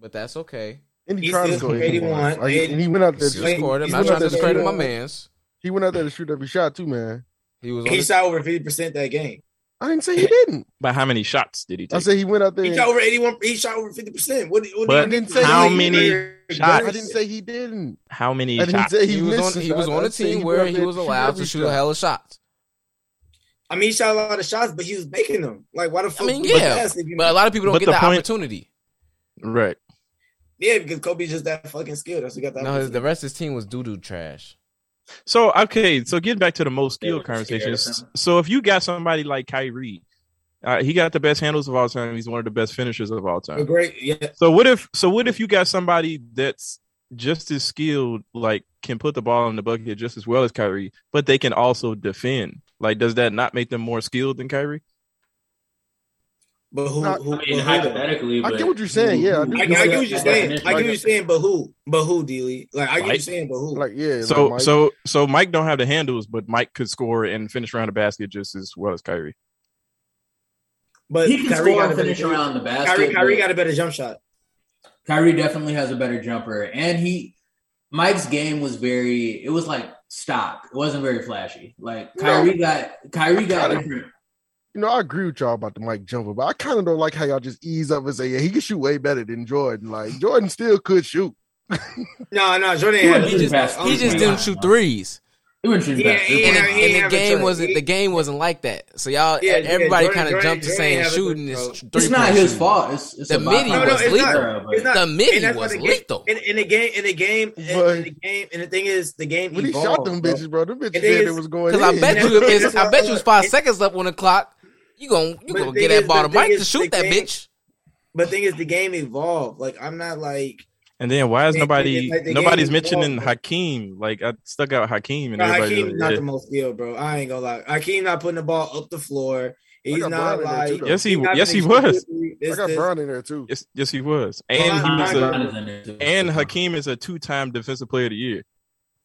but that's okay. And he He's tried to still go ahead. 81, Like, and he went out He there. still Wait, scored him. he's I'm not trying to that discredit good. my man's. He went out there to shoot every shot too, man. He was. On he the- shot over 50 percent that game. I didn't say he didn't. By how many shots did he I take? said he went out there. He shot over 81. He shot over 50 percent. What, what But do you mean? how many I shots? didn't say he didn't. How many I didn't shots? say he, he was missed on. He it. was I- on I a said team went where out he there was allowed every to shoot shot. a hell of shots. I mean, he shot a lot of shots, but he was making them. Like, why the fuck? mean, would you yeah, ask if you- But a lot of people don't But get the that point- opportunity. Right. yeah, because Kobe's just that fucking skilled. That's what got that. No, his- the opportunity. rest of his team was doo doo trash. So okay, so getting back to the most They were skilled conversation. scared of him. So if you got somebody like Kyrie, uh, he got the best handles of all time. He's one of the best finishers of all But time. great. Yeah, So what if? So what if you got somebody that's just as skilled, like can put the ball in the bucket just as well as Kyrie, but they can also defend. Like, does that not make them more skilled than Kyrie? but who? Nah, who, I mean, but who- hypothetically, I but get what you're saying, yeah, I do. I, I get what you're saying. I get what you- you're saying, but who? But who, Dealey? Like, I get what Mike. you're saying, but who? Like yeah. So like, Mike, so so Mike don't have the handles, but Mike could score and finish around the basket just as well as Kyrie. But He can Kyrie score got a and finish better. around the basket. Kyrie, Kyrie but- got a better jump shot. Kyrie definitely has a better jumper, and he Mike's game was very. It was like stock. It wasn't very flashy. Like Kyrie got Kyrie got kinda- different. you know, I agree with y'all about the Mike jumper, but I kind of don't like how y'all just ease up and say, yeah, he can shoot way better than Jordan. Like Jordan still could shoot. No, no, Jordan. He had was He just, past he three just didn't shoot threes, He wouldn't shoot Yeah, past yeah, three and, yeah, the- points. he ain't and the have a game choice. wasn't. The game wasn't like that. So y'all, Yeah, yeah, everybody Jordan- kind of Jordan- jumped to Jordan saying have a shooting good is throw. three It's not point his shooting. fault. It's, it's The a byproduct midi was of the lethal. era, but- It's not- The And midi that's why was the game- lethal. in, in the game, in the game, in, But- in the game, and the thing is, the game When he evolved. shot them bro. bitches, bro, them And bitches they said it is- was going Because in. I bet *laughs* And you, if that's- it's, I bet you, it's five seconds left on the clock. You gonna you But gonna the get thing that is- ball to the thing Mike to is, shoot the that game- bitch. But thing is, the game evolved. Like I'm not like And then why is And- nobody and, like, the nobody's game is mentioning long. Hakeem? Like I stuck out Hakeem and bro, everybody. Hakeem's not yeah. the most skilled, bro. I ain't gonna lie. Hakeem not putting the ball up the floor. He's got not Bron in there, like too, though. Yes, he- he's not yes, he finishing was. quickly. I This- got this- Brown in there too. yes, yes, he was. Well, And I- he was I- a, Brown in there too. and Hakeem is a two-time defensive player of the year.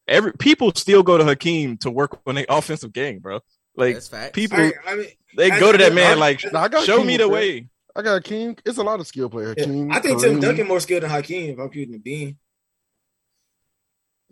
Every people still go to Hakeem to work on their offensive game, bro. Like That's fact. people, I, I mean, they I- go to that I- man I- like, Nah, I got show Hakeem me the up there. way. I got Hakeem. It's a lot of skill player. yeah. Hakeem, I think Tim Kareem. Duncan more skilled than Hakeem. If I'm shooting the bean,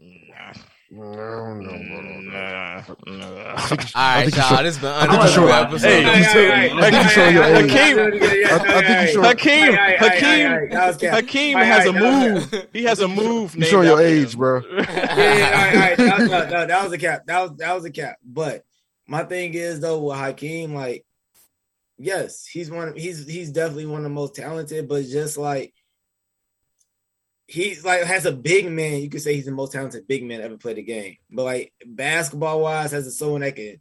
Mm, I don't know, bro. Nah, nah. All I right, think you y'all. should- This been think you unbelievable should- episode. Hey, Alright, so- alright, I think you alright, show your alright, age. alright, alright, I- I think you alright, show- Hakeem, alright, alright, alright, Hakeem, that was cap. Hakeem Alright, has a alright, that was cap. move. He has a move. You showing named your after him. age, bro. Yeah, yeah, all right, all right. That was, no, no, that was a cap. That was that was a cap. But My thing is though with Hakeem, like, yes, he's one. Of, he's he's definitely one of the most talented, but just like he's like has a big man. You could say he's the most talented big man ever played the game. But like basketball wise, has a someone that can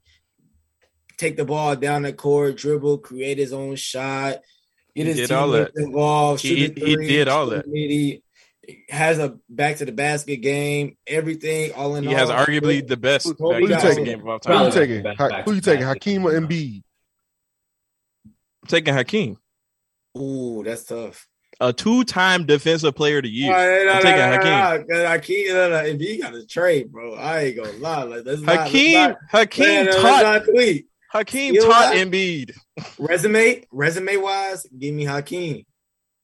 take the ball down the court, dribble, create his own shot, get He his did all that. teammates involved. He- shoot a he three, did all shoot a that. three. has a back to the basket game, everything all *laughs* in He all. has arguably the best Who- who you back-to-back taking? game of all Who time. you Probably taking? back- Ha- back- who you taking? back- Hakeem or Embiid? I'm taking Hakeem, Ooh, that's tough. a two-time Defensive Player of the Year. Alright, I'm taking Hakeem. No, no, Hakeem, no, no, if he got a trade, bro, I ain't gonna lie. Like, that's not, Hakeem, that's Hakeem not, man, that's taught, not tweet. Hakeem Steal taught that. Embiid. Resume, resume wise, give me Hakeem,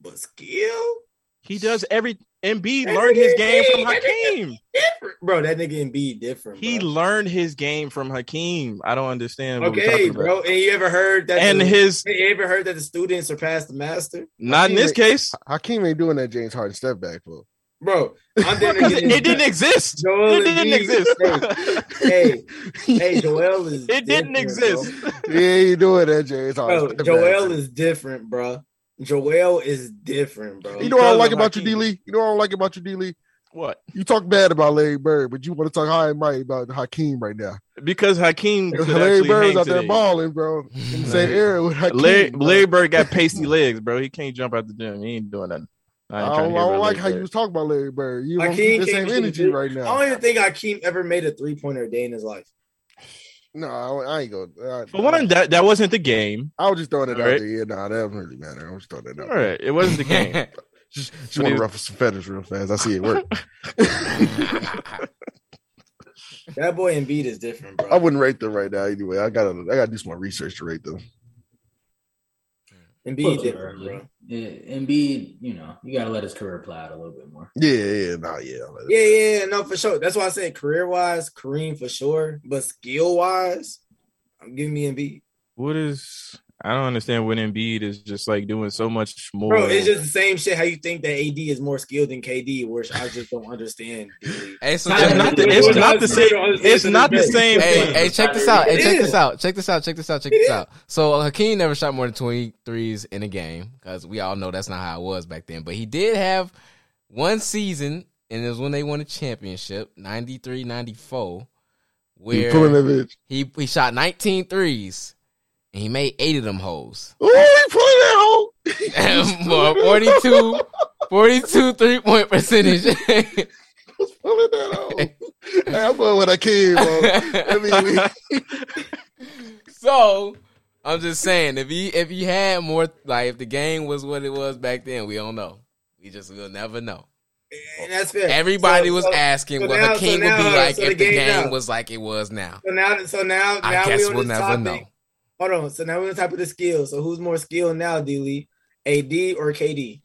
but skill He does every. Embiid That's learned his game from Embiid. Hakeem. different, bro. That nigga and be different. He bro. learned his game from Hakeem. I don't understand. What okay, we're talking About. bro. And you ever heard that? And the, his you ever heard that the student surpassed the master, not in this case Hakeem ain't doing that James Harden step back for. bro? *laughs* I'm down to because get it, it didn't exist. Joel It didn't Embiid, exist. Hey, hey, *laughs* hey, Joel is. It didn't different, bro. exist. Yeah, he ain't doing that James Harden. Bro, step back. Joel is different, bro. Joel is different, bro. You know what I don't like Because of about you, D Hakeem. Lee? You know what I don't like about you, D Lee? *laughs* What? You talk bad about Larry Bird, but you want to talk high and mighty about Hakeem right now. Because Hakeem could Larry actually Bird's hang out there today. balling, bro. In the same area with Hakeem. Larry, bro. Larry Bird got pasty legs, bro. He can't jump out the gym. He ain't doing nothing. I I, ain't don't, I trying to don't hear about like Larry how you Bird. was talking about Larry Bird. You don't Hakeem keep the can't same shoot, energy dude. right I now. don't even think Hakeem ever made a three pointer a day in his life. No, I, don't- I ain't going. I, For one, that, that wasn't the game. I was just throwing it out All right. there. Yeah, nah, that doesn't really matter. I was just throwing it out. All there. right. It wasn't *laughs* the game. Just, just But want he- to ruffle some feathers real fast. I see it work. That boy Embiid is different, bro. I wouldn't rate them right now anyway. I gotta, I gotta do some more research to rate them. Embiid different, bro. Yeah, Embiid, you know, you got to let his career play out a little bit more. Yeah, yeah, nah, yeah. I'll let it- Yeah, yeah, no, for sure. That's why I said career wise, Kareem for sure, but skill wise, I'm giving me Embiid. what is. I don't understand when Embiid is just like doing so much more. Bro, it's just the same shit. How you think that AD is more skilled than KD, which I just don't understand. dude. Hey, so It's not the, it's not the same. It's not the same hey, thing. hey, check this out. Hey, It check is. this out. Check this out. Check this out. Check It this is. out. So uh, Hakeem never shot more than 23s in a game because we all know that's not how it was back then. But he did have one season, and it was when they won a championship, 93, 94, You pulling where that bitch. he, he shot 19 threes, and he made eight of them hoes. Ooh, he pulling that hole. *laughs* Well, 42, *laughs* 42 three-point percentage. He's pulling *laughs* that hole. hey, I'm going with *laughs* Hakeem, bro. That *laughs* mean, *laughs* we- so I'm just saying, if he if he had more, like if the game was what it was back then, we don't know. We just will never know. And that's fair. Everybody So- was so- asking so what now- so Hakeem now- would be like so if the game, now- was like it was now. So now, so now, now I we guess on we'll this never topic. know. Hold on. So now we're on the topic of skill. So who's more skilled now, D Lee? AD or KD?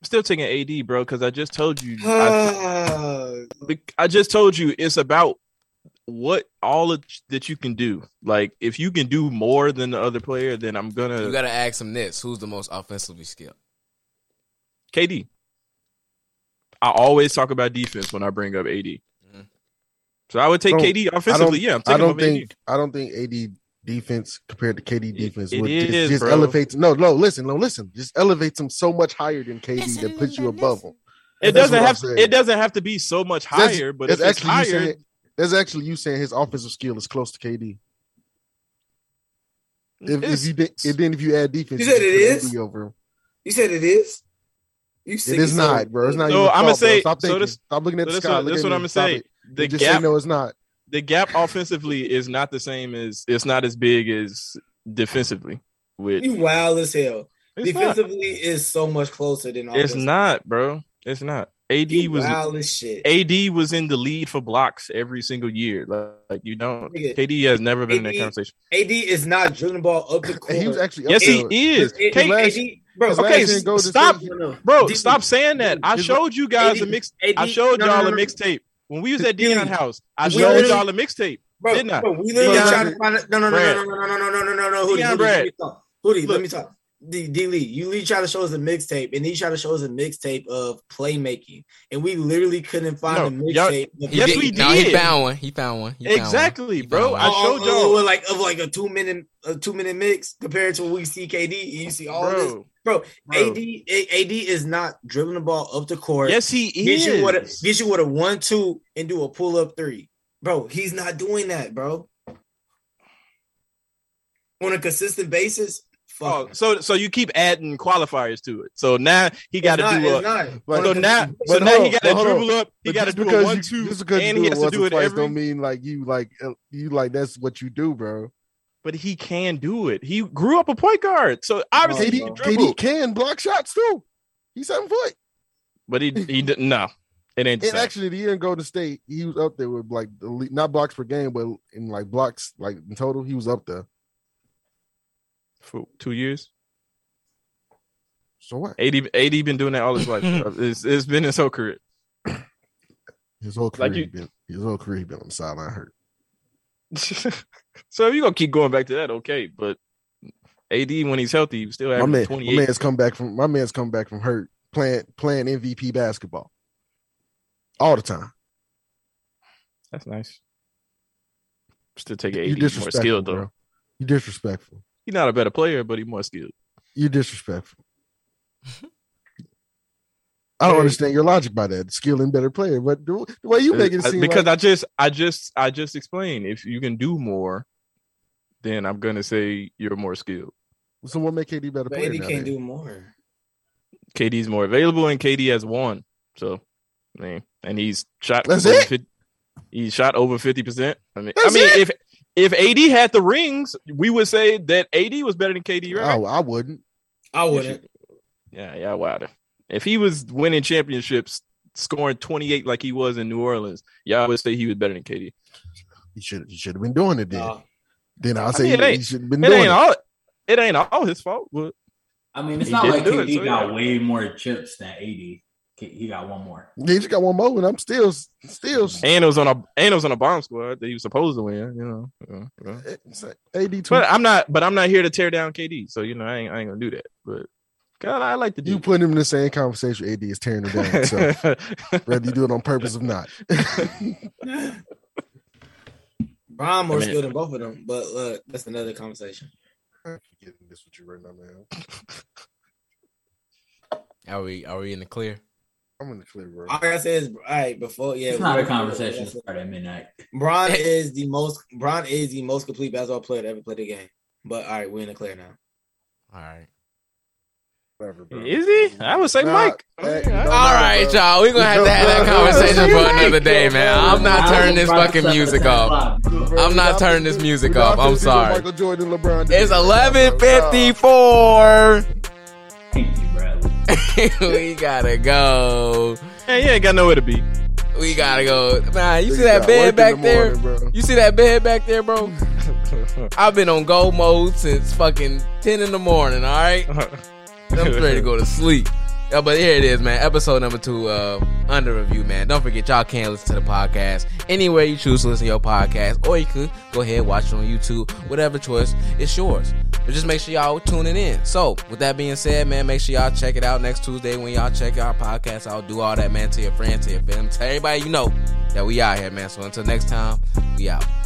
I'm still taking AD, bro, because I just told you. I, *sighs* Ah, bec- I just told you it's about what all of, that you can do. Like if you can do more than the other player, then I'm gonna You gotta ask him this: Who's the most offensively skilled? KD. I always talk about defense when I bring up AD. Mhm. So I would take I don't- KD offensively. Yeah, I'm taking I don't over think, I don't think AD defense compared to KD defense it would just, is, just bro. elevates. No, no, listen, no, listen, just elevates him so much higher than KD that puts you above him. AD. It That's what doesn't I'm have saying. it doesn't have to be so much That's- higher, but that's if it's actually you higher, saying. That's actually you saying his offensive skill is close to KD. If, if it's- you did, and then if you add defense, You said just it put is? AD over him. *sighs* you said it is. You It is not, bro. It's not. So even I'ma I'm gonna say- Stop so thinking. this- Stop looking so at the that's sky. what, Look that's at what me. I'm gonna Stop say. it. The And just gap say no, it's not. the gap offensively is not the same as it's not as big as defensively. With You wild as hell. it's not, Defensively is so much closer than it's offensive. not, bro. It's not. AD You was wild as shit. AD was in the lead for blocks every single year. Like, like, you don't. Nigga, KD has never been in that AD conversation. AD is not dribbling the ball up the court. And he was actually. up Yes, he there. is. It- K- last- AD, bro, His Okay, last year in s- Golden stop. State, Bro, Dude, stop saying that. I dude, showed you guys a AD mix. AD I showed no, no, y'all no, a no. mixtape when we was at Dude, Dion house. I we showed literally- y'all a mixtape. Bro, didn't I? bro, we literally Deion- trying to find out. No, no, no, Brad. no, no, no, no, no, no, no, no, no, no. Hootie, Deion Hootie, Brad. let me talk. Hootie, Look. let me talk. D D Lee, you Lee try to show us a mixtape, and he tried to show us a mixtape of playmaking, and we literally couldn't find No, a y'all- mixtape. of- Yes, He did- we No, he did. found one. He found one. He found one. Exactly, He bro. found I one. Oh, showed oh, y'all. oh, like of like a two minute a two minute mix compared to what we see KD. And you see all this, bro. bro. bro. AD A- AD is not dribbling the ball up the court. Yes, he get is. you what a, get you what a one two and do a pull up three, bro. He's not doing that, bro. On a consistent basis, fuck. Oh, so so you keep adding qualifiers to it. So now he got to It's not- do it's a. not. Like, so On a now, consistent- so But now hold he on, got but to hold on. dribble up. He But got to just do a because one you- two, just because you and he it has to once do or it twice every. Don't mean like you like uh, you like that's what you do, bro. But he can do it. He grew up a point guard, so obviously he KD, can dribble. KD can block shots too. He's seven foot. But he he didn't. No, it ain't. the And same. actually, the year in Golden State, he was up there with like the lead, not blocks per game, but in like blocks like in total, he was up there. for two years. So what? AD AD been doing that all *laughs* his life. bro. It's, it's been his whole career. His whole career, Like you- he been, his whole career, he been on the sideline hurt. so if you're gonna keep going back to that, okay. But AD when he's healthy, he still My man, averaging my 28. man's come back from my man's come back from hurt playing playing MVP basketball all the time. That's nice. Still take You AD more disrespectful, skilled though. bro. You disrespectful. He's not a better player, but he's more skilled. You disrespectful. *laughs* I don't understand your logic by that. Skill and better player, but the, the way you make it I- seem Uh, because like, I just I just I just explained if you can do more, then I'm gonna say you're more skilled. so what make KD better But player? AD nowadays? can't do more. KD's more available and KD has won. So I mean, and he's shot That's over it? 50, he shot over fifty percent. I mean That's I mean it? if if AD had the rings, we would say that AD was better than KD, right? Oh, I wouldn't. I wouldn't. Yeah, yeah, Wilder. If he was winning championships, scoring 28 like he was in New Orleans, y'all would say he was better than KD. You should you should have been doing it then. No. then I'll I say mean, it you ain't- should have been It doing it. ain't all it ain't all his fault. But I mean, it's He not didn't like do it, KD so got yeah. way more chips than AD. K- He got one more. They just got one more, and I'm still still and it was on a and it was on a bomb squad that he was supposed to win, you know. Yeah, yeah. it's like AD two. But I'm not but I'm not here to tear down KD. So you know, I ain't, I ain't gonna do that. But God, I like to do You putting him in the same conversation AD is tearing him *laughs* down. So whether you do it on purpose or not. Brian more I mean- skilled than both of them, but look, that's another conversation. Getting this with you right now, man. Are we are we in the clear? I'm in the clear, bro. All I gotta say is, all right, before yeah, It's not we- a conversation that's- start at midnight. Bron is the most Bron is the most complete basketball player to ever play the game. But all right, we're in the clear now. All right. Whatever, bro. Is he? I would say Nah, Mike. hey, Yeah, no. I- All right, y'all. We're gonna have to have that conversation for another day, man. I'm not turning this fucking music off. I'm not turning this music We're not off. I'm finna do sorry. Michael Jordan, LeBron. It's James. 11:54. Thank you, Bradley. *laughs* we gotta go. Man, you ain't got nowhere to be. *laughs* We gotta go. Man, you Nigga see that got bed work back in the there? morning, bro. You see that bed back there, bro? I've been on go mode since fucking 10 in the morning, all right? I'm ready to go to sleep. Yeah, but here it is, man. Episode number two uh, under review, man. Don't forget, y'all can listen to the podcast anywhere you choose to listen to your podcast, or you could go ahead and watch it on YouTube. Whatever choice, it's yours. But just make sure y'all tuning in. So, with that being said, man, make sure y'all check it out next Tuesday when y'all check our podcast. I'll do all that, man, to your friends, to your family, to everybody you know that we out here, man. So, until next time, we out.